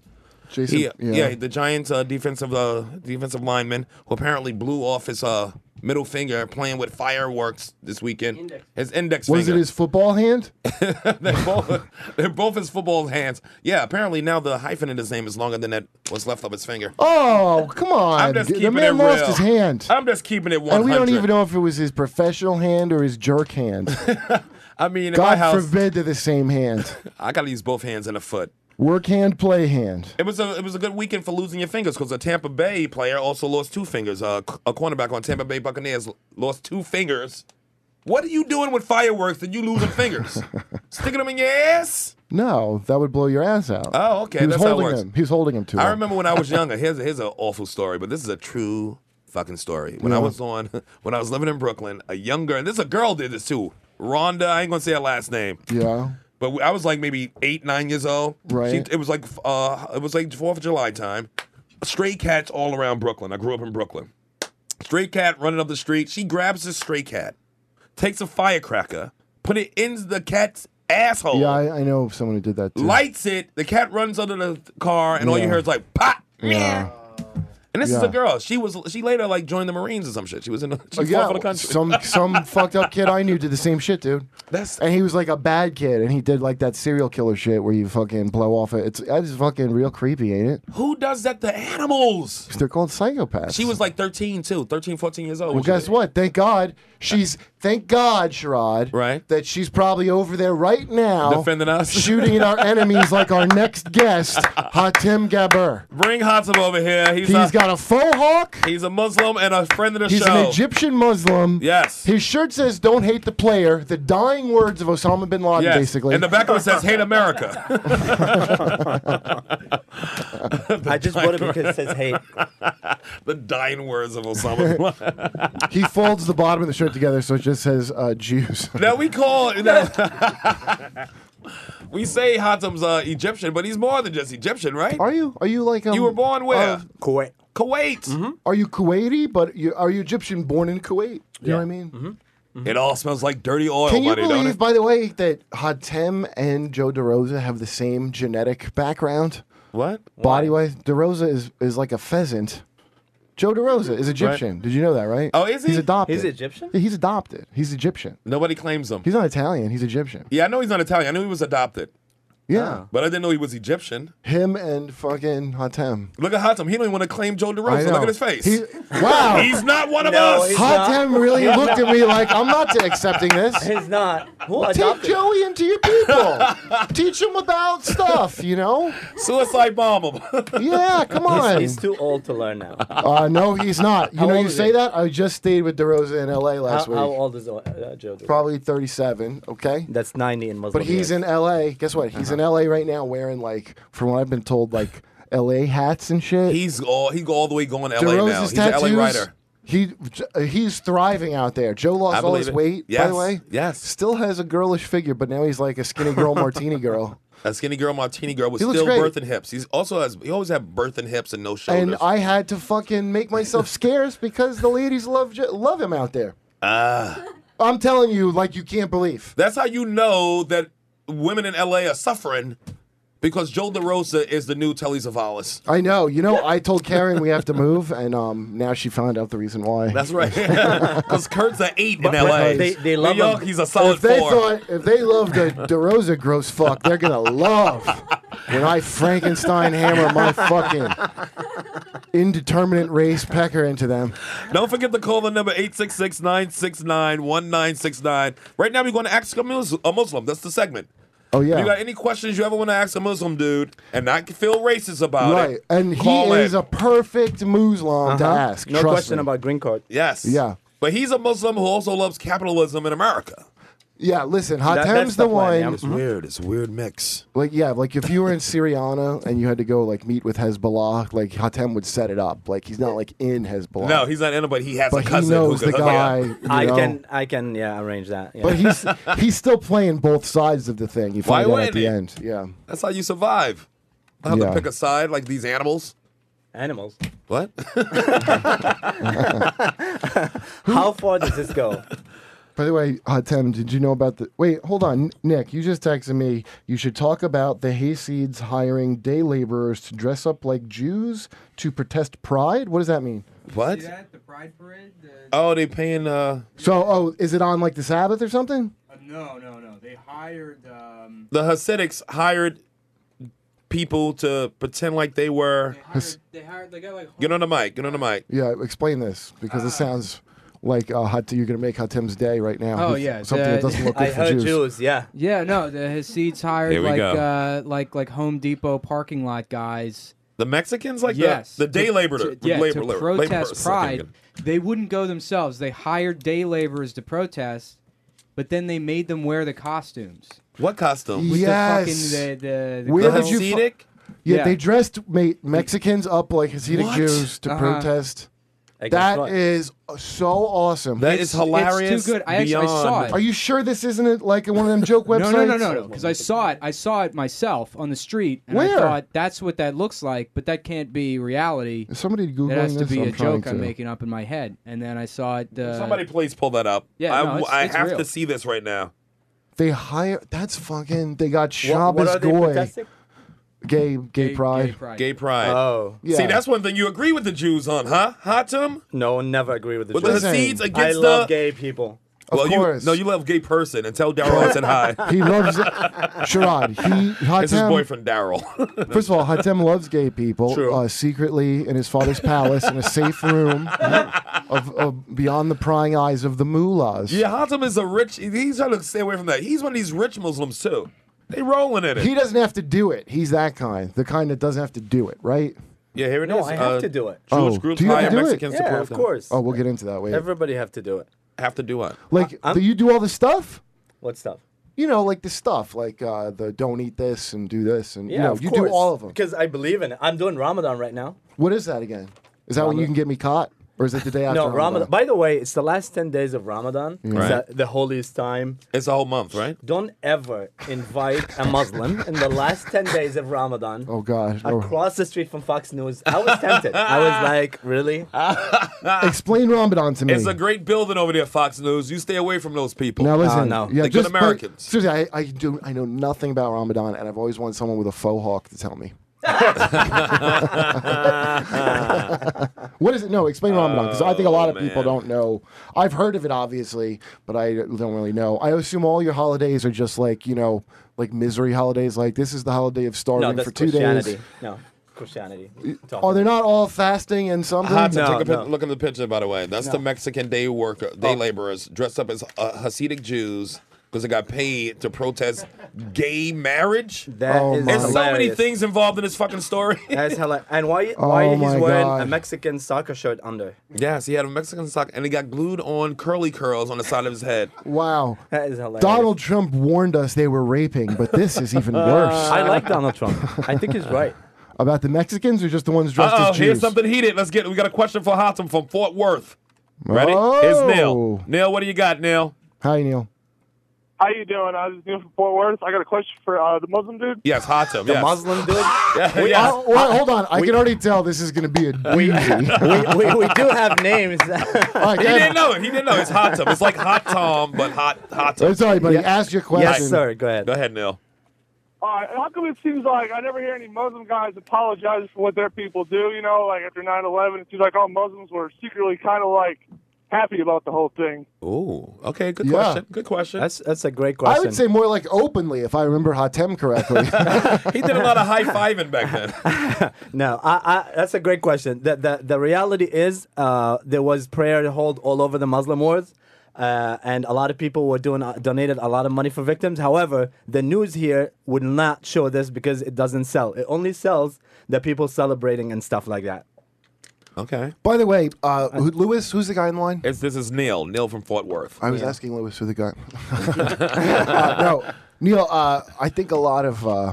S3: Jason-
S5: He-
S3: yeah.
S5: yeah. the Giants uh, defensive uh, defensive lineman who apparently blew off his uh, middle finger playing with fireworks this weekend. His index
S3: Was it
S5: finger.
S3: his football hand?
S5: they're, both, they're both his football hands. Yeah, apparently now the hyphen in his name is longer than that was left of his finger.
S3: Oh, come on.
S5: I'm just
S3: The
S5: keeping
S3: man
S5: it
S3: lost
S5: real.
S3: his hand.
S5: I'm just keeping it 100.
S3: And we don't even know if it was his professional hand or his jerk hand.
S5: I mean, in my
S3: God
S5: house,
S3: forbid they're the same hand.
S5: I got to use both hands and a foot.
S3: Work hand, play hand.
S5: It was a it was a good weekend for losing your fingers because a Tampa Bay player also lost two fingers. Uh, c- a cornerback on Tampa Bay Buccaneers lost two fingers. What are you doing with fireworks and you losing fingers? Sticking them in your ass?
S3: No, that would blow your ass out.
S5: Oh, okay,
S3: He was
S5: that's how it
S3: holding
S5: works.
S3: him. He was holding him to
S5: I
S3: him.
S5: remember when I was younger. Here's here's an awful story, but this is a true fucking story. When I
S3: Yeah.
S5: was on, when I was living in Brooklyn, a young girl, and this is a girl did this too. Rhonda, I ain't gonna say her last name.
S3: Yeah.
S5: But we- I was like maybe eight, nine years old.
S3: Right.
S5: She, it was like uh, it was like Fourth of July time. Stray cats all around Brooklyn. I grew up in Brooklyn. Stray cat running up the street. She grabs this stray cat, takes a firecracker, put it in the cat's asshole,
S3: Yeah, I, I know someone who did that too.
S5: lights it. The cat runs under the car, and all you
S3: Yeah.
S5: hear is like pop.
S3: yeah.
S5: And this is
S3: Yeah.
S5: a girl. She was she later like joined the Marines or some shit. She was in the, she
S3: Oh, yeah,
S5: fought for the country.
S3: some some fucked up kid I knew did the same shit, dude.
S5: That's
S3: and he was like a bad kid, and he did like that serial killer shit where you fucking blow off it. It's that is fucking real creepy, ain't it?
S5: Who does that to animals?
S3: They're called psychopaths.
S5: She was like 13 too, 13, 14 years old.
S3: well,
S5: when she
S3: guess
S5: did it.
S3: what? Thank God she's thank God, Sherrod,
S5: right?
S3: That she's probably over there right now,
S5: Defending us.
S3: shooting at our enemies like our next guest, Hatim Gaber.
S5: Bring Hatem over here. He's,
S3: He's
S5: a,
S3: got a faux hawk.
S5: He's a Muslim and a friend of the
S3: He's
S5: show.
S3: an Egyptian Muslim.
S5: Yes.
S3: His shirt says "Don't hate the player." The dying words of Osama bin Laden,
S5: Yes.
S3: basically.
S5: And the back of it says "Hate America."
S16: I just bought it because it says hate.
S5: the dying words of Osama bin Laden.
S3: he folds the bottom of the shirt together, so it just says uh, Jews.
S5: Now we call no. we say Hatem's uh, Egyptian, but he's more than just Egyptian, right?
S3: Are you? Are you like? Um,
S5: you were born where?
S3: uh,
S16: Kuwait.
S5: Kuwait.
S16: Mm-hmm.
S3: Are you Kuwaiti? But you, are you Egyptian born in Kuwait? You know what I mean?
S5: Mm-hmm. It all smells like dirty oil
S3: Can you
S5: money, don't
S3: believe,
S5: it?
S3: by the way, that Hatem and Joe DeRosa have the same genetic background?
S5: What?
S3: Body wise, DeRosa is is like a pheasant. Joe DeRosa is Egyptian. Did you know that, right?
S5: Oh, is he?
S3: He's adopted.
S5: He's Egyptian?
S3: Yeah, he's adopted. He's Egyptian.
S5: Nobody claims him.
S3: He's not Italian. He's Egyptian.
S5: Yeah, I know he's not Italian. I knew he was adopted.
S3: Yeah.
S16: Ah.
S5: But I didn't know he was Egyptian.
S3: Him and fucking Hatem.
S5: Look at Hatem. He don't even want to claim Joe
S3: I
S5: DeRosa.
S3: know.
S5: Look at his face.
S3: He- wow.
S5: he's not one of
S16: No,
S5: us.
S16: he's
S3: Hatem really looked at me like, I'm not accepting this.
S16: He's not. Who
S3: Take
S16: adopted?
S3: Joey into your people. Teach him about stuff, you know?
S5: Suicide bomb him.
S3: Yeah, come on.
S16: He's, he's too old to learn now.
S3: uh, no, he's not. You
S16: How
S3: know,
S16: old
S3: you
S16: is
S3: say
S16: he?
S3: that? I just stayed with DeRosa in LA
S16: How,
S3: last week.
S16: how old is uh, Joe? Dooley?
S3: Probably 37, okay?
S16: That's 90 in Muslim.
S3: But he's
S16: years. Uh-huh.
S3: in LA. Guess what? He's in LA right now wearing, like, from what I've been told, like, LA hats and shit.
S5: He's all he go all the way going to LA now.
S3: DeRosa's
S5: He's an LA
S3: tattoos.
S5: writer.
S3: He uh, he's thriving out there. Joe
S5: I
S3: lost all
S5: believe
S3: his
S5: it.
S3: weight, by
S5: Yes,
S3: the way.
S5: yes.
S3: Still has a girlish figure, but now he's like a skinny girl martini girl.
S5: A skinny girl, martini girl with
S3: He looks
S5: still
S3: great.
S5: birth and hips. He's also has he always had birth and hips and no
S3: And
S5: shoulders.
S3: I had to fucking make myself scarce because the ladies love Jo- love him out there.
S5: Ah.
S3: I'm telling you, like you can't believe.
S5: That's how you know that women in LA are suffering because Joe DeRosa is the new Telly Savalas.
S3: I know. You know, I told Karen we have to move, and um, now she found out the reason why.
S5: That's right. Because Kurt's an eight in LA.
S16: they- they love
S5: New York,
S16: him.
S5: he's a solid
S3: if they
S5: four.
S3: thought if they loved a DeRosa gross fuck, they're gonna love when I Frankenstein hammer my fucking indeterminate race pecker into them.
S5: Don't forget to call the number 866-969-1969. Right now we're going to ask a, Mus- a Muslim. That's the segment.
S3: Oh
S5: If you got
S3: yeah.
S5: any questions you ever want to ask a Muslim dude and not feel racist about
S3: Right.
S5: it,
S3: And
S5: call
S3: he
S5: in.
S3: is a perfect Muslim to
S16: Huh?
S3: ask.
S16: Uh-huh. No
S3: trust
S16: question
S3: me.
S16: about green card.
S5: Yes.
S3: Yeah.
S5: But he's a Muslim who also loves capitalism in America.
S3: Yeah, listen,
S16: That-
S3: Hatem's
S16: that's
S3: the
S16: the plan,
S3: one
S16: yeah. Mhm.
S5: weird. It's a weird mix.
S3: like yeah, like if you were in Syriana and you had to go like meet with Hezbollah, like Hatem would set it up. Like he's not like in Hezbollah.
S5: No, he's not in it, but he has
S3: But
S5: a
S3: he
S5: cousin.
S3: knows
S5: who could
S3: the
S5: hook
S3: guy,
S5: it up.
S3: you
S16: I
S3: know?
S16: can, I can, yeah, arrange that. Yeah.
S3: But he's he's still playing both sides of the thing. You
S5: Why
S3: find out at
S5: wouldn't
S3: the
S5: he?
S3: end. Yeah.
S5: That's how you survive. I have
S3: Yeah.
S5: to pick a side like these animals.
S16: animals.
S5: What?
S16: How far does this go?
S3: By the way, Hot Tem, did you know about the? Wait, hold on, Nick. You just texted me. You should talk about the hayseeds hiring day laborers to dress up like Jews to protest Pride. What does that mean?
S5: What? Oh, they paying. uh
S3: So, oh, is it on like the Sabbath or something?
S17: No, no, no. They hired. Um,
S5: The Hasidics hired people to pretend like they were.
S17: they hired. They got like.
S5: Get on the mic. Get on the mic.
S3: Yeah, explain this because
S17: Uh,
S3: it sounds like uh, hot. You're gonna make Hot Tem's day right now.
S17: Oh
S3: with
S17: yeah,
S3: something that
S17: the-
S3: doesn't look good for Jews.
S16: yeah.
S17: Yeah, no, the Hasids
S5: Here
S17: hired
S5: we
S17: like
S5: go.
S17: uh like like Home Depot parking lot guys.
S5: The Mexicans, like the-
S17: yes,
S5: the day
S17: to-
S5: labor-
S17: to, yeah,
S5: labor-
S17: to
S5: labor-
S17: protest
S5: laborers, I
S17: Pride.
S5: think.
S17: They wouldn't go themselves. They hired day laborers to protest, but then they made them wear the costumes.
S5: What costume?
S17: With
S3: Yes.
S17: the fucking the, the, the
S3: Where
S17: clothes.
S3: did you? fi- yeah,
S17: Yeah.
S3: they dressed ma- Mexicans up like Hasidic
S17: What?
S3: Jews to
S17: Uh-huh.
S3: protest.
S17: Against
S3: That
S17: what?
S3: is so awesome.
S5: That It's- is it's too hilarious
S17: good. I actually- I beyond- saw it.
S3: Are you sure this isn't like one of them joke websites?
S17: No, no, no, no, no. Because I saw it. I saw it myself on the street, and
S3: Where?
S17: I thought that's what that looks like. But that can't be reality.
S3: Is somebody googling
S17: That has to
S3: this?
S17: be
S3: I'm
S17: a joke
S3: trying
S17: I'm
S3: to.
S17: making up in my head. And then I saw it. Uh,
S5: Somebody, please pull that up.
S17: Yeah,
S5: I,
S17: no, it's-
S5: I
S17: it's
S5: have
S17: real.
S5: to see this right now.
S3: They hire. That's fucking. They got
S5: What- what
S3: Shabbos
S5: are they
S3: Goy.
S5: protesting?
S3: Gay, gay, pride.
S5: Gay pride.
S16: Oh.
S5: See,
S16: Yeah.
S5: that's one thing you agree with the Jews on, huh? Huh, Tim?
S16: No, never agree with the
S5: With the
S16: Jews.
S5: Hasids against
S16: I
S5: the-
S16: love gay people.
S5: Of well, course. You, no, you love gay person and tell Daryl I said hi.
S3: He loves Sherrod. He Hot
S5: It's his
S3: Tem-
S5: boyfriend, Daryl.
S3: First of all, Hatem loves gay people uh, secretly in his father's palace in a safe room of, of beyond the prying eyes of the mullahs.
S5: yeah, Hatem is a rich. He's trying to stay away from that. He's one of these rich Muslims too. They rolling in it.
S3: He doesn't have to do it. He's that kind, the kind that doesn't have to do it, right?
S5: Yeah, here it is. Uh,
S16: No, I have to do it.
S5: Jewish
S3: Oh,
S5: groups
S3: do you have
S5: hire
S3: to do it?
S5: Mexicans to
S16: Yeah,
S5: protest.
S16: of course.
S3: Oh, we'll get into that. Wait,
S16: Everybody have to do it.
S5: Have to do it.
S3: like, do you do all the stuff?
S16: What stuff?
S3: You know, like the stuff, like uh, the don't eat this and do this, and
S16: Yeah,
S3: you know,
S16: of
S3: you
S16: course.
S3: do all of them.
S16: Because I believe in it. I'm doing Ramadan right now.
S3: What is that again? Is that when you can get me caught, or is it the day after?
S16: no, Ramadan. By the way, it's the last 10 days of Ramadan. It's
S3: Right.
S16: the- the holiest time.
S5: It's a whole month, right?
S16: Don't ever invite a Muslim in the last 10 days of Ramadan.
S3: Oh God! Oh.
S16: Across the street from Fox News, I was tempted. I was like, really?
S3: Explain Ramadan to me.
S5: It's a great building over there, Fox News. You stay away from those people.
S3: Now
S16: Ah,
S3: listen, yeah,
S5: They're
S3: just,
S5: good
S3: but
S5: Americans.
S3: seriously, I, I do I know nothing about Ramadan, and I've always wanted someone with a faux hawk to tell me. what is it? No, explain Ramadan because I think a lot of people don't know. I've heard of it obviously, but I don't really know. I assume all your holidays are just like you know, like misery holidays. Like this is the holiday of starving
S16: no, that's
S3: for two
S16: Christianity.
S3: days.
S16: No, Christianity.
S3: Are they not all fasting and something?
S5: Hot to take a pic- look at the picture, by the way. That's
S3: No.
S5: the Mexican day worker,
S16: Oh.
S5: day laborers dressed up as uh, Hasidic Jews because they got paid to protest gay marriage.
S16: That Oh is my
S5: There's so many
S16: hilarious.
S5: things involved in this fucking story.
S16: That's hella. And why?
S5: Oh
S16: Why he's
S5: my
S16: wearing a
S5: God.
S16: Mexican soccer shirt under?
S5: yes, he had a Mexican sock and he got glued on curly curls on the side of his head.
S3: Wow.
S16: That is hilarious.
S3: Donald Trump warned us they were raping, but this is even worse.
S16: Uh, I like Donald Trump. I think he's right.
S3: About the Mexicans or just the ones dressed
S5: Uh oh,
S3: as Jews?
S5: here's something heated. Let's get. We got a question for Hatem from Fort Worth. Ready? Here's Neil.
S3: Oh.
S5: Neil, what do you got, Neil?
S3: Hi, Neil.
S6: How you doing? Uh, I was just doing from Fort Worth. I got a question for uh, the Muslim dude.
S5: Yes, Hatem.
S6: The
S5: yes.
S6: Muslim
S16: dude.
S5: yeah,
S3: Wait,
S5: yeah. Uh,
S3: I- wait, hold on. I can already tell this is going to be a doozy.
S16: we, we do have names.
S5: he didn't know it. He didn't know it. it's hot tub. It's like hot tom, but hot hot tub.
S3: I'm sorry, buddy. Ask your question.
S16: Yes, sir. Go ahead.
S5: Go ahead, Neil.
S6: All right, how come it seems like I never hear any Muslim guys apologize for what their people do? You know, like after 9/11, it seems like all Muslims were secretly kind of like happy about the whole thing.
S5: Oh, okay. Good
S3: Yeah.
S5: question. Good question.
S16: That's that's a great
S3: I would say more like openly, if I remember Hatem correctly.
S5: he did a lot of high fiving back then.
S16: No, I, I, that's a great question. The, the, the reality is uh, there was prayer hold all over the Muslim world, uh, and a lot of people were doing uh, donated a lot of money for victims. However, the news here would not show this because it doesn't sell. It only sells the people celebrating and stuff like that.
S5: Okay.
S3: By the way, uh, who, Lewis, who's the guy in line?
S5: It's, this is Neil. Neil from Fort Worth.
S3: I was asking Lewis who the guy. uh, no, Neil. Uh, I think a lot of uh,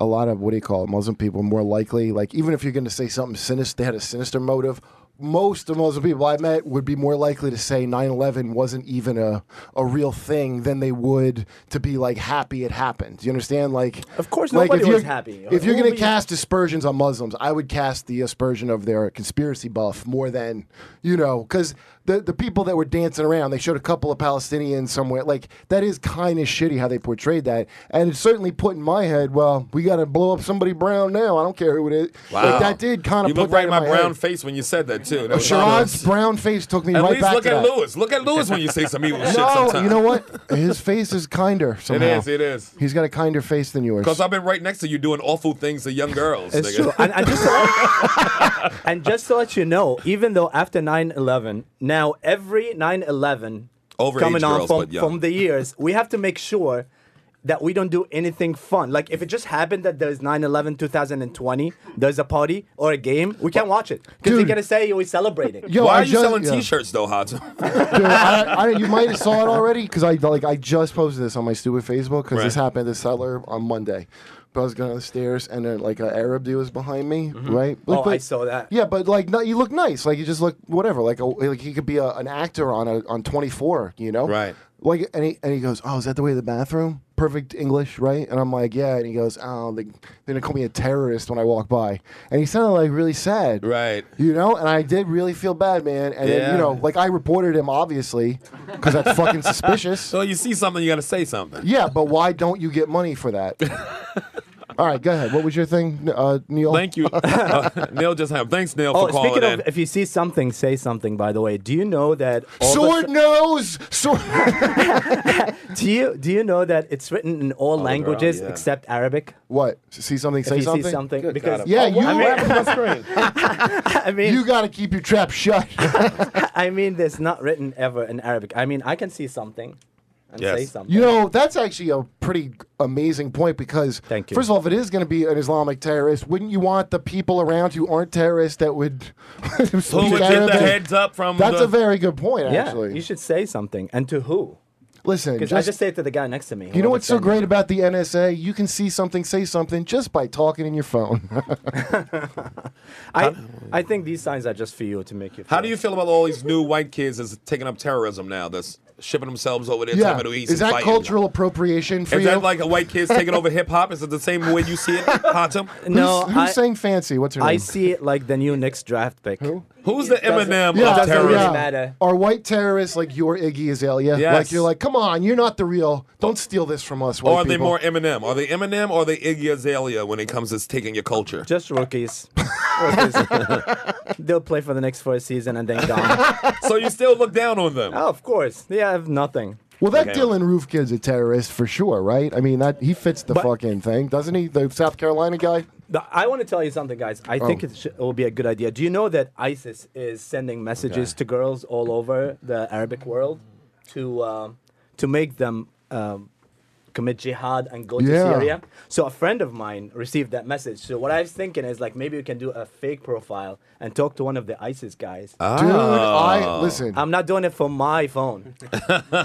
S3: a lot of what do you call it? Muslim people more likely, like even if you're going to say something sinister, they had a sinister motive. Most of Muslim people I met would be more likely to say 9/11 wasn't even a, a real thing than they would to be like happy it happened. Do you understand? Like,
S16: of course,
S3: like
S16: nobody
S3: if
S16: was
S3: you're-
S16: happy.
S3: If you're
S16: Who
S3: going
S16: were
S3: to
S16: you-
S3: cast aspersions on Muslims, I would cast the aspersion of their conspiracy buff more than you know, because the the people that were dancing around, they showed a couple of Palestinians somewhere. Like that is kind of shitty how they portrayed that, and it certainly put in my head, well, we got to blow up somebody brown now. I don't care who it is. Like, that did kind of
S5: You
S3: put
S5: looked
S3: that
S5: right
S3: in
S5: in my, brown
S3: head.
S5: face when you said that too. That
S3: Oh,
S5: was
S3: Sherrod's brown face took me
S5: At
S3: right
S5: least
S3: back
S5: look
S3: to
S5: at
S3: that.
S5: Lewis. Look at Lewis when you say some evil
S3: no,
S5: shit. Sometimes.
S3: you know what? His face is kinder. Somehow.
S5: is, it is.
S3: He's got a kinder face than yours.
S5: Because I've been right next to you doing awful things to young girls.
S16: It's
S5: nigga.
S16: true. And, and just and just to let you know, even though after 9-11, now every 9-11
S5: Overage
S16: coming on
S5: girls,
S16: from,
S5: but young.
S16: from the years, we have to make sure that we don't do anything fun. Like if it just happened that there's 9-11 2020, there's a party or a game, we can't watch it. Because they're gonna say we're celebrating.
S5: Why
S3: I
S5: are you
S3: just-
S5: selling
S3: yeah.
S5: T-shirts though, Hudson?
S3: Dude, I, I, you might have saw it already because I like I just posted this on my stupid Facebook because this
S5: Right.
S3: happened at the settler on Monday. But I was going down the stairs and then like an Arab dude was behind me,
S4: Mm-hmm.
S5: Mm-hmm.
S16: Mhm.
S3: right? Like,
S16: Oh,
S3: but-
S16: I saw that.
S3: Yeah, but like no, you look nice. Like you just look whatever. Like a, like he could be a, an actor on a, on twenty four. You know, right? Like and he and he goes, oh, is that the way to the bathroom? Perfect English, right? And I'm like, yeah. And he goes, oh, they, they're gonna call me a terrorist when I walk by. And he sounded like really sad,
S5: right?
S3: You know, and I did really feel bad, man. And then,
S5: Yeah.
S3: you know, like I reported him obviously because that's fucking suspicious. So
S5: you see something, you got to say something.
S3: Yeah, but why don't you get money for that? All right, go ahead. What was your thing, uh, Neil?
S5: Thank you, uh, Neil. Just have thanks, Neil,
S16: Oh,
S5: for calling
S16: speaking of,
S5: in.
S16: if you see something, say something. By the way, do you know that all the-
S3: Sword nose. Sword.
S16: do you do you know that it's written in
S5: Oh,
S16: all languages
S3: yeah.
S16: except Arabic?
S3: What? See something?
S16: If
S3: Say
S16: you see
S3: something.
S16: something, Good because- God,
S3: yeah,
S16: I'm-
S3: you.
S16: I mean- What happened I mean,
S3: you got to keep your trap shut.
S16: I mean, there's not written ever in Arabic. I mean, I can see something and say something.
S3: You know, that's actually a pretty amazing point because, Thank
S16: you.
S3: first of all, if it is going to be an Islamic terrorist, wouldn't you want the people around who aren't terrorists that would
S5: Who would get the heads up from?
S3: That's
S5: the-
S3: a very good point,
S16: yeah,
S3: actually.
S16: you should say something, and to who?
S3: Listen,
S16: because I
S3: just-
S16: just say it to the guy next to me.
S3: You know what's so
S16: whoever's
S3: great about the NSA? You can see something, say something just by talking in your phone.
S16: standing there. I I think these signs are just for you to make you.
S5: How do you feel about all these new white kids that's taking up terrorism now? That's shipping themselves over there to the Middle East.
S3: Is
S5: and
S3: that
S5: fighting?
S3: cultural appropriation for
S5: Is
S3: you?
S5: that like a white kid's taking over hip hop? Is it the same way you see it, Hatem?
S16: No,
S3: who's, who's
S16: I-
S3: saying fancy? What's her name?
S16: I see it like the new next draft pick. Who?
S5: Who's the Eminem
S3: yeah,
S5: of terrorism?
S3: yeah. Are white terrorists like your Iggy Azalea?
S5: Yes.
S3: Like you're like, come on, you're not the real. Don't steal this from us. white
S5: Or are they
S3: people."
S5: more Eminem? Are they Eminem or are they Iggy Azalea when it comes to taking your culture?
S16: Just rookies. Rookies. They'll play for the next four season and then gone.
S5: so you still look down on them?
S16: Oh, of course. They have nothing.
S3: Well, that
S16: Okay.
S3: Dylan Roof kid's a terrorist for sure, right? I mean, that he fits the
S16: But-
S3: fucking thing, doesn't he? The South Carolina guy. Oh.
S16: The- I want to tell you something, guys. I think it, sh- it will be a good idea. Do you know that ISIS is sending messages
S3: Okay.
S16: to girls all over the Arabic world to uh, to make them um, commit jihad and go to
S3: Yeah.
S16: Syria? So a friend of mine received that message. So what I was thinking is like maybe we can do a fake profile and talk to one of the ISIS guys.
S3: Dude, I listen.
S16: I'm not doing it for my phone.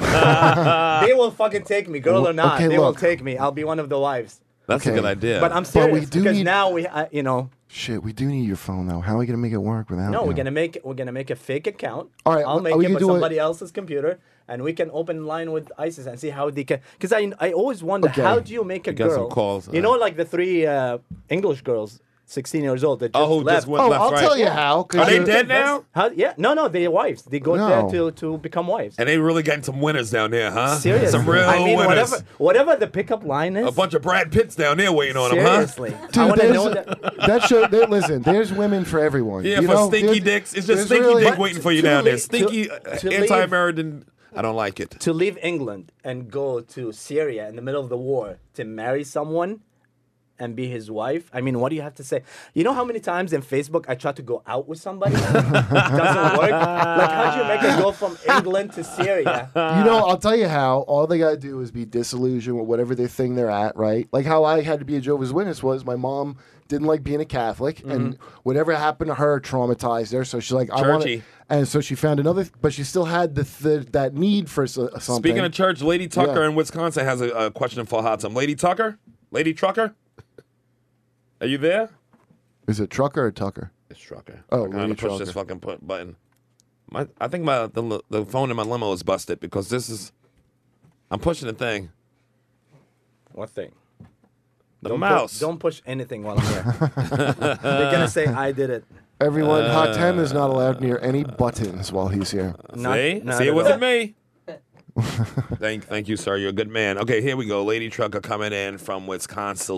S16: they will fucking take me, girl or not.
S3: Okay,
S16: they will
S3: look.
S16: take me. I'll be one of the wives.
S5: That's a
S3: Okay.
S5: good idea.
S16: But I'm
S3: But
S16: serious
S3: we do
S16: because
S3: need-
S16: now we, uh, you know,
S3: Shit, we do need your phone though. How are we gonna make it work without?
S16: no,
S3: you?
S16: we're gonna make we're gonna make a fake account.
S3: Oh, All right,
S16: I'll
S3: wh-
S16: make
S3: are we
S16: it
S3: gonna
S16: with
S3: do it-
S16: somebody else's computer, and we can open line with ISIS and see how they can. Because I I always wonder
S5: Okay.
S16: how do you make a
S5: You got some
S16: girl?
S5: calls,
S16: you know, like the three uh, English girls, sixteen years old. That just
S5: Oh, who
S16: left.
S5: just went Oh, left, I'll right. tell you how, 'cause Are they you're- dead now?
S16: How, yeah, no, no, they're wives. They go
S5: No.
S16: there to to become wives.
S5: and they really getting some winners down there, huh?
S16: Seriously,
S5: Some real
S16: I mean,
S5: winners.
S16: whatever whatever the pickup line is.
S5: A bunch of Brad Pitts down there waiting on
S16: Seriously.
S5: them, huh?
S16: I
S3: Dude,
S16: wanna
S3: there's-
S16: know
S3: that. show. There, listen, there's women for everyone.
S5: Yeah,
S3: you
S5: for
S3: know?
S5: stinky
S3: There's-
S5: dicks. It's
S3: there's
S5: just stinky
S3: really-
S5: dick waiting for you down there.
S16: leave-
S5: Stinky
S16: to-
S5: uh,
S16: to leave-
S5: anti-American. I don't like it.
S16: to leave England and go to Syria in the middle of the war to marry someone and be his wife. I mean, what do you have to say? You know how many times in Facebook I tried to go out with somebody? Doesn't work. Like, how do you make it go from England to Syria?
S3: you
S5: Uh,
S3: know, I'll tell you how. All they gotta do is be disillusioned with whatever their thing they're at, right? Like how I had to be a Jehovah's Witness was my mom didn't like being a Catholic, and whatever happened to her traumatized her. So she's like, I want to.
S5: Mm-hmm. Churchy.
S3: And so she found another, but she still had the, the that need for s- uh, something.
S5: Speaking of church, Lady Tucker
S3: Yeah.
S5: in Wisconsin has a, a question for Hotsum. Lady Tucker, Lady Trucker, are you there?
S3: is it Trucker or Tucker?
S5: It's Trucker.
S3: Oh,
S5: I gotta
S3: Lady
S5: push this
S3: Trucker.
S5: fucking pu- button. My, I think my the, l- the phone in my limo is busted because this is. I'm pushing the thing.
S16: What thing?
S5: The
S16: don't pu-
S5: mouse.
S16: don't push anything while I'm here. They're going to say, I did it.
S3: Everyone, Hatem is not allowed near any buttons while he's here.
S5: See? See, it wasn't me. thank, thank you, sir. You're a good man. Okay, here we go. Lady trucker coming in from Wisconsin.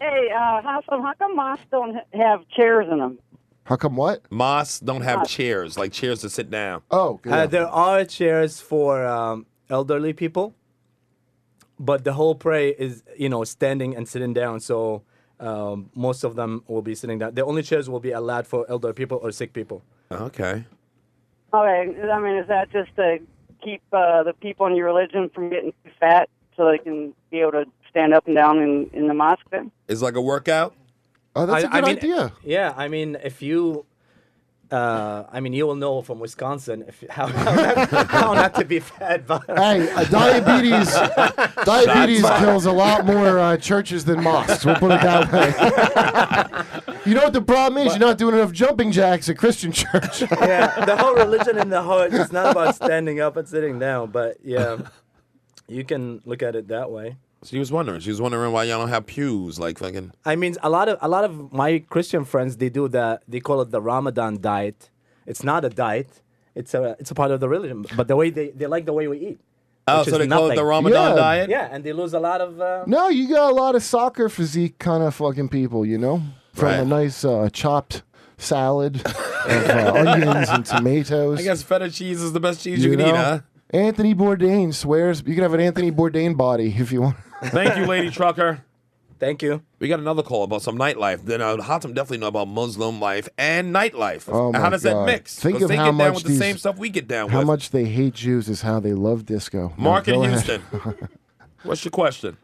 S10: Hey, uh, how come how come mosques don't have chairs in them?
S3: How come what?
S5: Mosques don't have chairs, like chairs to sit down.
S3: Oh,
S16: Uh, there are chairs for um, elderly people, but the whole prayer is you know standing and sitting down. So um, most of them will be sitting down. The only chairs will be allowed for elder people or sick people.
S5: Okay.
S10: Okay, I mean, is that just to keep uh, the people in your religion from getting too fat so they can be able to stand up and down in, in the mosque? Then?
S5: It's like a workout.
S3: Oh,
S10: that's
S16: a
S10: a good
S3: idea.
S16: Yeah, I mean, if you, uh, I mean, you will know from Wisconsin if how, how, not, how not to be fed. But
S3: Hey, uh, diabetes diabetes kills a lot more uh, churches than mosques. We'll put it that way. you know what the problem is? You're not doing enough jumping jacks at Christian church.
S16: yeah, the whole religion in the heart is not about standing up and sitting down, but yeah, you can look at it that way.
S5: She was wondering. She was wondering why y'all don't have pews, like fucking.
S16: I mean, a lot of a lot of my Christian friends they do the they call it the Ramadan diet. It's not a diet. It's a it's a part of the religion, but the way they, they like the way we eat.
S5: Oh,
S16: which
S5: so
S16: is
S5: they call it the
S16: nothing.
S5: Ramadan Yeah. diet?
S16: Yeah, and they lose a lot of. Uh,
S3: No, you got a lot of soccer physique kind of fucking people, you know? From a
S16: Right.
S3: nice uh, chopped salad of uh, onions and tomatoes.
S5: I guess feta cheese is the best cheese
S3: you
S5: you, can
S3: know?
S5: eat, huh?
S3: Anthony Bourdain swears you can have an Anthony Bourdain body if you want.
S5: Thank you, Lady Trucker.
S16: Thank you.
S5: We got another call about some nightlife. Then uh, Hatem definitely know about Muslim life and nightlife.
S3: Oh
S5: And
S3: my
S5: how does
S3: God.
S5: that mix?
S3: Think
S5: 'Cause
S3: of
S5: they
S3: how
S5: get down
S3: much
S5: with
S3: these-
S5: the same stuff we get down
S3: How
S5: with.
S3: much they hate Jews is how they love disco. Now,
S5: Mark in
S3: go ahead.
S5: Houston. What's your question?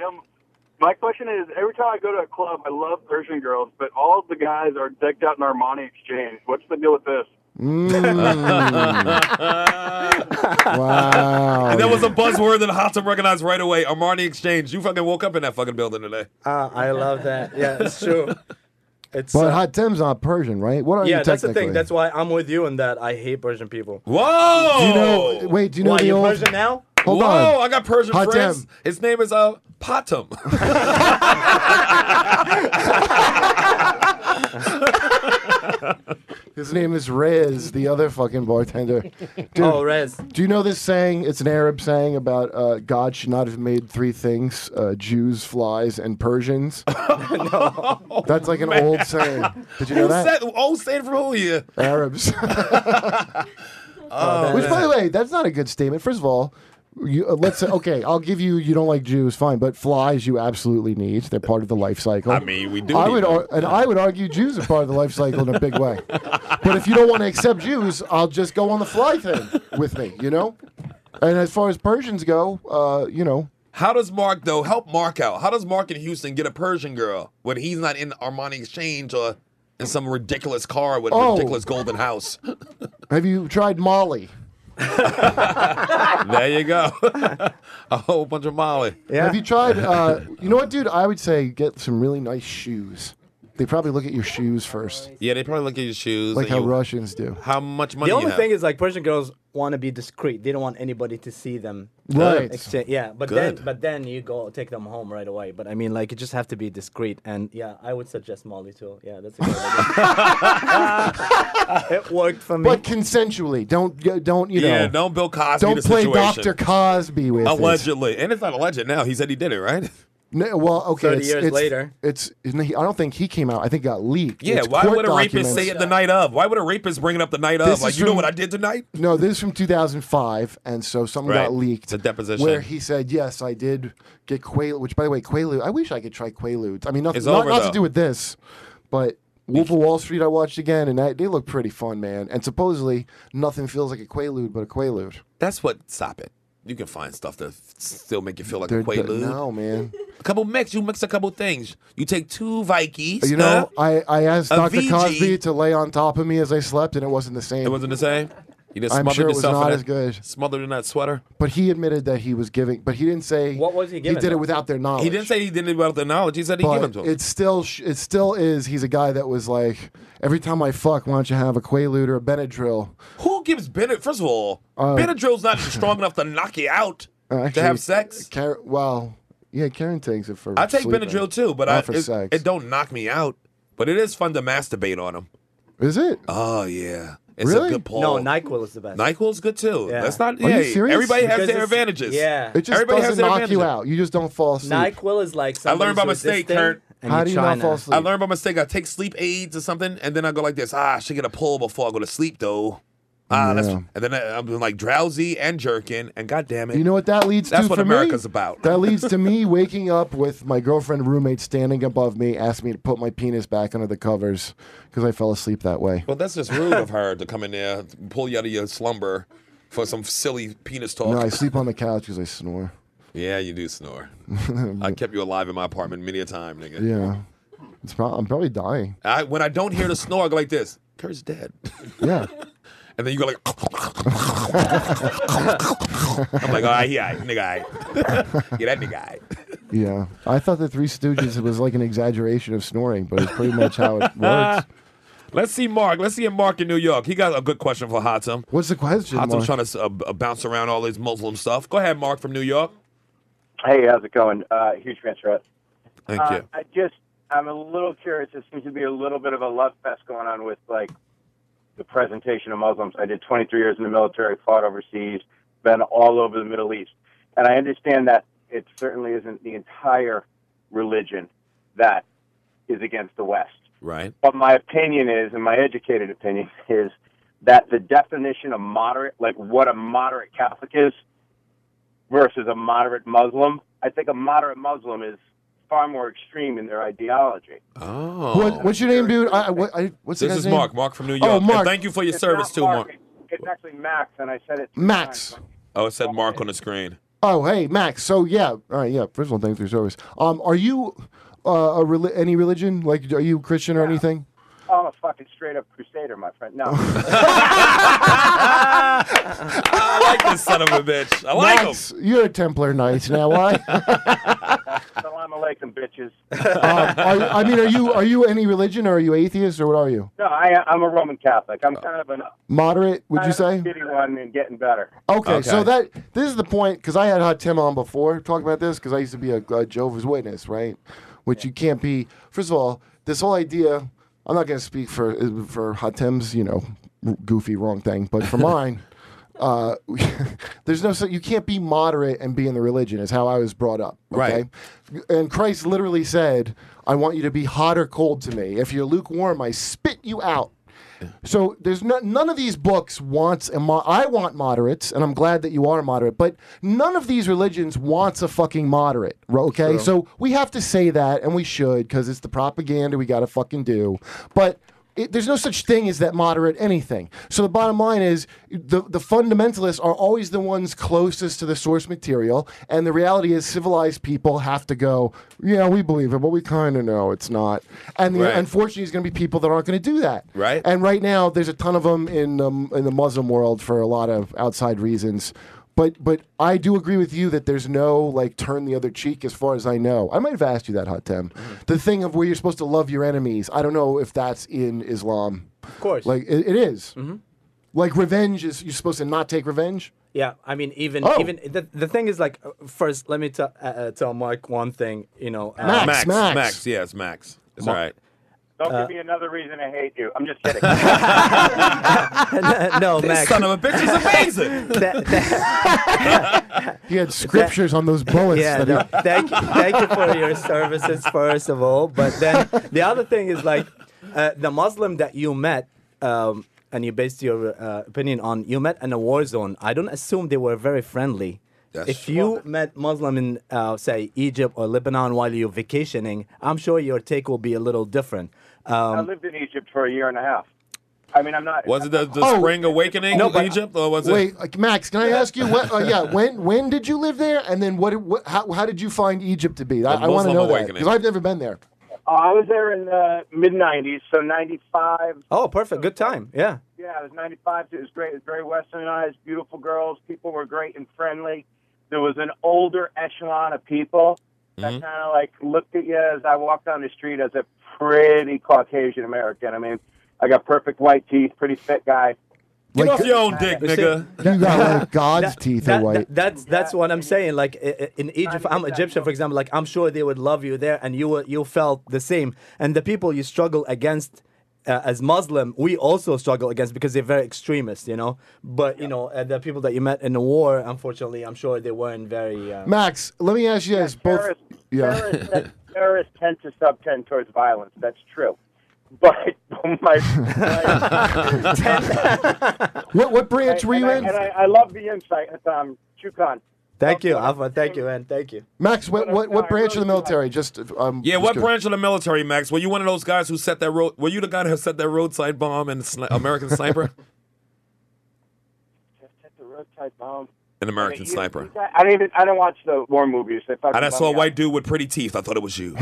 S1: My question is: Every time I go to a club, I love Persian girls, but all of the guys are decked out in Armani Exchange. What's the deal with this?
S5: Hmm.
S3: Mm. wow.
S5: And that was a buzzword that Hatem recognized right away. Armani Exchange. You fucking woke up in that fucking building today.
S16: Ah, I love that. Yeah, it's true. It's
S3: but
S16: uh,
S3: Hatem's not Persian, right? What are
S16: yeah,
S3: you
S16: that's the
S3: technically?
S16: thing. That's why I'm with you in that. I hate Persian people.
S5: Whoa!
S3: Do you know? Wait, do you know
S16: Why,
S3: the
S16: you
S3: old
S16: Persian now?
S3: Hold
S5: Whoa,
S3: on.
S5: I got Persian
S3: Hot
S5: friends.
S3: damn.
S5: His name is uh Patum.
S3: His name is Rez, the other fucking bartender. Dude,
S16: Oh, Rez.
S3: Do you know this saying? It's an Arab saying about uh, God should not have made three things: uh, Jews, flies, and Persians. That's like an old saying. Did you know
S5: Who
S3: that?
S5: said old saying from who you?
S3: Arabs.
S5: Oh,
S3: Which, by
S5: man.
S3: the way, that's not a good statement. First of all, you, uh, let's say, okay, I'll give you, you don't like Jews, fine, but flies you absolutely need. They're part of the life cycle.
S5: I mean, we do
S3: I
S5: need
S3: would,
S5: them.
S3: ar- and I would argue Jews are part of the life cycle in a big way. But if you don't want to accept Jews, I'll just go on the fly thing with me, you know? And as far as Persians go, uh, you know,
S5: How does Mark though help Mark out? How does Mark in Houston get a Persian girl when he's not in Armani Exchange or in some ridiculous car with a
S3: Oh.
S5: ridiculous golden house?
S3: have you tried Molly?
S5: there you go, a whole bunch of Molly.
S3: Have you tried? Uh, you know what, dude? I would say get some really nice shoes. They probably look at your shoes first,
S5: yeah, they probably look at your shoes.
S3: like
S5: and
S3: how
S5: you-
S3: Russians do.
S5: How much money?
S16: the
S5: you
S16: only
S5: have.
S16: thing is like Persian girls want to be discreet. They don't want anybody to see them. uh,
S3: Right.
S16: Exchange- yeah, but
S3: Good.
S16: then but then you go take them home right away. But I mean, like you just have to be discreet. And yeah, I would suggest Molly too. Yeah, that's a good idea. it worked for me.
S3: But consensually, don't y- don't you know?
S5: yeah, don't Bill Cosby.
S3: don't
S5: the
S3: play
S5: situation.
S3: Doctor Cosby with it.
S5: Allegedly, and it's not alleged now. He said he did it, right?
S3: No, Eh, well, okay.
S5: 30
S3: it's,
S5: years
S3: it's-
S5: later.
S3: it's. isn't he- I don't think he came out. I think it got leaked.
S5: Yeah.
S3: It's
S5: why
S3: court
S5: would a rapist
S3: documents.
S5: say it the night of? Why would a rapist bring it up the night of?
S3: This
S5: Like,
S3: is
S5: you know
S3: from-
S5: what I did tonight?
S3: No, this is from 2005, and so something got leaked.
S5: The deposition.
S3: Where he said, "Yes, I did get Quaalude." Which, by the way, Quaalude. I wish I could try Quaaludes. I mean, nothing,
S5: It's
S3: not,
S5: over,
S3: not to
S5: though.
S3: do with this, but Wolf of Wall Street. I watched again, and I, they look pretty fun, man. And supposedly, nothing feels like a Quaalude but a Quaalude.
S5: That's what. Stop it. You can find stuff to f- still make you feel like
S3: They're-
S5: a
S3: they're-
S5: Quaalude.
S3: no, man.
S5: A couple mix. You mix a couple things. You take two Vikings.
S3: You know,
S5: uh,
S3: I, I asked
S5: a
S3: Dr.
S5: VG.
S3: Cosby to lay on top of me as I slept, and it wasn't the same.
S5: it wasn't the same. You just
S3: I'm
S5: smothered
S3: sure it was
S5: yourself
S3: not
S5: in
S3: as
S5: that,
S3: good.
S5: Smothered in that sweater.
S3: But he admitted that he was giving, but he didn't say
S16: What was he
S3: He
S16: giving,
S3: did it
S16: though?
S3: without their knowledge.
S5: He didn't say he did it without the knowledge. He said he gave him
S3: but
S5: to him.
S3: it still sh- it still is. He's a guy that was like, every time I fuck, why don't you have a Quaalude or a Benadryl?
S5: Who gives Bennett? First of all,
S3: Uh,
S5: Benadryl's not strong enough to knock you out
S3: Uh,
S5: to
S3: actually,
S5: have sex.
S3: Car- well, yeah, Karen takes it for.
S5: I take
S3: sleeping.
S5: Benadryl too, but
S3: Not
S5: I
S3: for
S5: it,
S3: sex.
S5: it don't knock me out. But it is fun to masturbate on him.
S3: Is it?
S5: Oh yeah, it's
S3: Really?
S5: a good poll.
S16: No, Nyquil is the best.
S5: Nyquil's good too.
S16: Yeah.
S5: That's not.
S16: Are
S5: yeah,
S16: you serious?
S5: Everybody has
S16: Because
S5: their
S16: it's-
S5: advantages.
S16: yeah.
S3: It just
S5: everybody has
S3: doesn't
S5: their
S3: knock you
S5: advantages.
S3: out. You just don't fall asleep.
S16: Nyquil is like
S5: I learned by
S16: somebody who's
S5: mistake,
S16: resisting,
S5: Kurt.
S16: and you're trying to-
S5: I learned by mistake. I take sleep aids or something, and then I go like this. Ah, I should get a pull before I go to sleep, though. Ah, that's,
S3: Yeah.
S5: and then I, I'm like drowsy and jerking, and god damn it.
S3: You know what that leads
S5: That's
S3: to?
S5: what
S3: for me?
S5: America's about.
S3: that leads to me waking up with my girlfriend roommate standing above me, asking me to put my penis back under the covers because I fell asleep that way.
S5: Well, that's just rude of her to come in there, pull you out of your slumber for some silly penis talk.
S3: No, I sleep on the couch because I snore.
S5: Yeah, you do snore. I kept you alive in my apartment many a time, nigga.
S3: yeah, it's prob- I'm probably dying.
S5: I, when I don't hear the snore, I go like this. Kurt's dead.
S3: Yeah.
S5: And then you go like, I'm like, all right, he all right, nigga, all right. yeah, that nigga, all right.
S3: Yeah, I thought the Three Stooges was like an exaggeration of snoring, but it's pretty much how it works.
S5: Let's see Mark. Let's see him Mark in New York. He got a good question for Hatem.
S3: What's the question?
S5: Hatem's
S3: Mark?
S5: trying to uh, b- bounce around all this Muslim stuff. Go ahead, Mark from New York.
S18: Hey, how's it going? Uh, huge fan, Russ.
S5: Thank
S18: uh,
S5: you.
S18: I just, I'm a little curious. There seems to be a little bit of a love fest going on with like the presentation of Muslims. I did 23 years in the military, fought overseas, been all over the Middle East, and I understand that it certainly isn't the entire religion that is against the West.
S5: Right.
S18: But my opinion is, and my educated opinion is, that the definition of moderate, like what a moderate Catholic is versus a moderate Muslim, I think a moderate Muslim is far more extreme in their ideology.
S5: Oh.
S3: What, what's your name, dude? I, I- what, I, what's the
S5: this
S3: guy's
S5: is
S3: name?
S5: Mark. Mark from New York.
S3: Oh,
S5: And
S3: Mark.
S5: thank you for your
S18: It's
S5: service
S18: not
S5: too,
S18: Mark.
S5: Mark.
S18: It's actually Max, and I said it.
S3: Max.
S5: Oh, it said Mark on the screen.
S3: Oh, hey, Max. So yeah, all right, yeah. First of all, thanks for your service. Um, are you uh, a reli- any religion? Like, are you Christian or anything?
S18: Oh, I'm a fucking straight up crusader, my friend. No.
S5: I like this son of a bitch. I like him.
S3: Max, You're a Templar Knight now. Why?
S18: Salam alaikum, bitches.
S3: um, are, I mean, are you are you any religion or are you atheist or what are you?
S18: No, I, I'm a Roman Catholic. I'm kind of an
S3: Moderate, would you
S18: kind of a
S3: say?
S18: shitty one and getting better.
S3: Okay, so that this is the point because I had Hot Tim on before talking about this because I used to be a, a Jehovah's Witness, right? Which you can't be. First of all, this whole idea. I'm not going to speak for for Hot Tim's, you know, goofy wrong thing, but for mine, uh, there's no so you can't be moderate and be in the religion is how I was brought up. Okay? Right. And Christ literally said, "I want you to be hot or cold to me. If you're lukewarm, I spit you out." So there's no, none of these books wants a mo- I want moderates, and I'm glad that you are moderate. But none of these religions wants a fucking moderate. ro- Okay,
S19: True.
S3: so we have to say that, and we should because it's the propaganda we got to fucking do. But it, there's no such thing as that moderate anything. So the bottom line is the the fundamentalists are always the ones closest to the source material, and the reality is civilized people have to go. Yeah, we believe it, but we kind of know it's not. And the,
S5: Right.
S3: unfortunately, there's going to be people that aren't going to do that.
S5: Right.
S3: And right now, there's a ton of them in um, in the Muslim world for a lot of outside reasons. But but I do agree with you that there's no like turn the other cheek as far as I know. I might have asked you that, Hatem.
S16: Mm-hmm.
S3: The thing of where you're supposed to love your enemies. I don't know if that's in Islam. Of
S16: course.
S3: Like it, it is.
S16: Mhm.
S3: Like revenge is you're supposed to not take revenge.
S16: Yeah, I mean, even
S3: Oh.
S16: even the, the thing is like, uh, first let me t- uh, uh, tell Mark one thing. You know, uh,
S5: Max, Max. Yeah, it's Max. It's
S16: Ma-
S5: all right.
S18: Don't
S16: Uh,
S18: give me another reason to hate you. I'm just kidding.
S16: no,
S18: This
S16: Max.
S18: son of a bitch is
S5: amazing.
S16: That-
S3: He had scriptures on those bullets.
S16: yeah,
S3: that he-
S16: no, thank you, thank you for your services first of all. But then the other thing is like uh, the Muslim that you met. Um, and you based your uh, opinion on you met in a war zone. I don't assume they were very friendly. If you met Muslim in uh, say Egypt or Lebanon while you're vacationing, I'm sure your take will be a little different. Um,
S18: I lived in Egypt for a year and a half. I mean, I'm not.
S5: Was it the, the
S18: Oh.
S5: Spring Awakening
S18: No,
S5: in
S18: but-
S5: Egypt, or was
S3: Wait,
S5: it?
S3: like, Max, can I ask you? What, uh, yeah, when when did you live there, and then what? what how, how did you find Egypt to be? I,
S18: The
S3: I want to
S18: Muslim
S3: know that
S18: awakening.
S3: because I've never been there.
S18: Oh, I was there in the mid '90s, so '95.
S16: Oh, perfect. Good time. Yeah.
S18: Yeah, it was '95. It was great. It was very westernized. Beautiful girls. People were great and friendly. There was an older echelon of people that
S6: Mm-hmm.
S5: Mhm.
S18: kind of like looked at you as I walked down the street as a pretty Caucasian American. I mean, I got perfect white teeth, pretty fit guy.
S5: Get off your own dick, nigga.
S3: You got like God's teeth are
S16: That-
S3: white.
S16: that- that's that's what I'm saying. Like i- i- in Egypt, I'm Egyptian, for example. Like I'm sure they would love you there, and you were, you felt the same. And the people you struggle against uh, as Muslim, we also struggle against because they're very extremist, you know. But you know, uh, the people that you met in the war, unfortunately, I'm sure they weren't very. Uh,
S3: Max, let me ask you guys both.
S16: terrorists-
S3: Yeah.
S16: terrorists
S3: yeah.
S16: that-
S18: Terrorists tend to subtend towards violence. That's true. But my, my
S3: what what branch were you
S18: and I,
S3: in?
S18: and I, I love the insight, um, Chukan.
S16: Thank you, Alpha. Thank you, man. Thank you.
S3: Max, what what, what branch of the military? Just um,
S5: Yeah,
S3: just
S5: what
S3: curious.
S5: branch of the military, Max? Were you one of those guys who set that road? Were you the guy who set that roadside bomb in sni- American Sniper?
S18: The roadside bomb.
S5: An American Sniper.
S18: I don't even. I don't watch the war movies. They fucking
S5: And I
S18: bum
S5: saw a
S18: me out.
S5: white dude with pretty teeth. I thought it was you.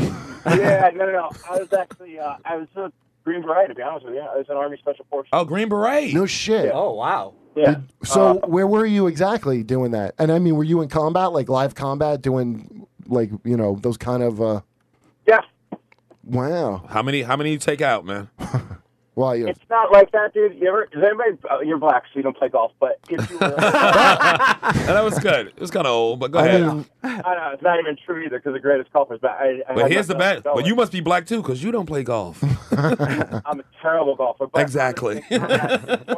S18: yeah, no, no, no. I was actually, uh, I was a Green Beret, to be honest with you. I was an Army Special Forces.
S5: Oh, Green Beret.
S3: No shit.
S16: Oh wow.
S18: Yeah.
S3: So
S16: Uh,
S3: where were you exactly doing that? And I mean, were you in combat, like live combat, doing like you know those kind of? Uh...
S18: Yeah.
S3: Wow.
S5: How many? How many you take out, man?
S3: Well, you.
S18: It's not like that, dude. You ever? Is anybody? Uh, you're black, so you don't play golf. But if you were,
S5: And that was good. It was kind of old, but go
S18: I
S5: ahead.
S18: mean- I don't know. It's not even true either, because the greatest golfer is back. I, I
S5: but
S18: had
S5: here's the
S18: nothing
S5: bad.
S18: else to go
S5: But you must be black too, because you don't play golf.
S18: with. I'm a terrible golfer. But
S5: exactly.
S18: it's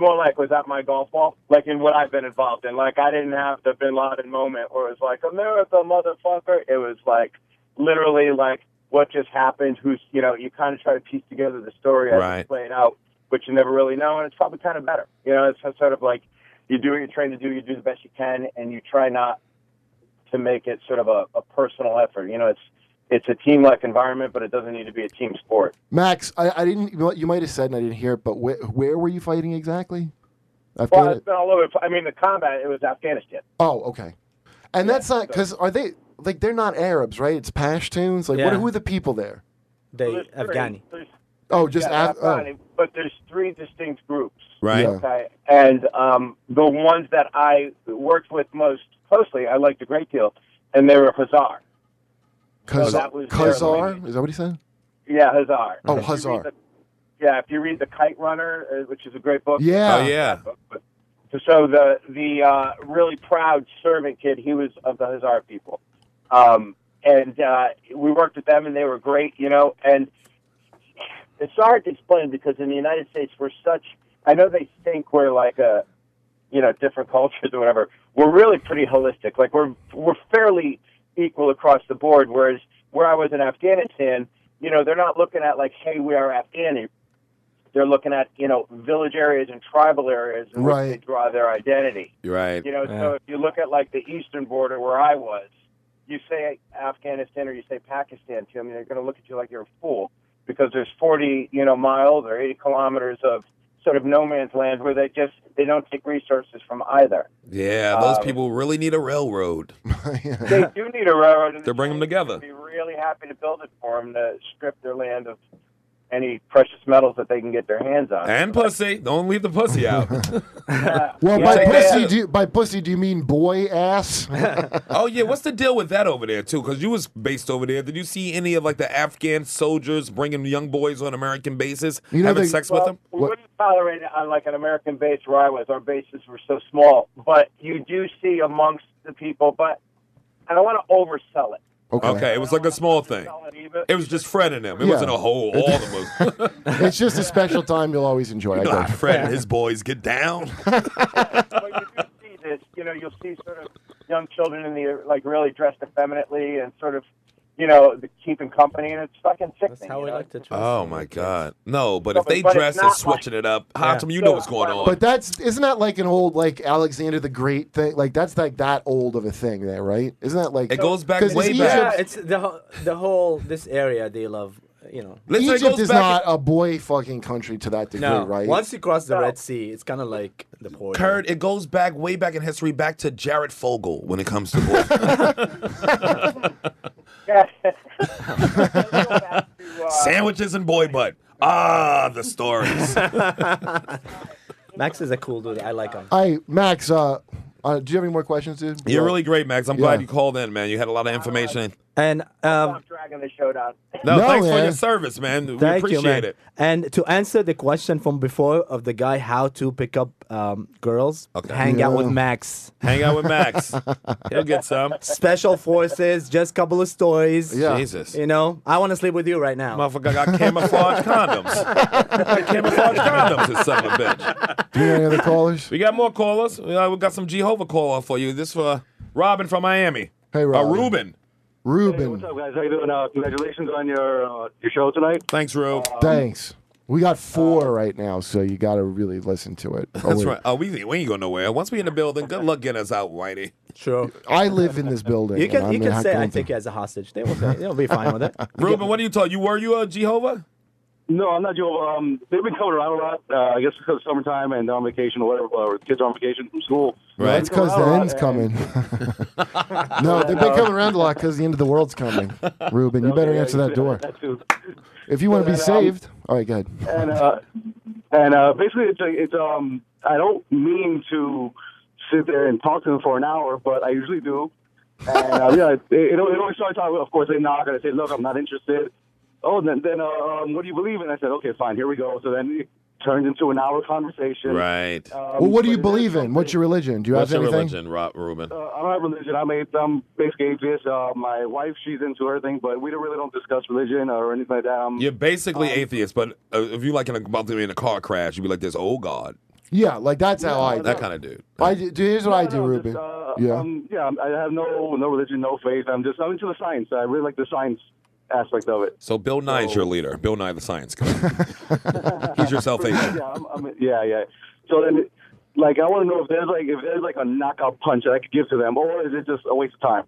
S18: more like, was that my golf ball? Like in what I've been involved in. Like I didn't have the Bin Laden moment where it was like America, motherfucker. It was like literally like what just happened. Who's you know you kind of try to piece together the story as
S5: Right.
S18: it's playing out, but you never really know, and it's probably kind of better. You know, it's sort of like you do what you're trained to do. You do the best you can, and you try not to make it sort of a, a personal effort. You know, it's it's a team like environment, but it doesn't need to be a team sport.
S3: Max, I, I didn't. you know what, You might have said, and I didn't hear it. But where where were you fighting exactly? I
S18: Well,
S3: forget
S18: it's been all over. the pl- I mean, the combat it was Afghanistan.
S3: Oh, okay. And that's not because are they like they're not Arabs, right? It's Pashtuns. Like, what,
S18: Yeah.
S3: who are the people there?
S16: They
S18: Afghani.
S3: Oh, just
S18: Yeah,
S3: Af- oh.
S18: Afghani, but there's three distinct groups.
S3: Right. Yeah.
S18: Okay. And um, the ones that I worked with most closely, I liked a great deal, and they were Hazar.
S3: Khaz-
S18: that was their
S3: Khazar. Is that what he said?
S18: Yeah, Hazar.
S3: Oh,
S18: If you read
S3: Khazar.
S18: the- yeah, if you read the Kite Runner, uh, which is a great book.
S3: Yeah. Oh, yeah.
S18: So the the uh, really proud servant kid, he was of the Hazar people, um, and uh, we worked with them, and they were great, you know. And it's hard to explain because in the United States, we're such. I know they think we're like a, you know, different cultures or whatever. We're really pretty holistic. Like we're we're fairly equal across the board. Whereas where I was in Afghanistan, you know, they're not looking at like, hey, we are Afghani. They're looking at you know village areas and tribal areas in which
S3: Right.
S18: they draw their identity.
S5: You're right.
S18: You know, so if you look at like the eastern border where I was, you say Afghanistan or you say Pakistan to them, they're going to look at you like you're a fool because there's 40, you know, miles or 80 kilometers of sort of no man's land where they just they don't take resources from either.
S5: Yeah, those
S18: Um,
S5: people really need a railroad.
S18: They do need a railroad, and
S5: They're bringing them together.
S18: they'd be really happy to build it for them to strip their land of any precious metals that they can get their hands on.
S5: And pussy. Don't leave the pussy out.
S3: Well,
S5: Yeah,
S3: by
S5: take that.
S3: pussy, do you, by pussy, do you mean boy ass?
S5: oh yeah, what's the deal with that over there too? Because you was based over there. Did you see any of like the Afghan soldiers bringing young boys on American bases,
S18: You know,
S5: having
S18: they-
S5: sex
S18: Well,
S5: with them?
S18: We wouldn't tolerate it on like an American base where I was. Our bases were so small, but you do see amongst the people. But I don't want to oversell it.
S5: Okay. it was like a small thing. It was just Fred and them. It
S3: Yeah.
S5: wasn't a whole all of them. Was,
S3: it's just a special time you'll always enjoy. I
S5: Ah,
S3: guess.
S5: Fred and his boys get down.
S18: See this, you know, you'll see sort of young children in the like really dressed effeminately and sort of, you know, the keeping company, and it's fucking sickening. That's how we like to
S5: Oh my God, no! But
S18: No,
S5: if they
S18: but it's
S5: dress and
S18: not
S5: switching it up,
S18: Yeah.
S5: Hatem, you know what's going on.
S3: But that's isn't that like an old like Alexander the Great thing? Like that's like that old of a thing there, right? Isn't that like
S5: It goes back
S3: 'cause
S5: way
S3: it's Egypt-
S5: back.
S16: Yeah, it's the whole, the whole this area they love. You know,
S3: Egypt is not a boy fucking country to that degree,
S16: No,
S3: right?
S16: once you cross the Red Sea, it's kind of like the port.
S5: Kurt, it goes back way back in history, back to Jared Fogle when it comes to boys. Sandwiches and boy butt. Ah, the stories.
S16: Max is a cool dude. I like him.
S3: I Max, uh, uh, do you have any more questions, dude?
S5: You're really great, Max. I'm
S3: Yeah.
S5: glad you called in, man. You had a lot of information.
S16: And um,
S18: Stop dragging the show down.
S5: No, thanks for your
S16: man.
S5: service, man. We
S16: Thank
S5: appreciate
S16: you, man.
S5: it.
S16: And to answer the question from before of the guy how to pick up um, girls, hang out with
S5: Yeah.
S16: Max.
S5: Hang out with Max. He'll get some.
S16: Special forces, just couple of stories.
S5: Yeah. Jesus.
S16: You know, I want to sleep with you right now.
S5: Motherfucker got camouflage condoms. got camouflage condoms, this son of a bitch.
S3: Do you have any other callers?
S5: We got more callers. We uh, we got some Jehovah caller for you. This for Robin from Miami.
S3: Hey,
S5: Uh,
S3: Robin.
S5: Ruben.
S3: Ruben,
S20: What's up, guys? How you doing? Uh, congratulations on your uh, your show tonight. Uh,
S5: Thanks, Rube.
S3: thanks. We got four right now, so you got to really listen to it. Oh,
S5: That's
S3: wait.
S5: right. Oh, we, we ain't going nowhere. Once we in the building, good luck getting us out, Whitey.
S16: Sure.
S3: I live in this building.
S16: You
S3: and
S16: can
S3: I'm
S16: you can
S3: not
S16: say I
S3: going to-
S16: take you as a hostage. They will say, they'll be fine with it.
S5: Ruben, what are you talking? You were you a Jehovah?
S20: No, I'm not Joe. Um, they've been coming around a lot. Uh, I guess because of summertime and they're on vacation or whatever, or kids are on vacation from school.
S3: Well, That's
S20: They've been
S3: because the
S20: coming
S3: end's
S20: around
S3: coming. no, they've been coming around a lot because the end of the world's coming. Ruben, you better
S20: Okay, yeah,
S3: answer
S20: you
S3: that
S20: said
S3: door.
S20: uh, that too.
S3: If you want to be
S20: But, um,
S3: saved, all right, go ahead.
S20: and uh, and uh, basically, it's, a, it's um. I don't mean to sit there and talk to them for an hour, but I usually do. And uh, yeah, it, it always starts out. Of course, they knock and I say, "Look, I'm not interested." Oh, then then uh, um, what do you believe in? I said, "Okay, fine, here we go." So then it turns into an hour conversation.
S5: Right.
S20: Um,
S3: Well, what do
S20: but
S3: you
S20: it-
S3: believe in? What's your religion? Do you
S5: What's
S3: have
S5: your
S3: anything?
S5: religion, Rob, Ruben?
S20: Uh, I don't have religion. I'm a I'm basically atheist. Uh, my wife, she's into her thing, but we don't really don't discuss religion or anything like that. Um,
S5: You're basically atheist, but uh, if you like in a, about to be in a car crash, you'd be like this. Oh God,
S3: Yeah, like that's how I.
S5: that kind of dude.
S3: I do, here's what I do, Ruben.
S20: Uh,
S3: yeah.
S20: Um, yeah. I have no no religion, no faith. I'm just I'm into the science. I really like the science aspect of it.
S5: So Bill Nye's your leader. Bill Nye the science guy. He's your salvation.
S20: yeah, I'm, I'm, yeah, yeah. So then, like, I want to know if there's like if there's like a knockout punch that I could give to them, or is it just a waste of time?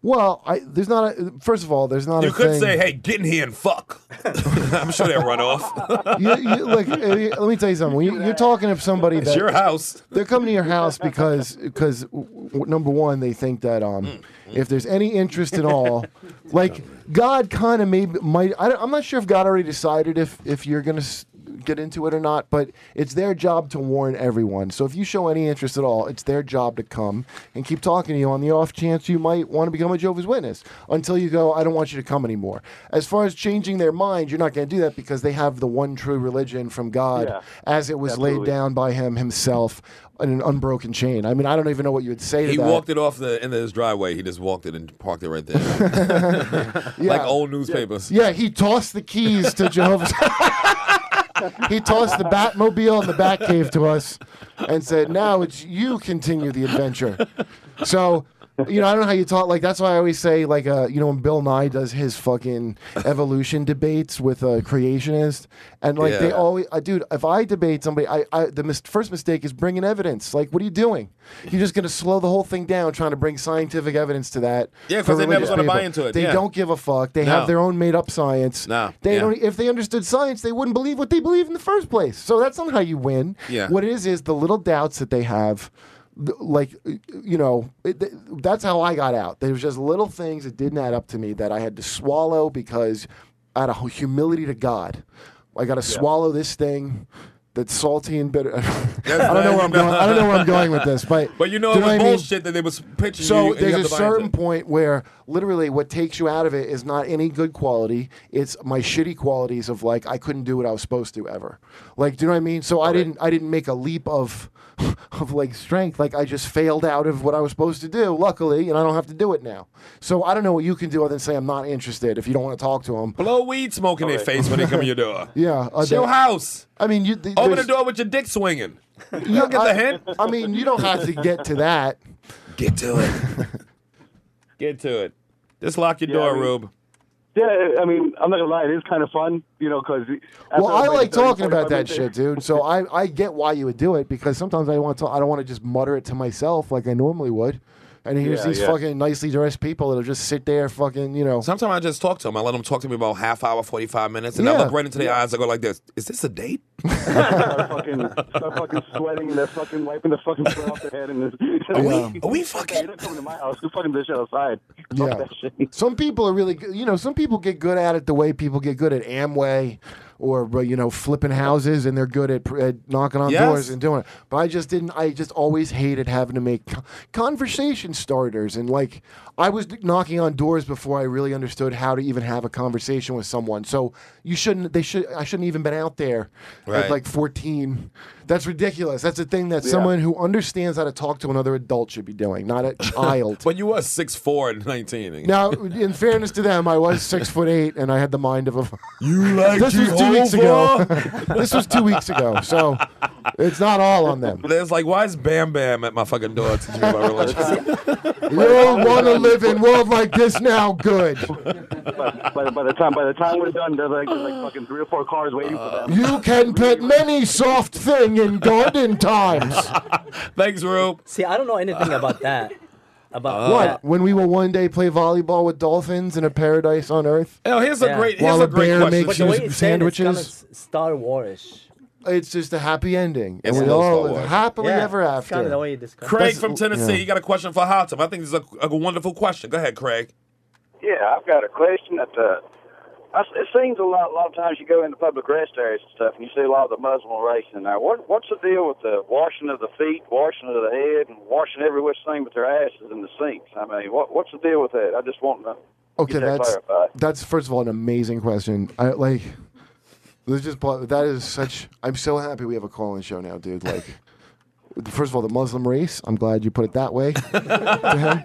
S3: well, I, there's not. A, first of all, there's not
S5: You
S3: a
S5: could
S3: thing.
S5: say, "Hey, get in here and fuck." I'm sure they'll run off.
S3: you, you, look, uh, let me tell you something. When you, you're talking to somebody
S5: It's
S3: that
S5: your house.
S3: They're coming to your house because because w- w- number one, they think that um, if there's any interest at all, like God kind of maybe might. I don't, I'm not sure if God already decided if if you're gonna. S- Get into it or not, but it's their job to warn everyone. So if you show any interest at all, it's their job to come and keep talking to you on the off chance you might want to become a Jehovah's Witness until you go, I don't want you to come anymore. As far as changing their mind, you're not going to do that because they have the one true religion from God
S20: Yeah.
S3: as it was laid
S20: Absolutely.
S3: down down by him himself in an unbroken chain. I mean, I don't even know what you would say to
S5: He
S3: that.
S5: walked it off the end of his driveway. He just walked it and parked it right there, like
S3: Yeah.
S5: old newspapers.
S3: Yeah, he tossed the keys to Jehovah's. he tossed the Batmobile and the Batcave to us, and said, "Now it's you continue the adventure." So. You know, I don't know how you talk. Like that's why I always say, like, uh, you know, when Bill Nye does his fucking evolution debates with a creationist, and like they
S5: Yeah.
S3: always, uh, dude, if I debate somebody, I, I the mis- first mistake is bringing evidence. Like, what are you doing? You're just gonna slow the whole thing down, trying to bring scientific evidence to that.
S5: Yeah, 'cause
S3: for
S5: they're never
S3: religious
S5: gonna buy
S3: people.
S5: into it,
S3: They
S5: yeah.
S3: don't give a fuck. They have
S5: No.
S3: their own made up science.
S5: No,
S3: They
S5: yeah.
S3: don't e-, if they understood science, they wouldn't believe what they believe in the first place. So that's not how you win.
S5: Yeah.
S3: What it is is the little doubts that they have. th- Like you know, it, th- that's how I got out. There was just little things that didn't add up to me that I had to swallow because out of humility to God, I got to swallow this thing that's salty and bitter. I don't know where I'm going. I don't know where I'm going with this, but
S5: But you know
S3: do
S5: it was
S3: what I mean?
S5: bullshit that they was pitching you.
S3: So
S5: and you have
S3: there's a
S5: to buy into
S3: certain
S5: it.
S3: point where literally what takes you out of it is not any good quality. It's my shitty qualities of like I couldn't do what I was supposed to ever. Like, do you know what I mean? So I didn't I didn't make a leap of of like strength. Like I just failed out of what I was supposed to do. Luckily, and I don't have to do it now. So I don't know what you can do other than say I'm not interested if you don't want to talk to him.
S5: blow weed smoke in their face when they come in your door.
S3: Yeah, uh,
S5: it's your
S3: there-
S5: house.
S3: I mean, you th-
S5: Open the
S3: there's-
S5: door with your dick swinging. You
S3: Yeah,
S5: don't get
S3: I-
S5: the hint.
S3: I mean, you don't have to get to that.
S5: Get to it. get to it. Just lock your
S20: Yeah,
S5: door,
S20: I mean-
S5: Rube.
S20: Yeah, I mean, I'm not gonna lie, it is kind of fun, you know, because.
S3: Well, I like talking about that shit, dude. So I, I get why you would do it because sometimes I want to I don't want to just mutter it to myself like I normally would. And here's
S5: Yeah,
S3: these
S5: yeah.
S3: fucking nicely dressed people that'll just sit there fucking, you know.
S5: Sometimes I just talk to them. I let them talk to me about half hour, forty five minutes, and I
S3: Yeah.
S5: look right into their eyes. I go like this: Is this a date?
S20: Start fucking, start fucking sweating and they're fucking wiping the fucking sweat off their head and this.
S3: Are we-
S5: are we fucking?
S20: You're not coming to my house. You're fucking this shit outside. Fuck
S3: Yeah.
S20: that shit.
S3: Some people are really good, you know, some people get good at it the way people get good at Amway or uh, you know flipping houses and they're good at, at knocking on
S5: Yes.
S3: doors and doing it. But I just didn't. I just always hated having to make co- conversation starters and like I was knocking on doors before I really understood how to even have a conversation with someone. So you shouldn't. They should. I shouldn't even been out there
S5: Right.
S3: at like 14. That's ridiculous. That's a thing that
S5: Yeah.
S3: someone who understands how to talk to another adult should be doing, not a child.
S5: but you were six four and nineteen.
S3: Now, in fairness to them, I was six foot eight, and I had the mind of a.
S5: You like
S3: this was two weeks ago.
S5: Jehovah?
S3: this was two weeks ago, so it's not all on them.
S5: But it's like, why is Bam Bam at my fucking door teaching me about relationships?
S3: You don't want to live in world like this now. Good.
S20: By, by, by the time by the time we're done, there's like, there's like fucking three or four cars waiting for them.
S3: You can put many soft thing in garden times.
S5: Thanks, Rube. Uh,
S16: See, I don't know anything about that. About
S3: what?
S16: that.
S3: When we will one day play volleyball with dolphins in a paradise on Earth?
S5: Oh, here's a
S16: Yeah.
S5: great-
S3: While
S5: here's
S3: a
S5: a great
S3: bear
S5: question.
S16: But
S3: makes
S16: the
S3: you
S16: way it's said, it's kinda
S3: sandwiches.
S16: s- Star Warish.
S3: It's just a happy ending,
S5: It's
S3: and we
S5: a little
S3: all
S5: Star
S3: live
S5: Wars.
S3: happily ever
S16: it's
S3: after.
S16: kinda the way you describe
S5: Craig
S16: it.
S5: from Tennessee,
S3: yeah.
S5: you got a question for Hot Tub. I think this is a, a wonderful question. Go ahead, Craig.
S1: Yeah, I've got a question that the. I, it seems a lot. A lot of times you go into public rest areas and stuff, and you see a lot of the Muslim race in there. What What's the deal with the washing of the feet, washing of the head, and washing every which thing but their asses in the sinks? I mean, what What's the deal with that? I just want to.
S3: Okay,
S1: get that
S3: that's
S1: clarified.
S3: that's first of all an amazing question. I like. Let's just pl- that is such. I'm so happy we have a call-in show now, dude. Like, first of all, the Muslim race. I'm glad you put it that way. to him.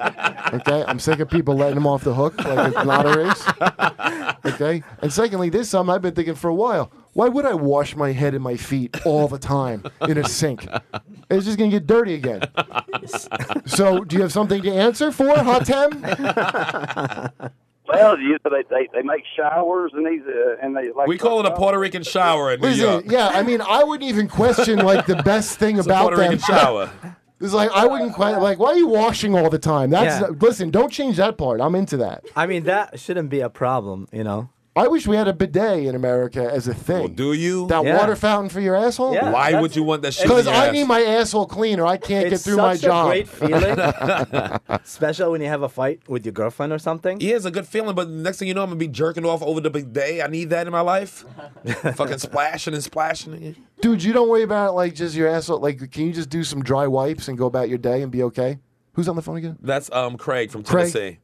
S3: Okay, I'm sick of people letting him off the hook like it's not a race. Okay, and secondly, this is something I've been thinking for a while. Why would I wash my head and my feet all the time in a sink? It's just gonna get dirty again. So, do you have something to answer for, Hatem?
S1: Well, you know, they, they they make showers and these uh, and they like.
S5: We call it a Puerto Rican shower in New York.
S3: Listen, yeah, I mean, I wouldn't even question like the best thing
S5: It's a
S3: about
S5: Puerto
S3: them.
S5: Rican shower.
S3: It's like I wouldn't quite like. Why are you washing all the time? That's
S16: Yeah.
S3: listen. Don't change that part. I'm into that.
S16: I mean, that shouldn't be a problem, you know.
S3: I wish we had a bidet in America as a thing.
S5: do you?
S3: That
S16: Yeah.
S3: water fountain for your asshole?
S16: Yeah, Why
S5: would you want that shit in
S3: Because
S5: your
S3: I
S5: ass?
S3: need my asshole clean, or I can't get
S16: It's
S3: through my
S16: such a
S3: job.
S16: great feeling, especially when you have a fight with your girlfriend or something.
S5: Yeah, it's a good feeling, but next thing you know, I'm gonna be jerking off over the big day. I need that in my life. Fucking splashing and splashing.
S3: Dude, you don't worry about like just your asshole. Like, can you just do some dry wipes and go about your day and be okay? Who's on the phone again?
S5: That's um Craig from
S3: Craig?
S5: Tennessee.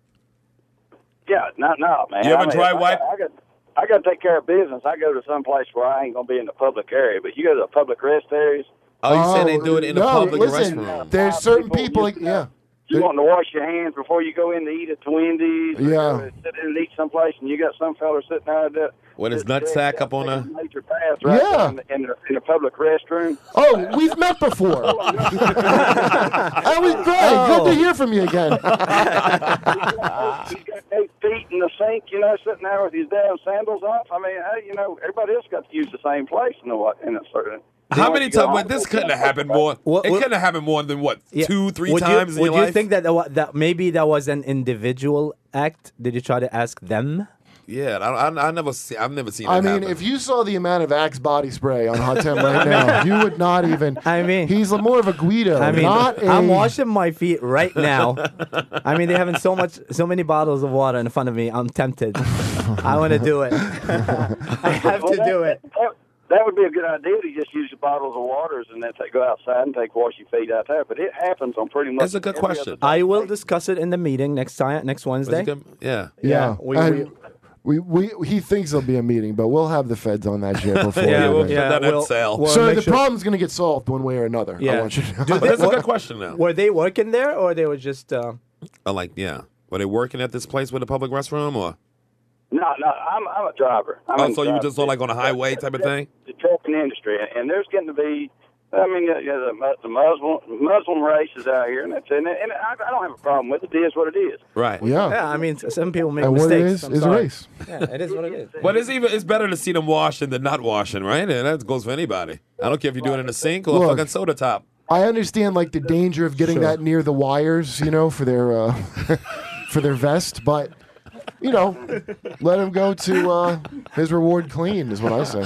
S1: Yeah, no, no, man.
S5: You have
S1: I
S5: a
S1: mean,
S5: dry
S1: I-
S5: wipe?
S1: I, got, I got to take care of business. I go to some place where I ain't gonna be in the public area, but you go to the public rest areas.
S5: Oh, you saying they do it in the
S3: Oh, no,
S5: public
S3: listen,
S5: restroom?
S3: There's certain people, like, yeah.
S1: You want to wash your hands before you go in to eat at the Wendy's. or
S3: Yeah.
S1: go and Sit in and eat someplace, and you got some fella sitting there that
S5: With his nutsack up on a.
S1: major pass right
S3: Yeah.
S1: there in, the, in, the, in the public restroom.
S3: Oh, we've met before. that was great. Good to hear from you again.
S1: He's got eight feet in the sink, you know, sitting there with his damn sandals off. I mean, hey, you know, everybody else got to use the same place in the in a certain.
S5: How many times? But this couldn't have happened more. it couldn't have happened more than what
S16: Yeah.
S5: two, three
S16: Would you-
S5: times in
S16: Would
S5: your
S16: you
S5: life.
S16: think that, that wa- that maybe that was an individual act? Did you try to ask them?
S5: yeah, I, I, I never see. I've never seen.
S3: I
S5: that
S3: mean,
S5: happen.
S3: if you saw the amount of Axe body spray on Hatem right now, you would not even. I mean, he's more of a Guido.
S16: I mean,
S3: not a,
S16: I'm washing my feet right now. I mean, they're having so much, so many bottles of water in front of me. I'm tempted. I want to do it.
S1: I have to do it. That, that would be a good idea to just use the bottles of waters and then take, go outside and take wash your feet out there. But it happens on pretty much. every other
S16: I will discuss it in the meeting next time, next Wednesday.
S5: yeah.
S3: Yeah.
S16: we-
S3: and we, we, he thinks there'll be a meeting, but we'll have the feds on that shit before.
S5: Yeah,
S3: the
S5: we'll
S3: event.
S5: put that on We'll- sale. we'll
S3: so
S5: make
S3: the
S5: sure-
S3: problem's going to get solved one way or another. I
S5: Yeah.
S3: want you to know.
S5: But that's a good question now.
S16: Were they working there, or they were just? Uh,
S5: Oh, like, yeah. Were they working at this place with a public restroom or?
S1: No, no, I'm, I'm a driver. I'm
S5: oh,
S1: in
S5: so
S1: driver.
S5: you just saw like on a highway type of thing?
S1: the trucking industry, and there's getting to be. I mean, you know, the, Mu- the Muslim Muslim races out here, and that's and, and I, I don't have a problem with it. It is what it is.
S5: Right.
S3: Yeah.
S16: Yeah. I mean, s- some people make
S3: And what
S16: mistakes.
S3: it is,
S16: I'm
S3: is a
S16: sorry.
S3: race.
S16: Yeah, it is what it is.
S5: But it's even it's better to see them washing than not washing, right? And that goes for anybody. I don't care if you do it in a sink or a
S3: Look.
S5: fucking soda top.
S3: I understand like the danger of getting
S5: Sure.
S3: that near the wires, you know, for their uh, for their vest, but you know, let him go to uh, his reward clean is what I say.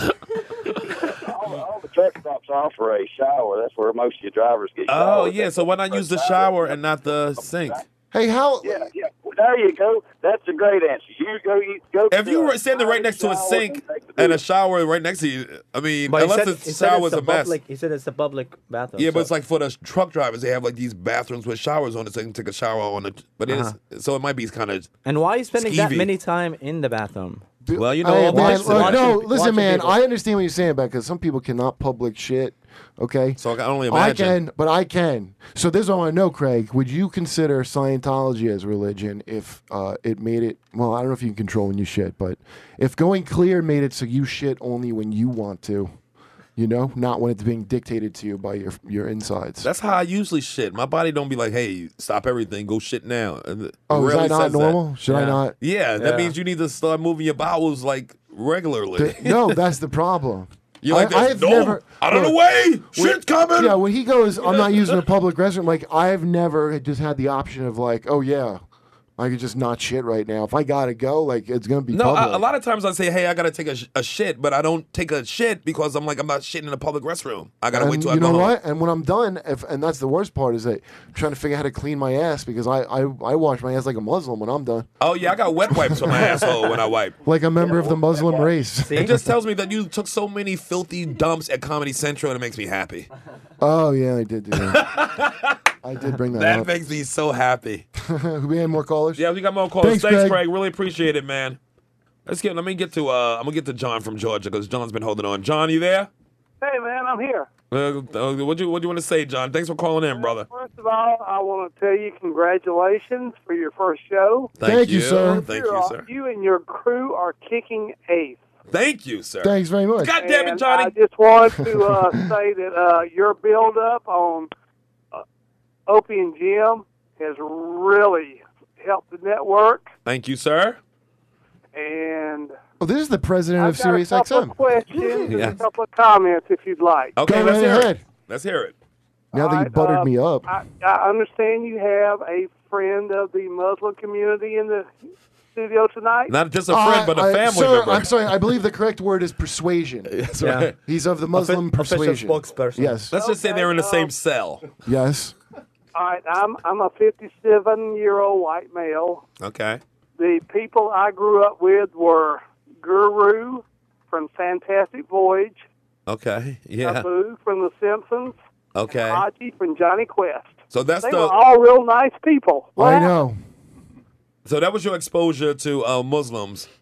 S1: All the truck stops offer a shower. That's where most of your drivers get.
S5: Oh
S1: showers.
S5: yeah, so why not use the shower and not the sink?
S3: Hey, how?
S1: Yeah, yeah. Well, there you go. That's a great answer. You go. You go.
S5: If you
S1: to
S5: were
S1: a
S5: standing right next to a
S1: shower
S5: sink,
S1: and take the
S5: and a shower right next to you. I mean,
S16: But he
S5: unless
S16: said-
S5: the
S16: he said it's
S5: shower's a mess.
S16: Public, he said it's a public bathroom.
S5: Yeah,
S16: so-
S5: but it's like for the truck drivers, they have like these bathrooms with showers on it, so they can take a shower on it. But it is so it might be kind of.
S16: Uh-huh. And why are you spending that
S5: Skeevy.
S16: many time in the bathroom?
S3: Oh,
S5: Well, you know, all
S3: man,
S5: blacks
S3: look,
S5: are-
S3: no, listen,
S16: watching
S3: man.
S16: people.
S3: I understand what you're saying about because some people cannot public shit. Okay,
S5: so I can only
S3: I
S5: imagine.
S3: can, but I can. So this is all I know, Craig. Would you consider Scientology as religion if uh, it made it? Well, I don't know if you can control when you shit, but if going clear made it so you shit only when you want to, you know, not when it's being dictated to you by your your insides.
S5: That's how I usually shit. My body don't be like, "Hey, stop everything, go shit now." And it
S3: Oh, is
S5: rarely
S3: that not
S5: says that.
S3: normal? Should I
S5: Yeah.
S3: not?
S5: Yeah, that
S3: Yeah.
S5: means you need to start moving your bowels like regularly.
S3: Th- no, that's the problem.
S5: You're like,
S3: I,
S5: "There's
S3: I've
S5: no-
S3: never
S5: out of the
S3: look,
S5: way!
S3: when-
S5: Shit's coming!"
S3: Yeah, when he goes, I'm not using a public restroom. Like I've never just had the option of like, oh yeah, I could just not shit right now. If I gotta go, like it's gonna be
S5: No,
S3: public.
S5: I, a lot of times I say, "Hey, I gotta take a, sh- a shit," but I don't take a shit because I'm like, I'm not shitting in a public restroom. I gotta
S3: and
S5: wait till
S3: you
S5: I go
S3: know
S5: home.
S3: what? And when I'm done, if and that's the worst part is that I'm trying to figure out how to clean my ass because I I, I wash my ass like a Muslim when I'm done,
S5: Oh yeah, I got wet wipes on my asshole when I wipe.
S3: like a member of the Muslim race.
S5: It just tells me that you took so many filthy dumps at Comedy Central, and it makes me happy.
S3: oh yeah, I did do that. I did bring that,
S5: That
S3: up.
S5: makes me so happy.
S3: we had more callers.
S5: Yeah, we got more calls.
S3: Thanks,
S5: Thanks,
S3: Craig.
S5: Craig. Really appreciate it, man. Let's get. Let me get to. Uh, I'm gonna get to John from Georgia because John's been holding on. John, you there?
S4: Hey man, I'm here.
S5: Uh, uh, what you What do you want to say, John? Thanks for calling in, brother.
S4: First of all, I want to tell you congratulations for your first show.
S5: Thank Thank you, you. sir. Thank
S4: You're
S5: you,
S4: all-
S5: sir.
S4: You and your crew are kicking ace.
S5: Thank you, sir.
S3: Thanks very much.
S5: God damn it,
S4: And
S5: Johnny.
S4: I just want to uh, say that uh, your build up on uh, Opie and Jim has really helped the network.
S5: Thank you, sir.
S4: And
S3: Oh, this is the president of
S4: I've got a
S3: Sirius
S4: couple of
S3: XM.
S4: questions and a
S3: Yes.
S4: couple of comments if you'd like.
S3: Okay, Go let's right hear it. ahead.
S5: Let's hear it.
S3: Now that you
S4: All
S3: buttered
S4: uh,
S3: me up.
S4: I, I understand you have a friend of the Muslim community in the studio tonight.
S5: Not just a
S3: Uh,
S5: friend, but a
S3: I-
S5: family
S3: sir,
S5: member.
S3: I'm sorry. I believe the correct word is persuasion. That's
S5: Yeah. right.
S3: He's of the Muslim
S5: Official
S3: persuasion.
S5: spokesperson.
S3: Yes.
S5: Let's just say they're in the same cell.
S3: Yes.
S4: All right, I'm I'm a 57 year old white male.
S5: Okay.
S4: The people I grew up with were Guru from Fantastic Voyage,
S5: Okay. Yeah.
S4: Abu from The Simpsons,
S5: Okay.
S4: Haji from Johnny Quest.
S5: So that's
S4: they
S5: the-
S4: were all real nice people.
S3: I know.
S5: So that was your exposure to uh, Muslims.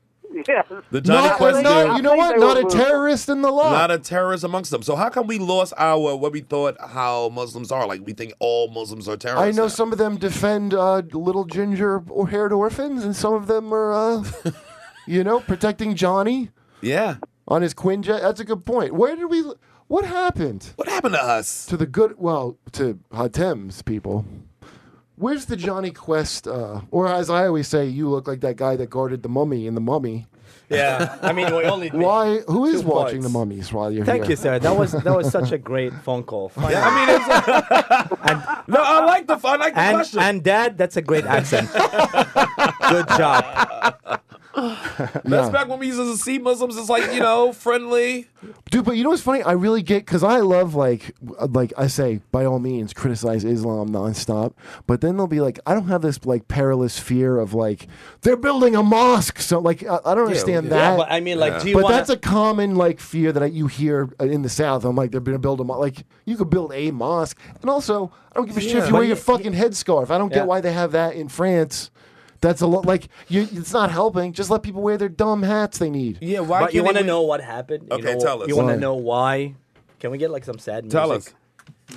S4: Yes.
S5: The Johnny
S3: Not-
S5: Quest
S3: not-
S5: dude.
S3: you know what? Not a terrorist in the law.
S5: Not a terrorist amongst them. So how come we lost our what we thought how Muslims are? Like we think all Muslims are
S3: I
S5: terrorists.
S3: know some of them defend uh, little ginger or haired orphans, and some of them are, uh, you know, protecting Johnny
S5: Yeah.
S3: on his Quinjet. That's a good point. Where did we? What happened?
S5: What happened to us?
S3: To the good, well, to Hatem's people. Where's the Johnny Quest? Uh, or as I always say, you look like that guy that guarded the mummy in the mummy.
S16: Yeah, I mean, we only.
S3: Why? Who is
S16: Two
S3: watching
S16: points.
S3: the mummies while you're
S16: Thank
S3: here?
S16: you, sir. That was that was such a great phone call. Yeah, I
S5: mean, no, I like the I like
S16: the and, question. And dad, that's a great accent. Good job.
S5: That's
S3: Yeah.
S5: back when we used to see Muslims as like, you know, friendly.
S3: Dude, but you know what's funny? I really get because I love like, like I say, by all means, criticize Islam nonstop. But then they'll be like, I don't have this like perilous fear of like they're building a mosque. So like, I, I don't understand
S16: yeah.
S3: that.
S16: Yeah, but I mean, like, do you
S3: but
S16: wanna-
S3: that's a common like fear that I, you hear uh, in the South. I'm like, they're gonna build a mosque. Like, you could build a mosque, and also, I don't give a shit
S16: Yeah.
S3: if you wear
S16: But
S3: your
S16: y-
S3: fucking headscarf. I don't
S16: Yeah.
S3: get why they have that in France. That's a lot. Like, you, it's not helping. Just let people wear their dumb hats they need.
S5: Yeah,
S16: but you want to know what happened? You
S3: Okay,
S16: know,
S3: tell us.
S16: You want
S3: Why?
S16: to know why? Can we get like some sad music?
S5: Tell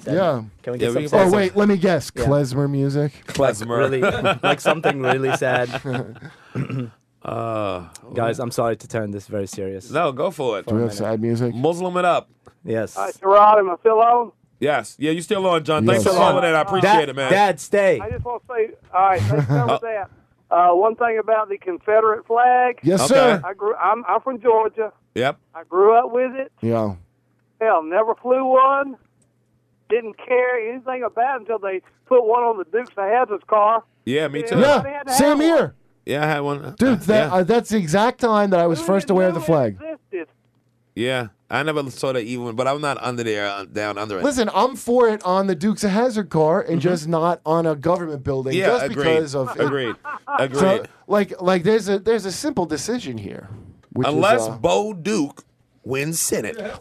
S16: Sad-
S3: Yeah.
S16: Can we get some? sad
S3: oh
S16: some-
S3: wait, let me guess.
S16: Yeah.
S3: Klezmer music.
S5: Klezmer.
S16: Really, like something really sad.
S5: uh,
S16: Guys, I'm sorry to turn this very serious.
S5: No, go for it.
S3: Do we have sad music?
S5: Muslim it up.
S16: Yes.
S4: Uh, Gerard, am I still on?
S5: Yes. Yeah, you still on, John. Thanks
S16: Yes.
S5: for calling in. I
S4: Uh,
S5: appreciate
S16: Dad-
S5: it, man.
S16: Dad, stay.
S4: I just want to say, all right, let's cover that. Uh, one thing about the Confederate flag.
S3: Yes, Okay. sir.
S4: I grew. I'm, I'm from Georgia.
S5: Yep.
S4: I grew up with it.
S3: Yeah.
S4: Hell, never flew one. Didn't care anything about it until they put one on the Dukes of Hazzard's car.
S5: Yeah, me too.
S4: Yeah.
S3: Yeah. Same here,
S5: Yeah, I had one.
S3: dude. That uh, that's the exact time that I was first aware of the flag.
S5: Yeah, I never saw that even, but I'm not under there, uh, down under it.
S3: Listen, I'm for it on the Dukes of Hazard car and just not on a government building.
S5: Mm-hmm. yeah,
S3: just
S5: agreed.
S3: because of
S5: agreed,
S3: So,
S5: agreed.
S3: like like there's a there's a simple decision here. Which is,
S5: Unless
S3: uh,
S5: Bo Duke wins Senate.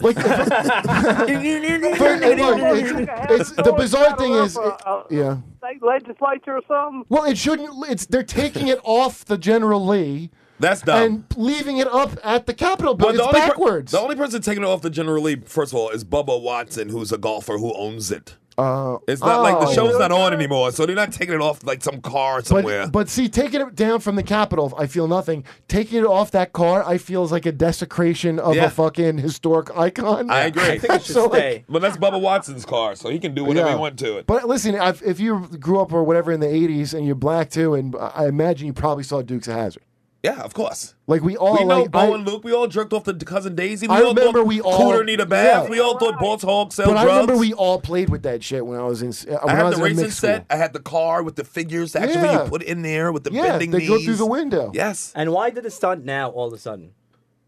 S3: it's, the bizarre thing is, it- yeah.
S4: uh, State legislature or something?
S3: Well, it shouldn't. It's they're taking it off the General Lee.
S5: That's dumb.
S3: And leaving it up at the Capitol
S5: But
S3: building. It's
S5: only per-
S3: backwards.
S5: the only person taking it off the General Lee, first of all, is Bubba Watson, who's a golfer who owns it.
S3: Uh,
S5: It's not like the
S3: oh.
S5: show's not on anymore, so they're not taking it off like some car somewhere.
S3: But, but see, taking it down from the Capitol, I feel nothing. Taking it off that car, I feel is like a desecration of
S5: Yeah.
S3: a fucking historic icon.
S5: I agree.
S3: So, like,
S5: but that's Bubba Watson's car, so he can do whatever
S3: Yeah.
S5: he wants to it.
S3: But listen, if, if you grew up or whatever in the '80s and you're black too, and I imagine you probably saw Dukes of Hazard.
S5: Yeah, of course.
S3: Like we all
S5: we know
S3: like,
S5: Bo
S3: I-
S5: and Luke. We all jerked off to cousin Daisy. We
S3: I
S5: all
S3: remember
S5: thought
S3: we all-
S5: Cooter need a bath.
S3: Yeah.
S5: We all thought Bolt's Hog sell
S3: but
S5: drugs.
S3: I remember we all played with that shit when I was in. uh, When
S5: I
S3: I,
S5: had
S3: was
S5: the
S3: in
S5: racing
S3: mixed
S5: set.
S3: School.
S5: I had the car with the figures that actually
S3: Yeah.
S5: you put in there with the
S3: Yeah,
S5: bending
S3: they
S5: knees.
S3: go through the window.
S5: Yes.
S16: And why did it stunt now all of a sudden?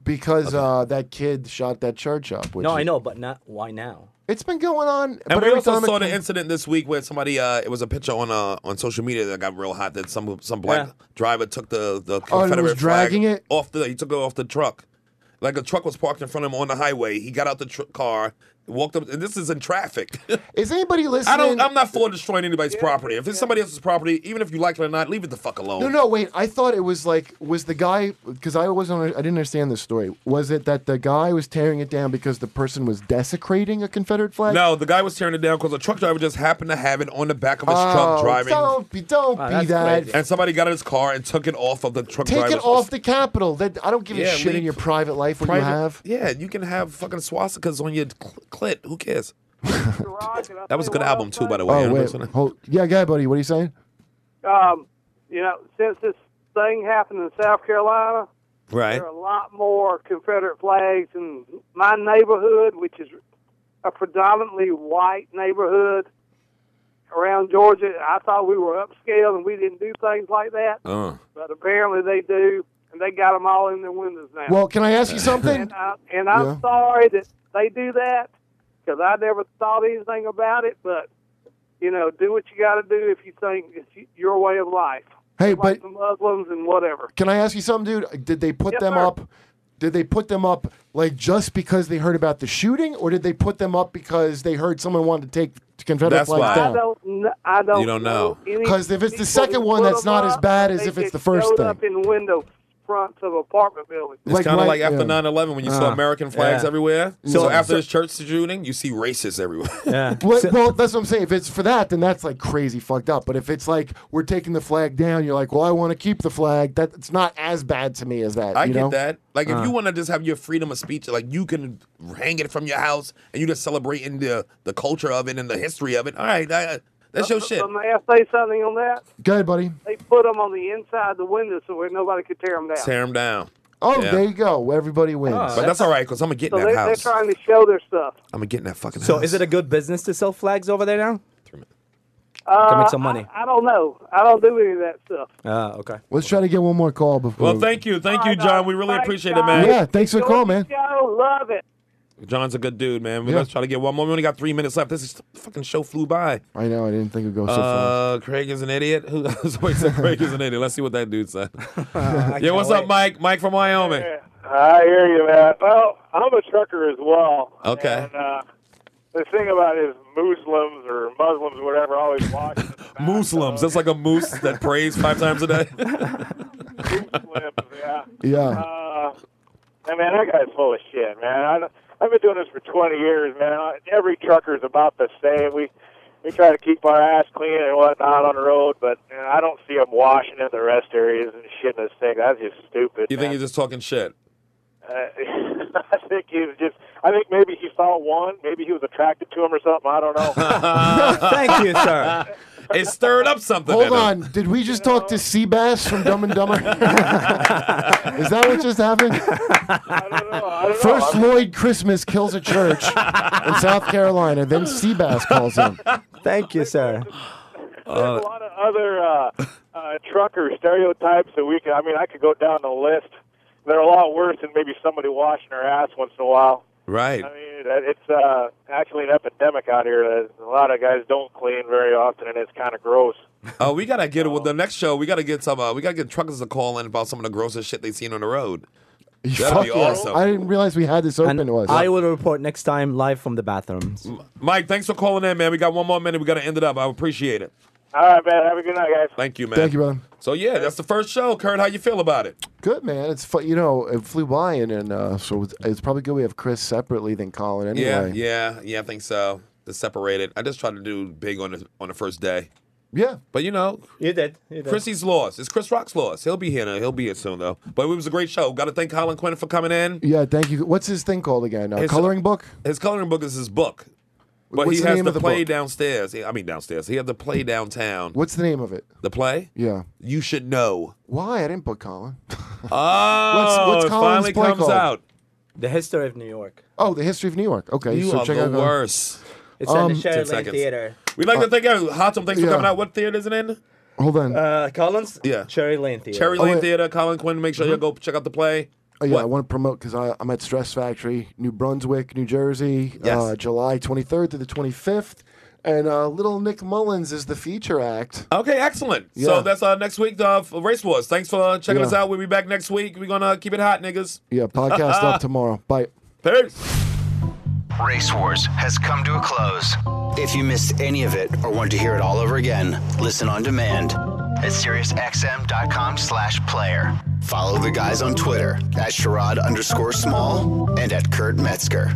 S3: Because uh, that kid shot that church up. Which
S16: no,
S3: is-
S16: I know, but not why now.
S3: It's been going on.
S5: And
S3: but
S5: we
S3: every
S5: also
S3: time it
S5: saw the
S3: comes-
S5: incident this week where somebody uh, it was a picture on uh, on social media that got real hot that some some black
S3: Yeah.
S5: driver took the the
S3: Oh, and
S5: Confederate
S3: it was dragging
S5: flag
S3: it?
S5: off the he took it off the truck. Like a truck was parked in front of him on the highway. He got out the tr- car, walked up and this is in traffic.
S3: Is anybody listening?
S5: I don't I'm not for destroying anybody's property. If it's somebody else's property, even if you like it or not, leave it the fuck alone.
S3: No, no, wait. I thought it was like was the guy because I wasn't. I didn't understand this story. Was it that the guy was tearing it down because the person was desecrating a Confederate flag?
S5: No, the guy was tearing it down because a truck driver just happened to have it on the back of his
S3: Oh,
S5: truck driving.
S3: Don't be, don't
S5: Wow,
S3: be
S5: that's
S3: that.
S5: crazy. And somebody got in his car and took it off of the truck
S3: Take it
S5: driver's
S3: off the Capitol. That I don't give
S5: Yeah,
S3: a shit
S5: leave
S3: in your private life what
S5: private-
S3: you have.
S5: Yeah, you can have fucking swastikas on your cl- clit. Who cares? that was a good album too, by the way.
S3: oh wait, hold. Yeah, guy, buddy, what are you saying?
S4: Um, you know, since this thing happened in South Carolina,
S5: Right.
S4: there are a lot more Confederate flags in my neighborhood, which is a predominantly white neighborhood around Georgia. I thought we were upscale and we didn't do things like that,
S5: Oh.
S4: but apparently they do, and they got them all in their windows now.
S3: Well, can I ask you something?
S4: And, I, and I'm
S3: Yeah.
S4: sorry that they do that because I never thought anything about it. But you know, do what you got to do if you think it's y- your way of life.
S3: Hey, but
S4: like the Muslims and whatever.
S3: can I ask you something, dude? Did they put
S4: Yes,
S3: them
S4: sir.
S3: up? Did they put them up like just because they heard about the shooting, or did they put them up because they heard someone wanted to take the Confederate
S5: That's
S3: flags
S5: why.
S3: down?
S4: I don't. kn- I don't.
S5: You don't know.
S4: any
S3: Because if it's
S4: people
S3: the second
S4: who
S3: one,
S4: put
S3: that's
S4: 'em
S3: not as
S4: up,
S3: bad as
S4: they
S3: if it's
S4: just
S3: the first
S4: showed
S3: thing.
S4: up in window fronts of apartment buildings.
S5: It's kind of like after 9 11 when you saw
S3: Ah.
S5: American flags
S3: Yeah.
S5: everywhere. So,
S3: So-
S5: after
S3: so-
S5: this church shooting, you see racists everywhere.
S16: Yeah.
S3: Well, well, that's what I'm saying. If it's for that, then that's like crazy fucked up. But if it's like we're taking the flag down, you're like, well, I want to keep the flag. That it's not as bad to me as that.
S5: I
S3: you
S5: get
S3: know?
S5: that. Like, if
S3: Uh.
S5: you want to just have your freedom of speech, like you can hang it from your house and you just celebrating the the culture of it and the history of it. All right, I, that's your shit.
S4: But Uh, may I say something on that?
S3: Go ahead, buddy.
S4: They put them on the inside of the window so where nobody could tear them down.
S5: Tear them down.
S3: Oh,
S5: Yeah.
S3: there you go. Everybody wins.
S5: but that's all right because I'm gonna get
S4: So
S5: in
S4: they're,
S5: that
S4: they're
S5: house.
S4: trying to show their stuff.
S5: I'm gonna get in that fucking
S16: So
S5: house.
S16: is it a good business to sell flags over there now?
S4: Uh,
S16: Can make some money.
S4: I, I don't know. I don't do any of that stuff.
S16: Ah, okay.
S3: Let's try to get one more call before.
S5: Well, thank you, thank you, John. We really appreciate it, man.
S3: Yeah, thanks for the call, man.
S4: Show, love it.
S5: John's a good dude, man. We're
S3: Yeah.
S5: gonna try to get one more. We only got three minutes left. This is, fucking show flew by.
S3: I know. I didn't think it'd go so far.
S5: Uh, Craig is an idiot. Who somebody said Craig is an idiot? Let's see what that dude said. yeah,
S6: can't
S5: what's up,
S6: wait.
S5: Mike? Mike from Wyoming.
S6: I hear you, man. Well, I'm a trucker as well.
S5: Okay.
S6: And, uh, the thing about is Muslims or Muslims, whatever, always watch
S5: Muslims. That's like a moose that prays five times a day.
S6: Muslims. Yeah.
S3: Yeah.
S6: Uh, I mean, that guy's full of shit, man. I, don't- I've been doing this for 20 years, man. I- Every trucker's about the same. We we try to keep our ass clean and whatnot on the road, but you know, I don't see them washing in the rest areas and shitting this thing. That's just stupid.
S5: you think he's just talking shit?
S6: Uh, I think he was just. I think maybe he saw one. Maybe he was attracted to him or something. I don't know.
S16: Thank you, sir.
S5: It stirred up something.
S3: Hold
S5: in him.
S3: on. Did we just talk to Seabass from Dumb and Dumber? Is that what just happened? First, Lloyd Christmas kills a church in South Carolina. Then Seabass calls him.
S16: Thank you, sir.
S6: There's a lot of other uh, uh, trucker stereotypes that we can. I mean, I could go down the list. They're a lot worse than maybe somebody washing their ass once in a while.
S5: Right.
S6: I mean, that- it's uh, actually an epidemic out here. that A lot of guys don't clean very often, and it's kind of gross.
S5: Oh, we gotta uh, get with the next show. We gotta get some. Uh, we gotta get truckers to call in about some of the grossest shit they seen on the road. That'd be awesome.
S3: I didn't realize we had this open to us.
S16: I will report next time live from the bathrooms.
S5: Mike, thanks for calling in, man. We got one more minute. We got to end it up. I appreciate it.
S21: All right, man. Have a good night, guys.
S5: Thank you, man.
S3: Thank you, brother.
S5: So yeah, that's the first show. Kurt, how you feel about it?
S3: Good man, it's fu- you know it flew by and, and uh, so it's, it's probably good we have Chris separately than Colin anyway.
S5: Yeah, yeah, yeah. I think so. The separated. I just tried to do big on the on the first day,
S3: Yeah.
S5: but you know,
S16: You did. You did.
S5: Chrissy's lost. It's Chris Rock's lost. He'll be here. Now. He'll be here soon though. But it was a great show. Got to thank Colin Quinn for coming in.
S3: Yeah, thank you. What's his thing called again? Uh,
S5: His-
S3: coloring book.
S5: His coloring book is his book, but
S3: What's
S5: he
S3: the
S5: has
S3: name
S5: to
S3: of the
S5: play
S3: book?
S5: downstairs. I mean downstairs. He had to play downtown.
S3: What's the name of it?
S5: The play?
S3: Yeah.
S5: You should know.
S3: Why I didn't put Colin?
S5: Oh,
S3: what's
S5: it
S3: Colin's
S5: finally
S3: play
S5: comes
S3: called?
S5: out.
S16: The history of New York.
S3: Oh, the history of New York. Okay,
S5: You
S3: so
S5: are
S3: check
S5: the
S3: out
S5: worst.
S16: It's at the
S3: Um,
S16: Sheridan
S5: 10 seconds.
S16: Theater.
S5: We'd like to thank everyone. Hotom, thanks
S3: Uh, yeah.
S5: for coming out. What theater is it in?
S3: Hold on.
S16: Uh, Collins.
S5: Yeah.
S16: Cherry Lane Theater.
S5: Cherry
S3: Oh,
S5: Lane
S3: wait.
S5: Theater. Colin Quinn, make sure you go check out the play.
S3: Oh, yeah, I want to promote because I'm at Stress Factory, New Brunswick, New Jersey,
S5: Yes.
S3: uh, July 23rd to the 25th. And uh, little Nick Mullins is the feature act.
S5: Okay, excellent.
S3: Yeah.
S5: So that's uh, next week, uh, for Race Wars. Thanks for uh, checking
S3: Yeah.
S5: us out. We'll be back next week. We're going to keep it hot, niggas.
S3: Yeah, podcast up tomorrow. Bye.
S5: Peace.
S14: Race Wars has come to a close. If you missed any of it or want to hear it all over again, listen on demand at SiriusXM.com slash player. Follow the guys on Twitter at Sherrod underscore small and at Kurt Metzger.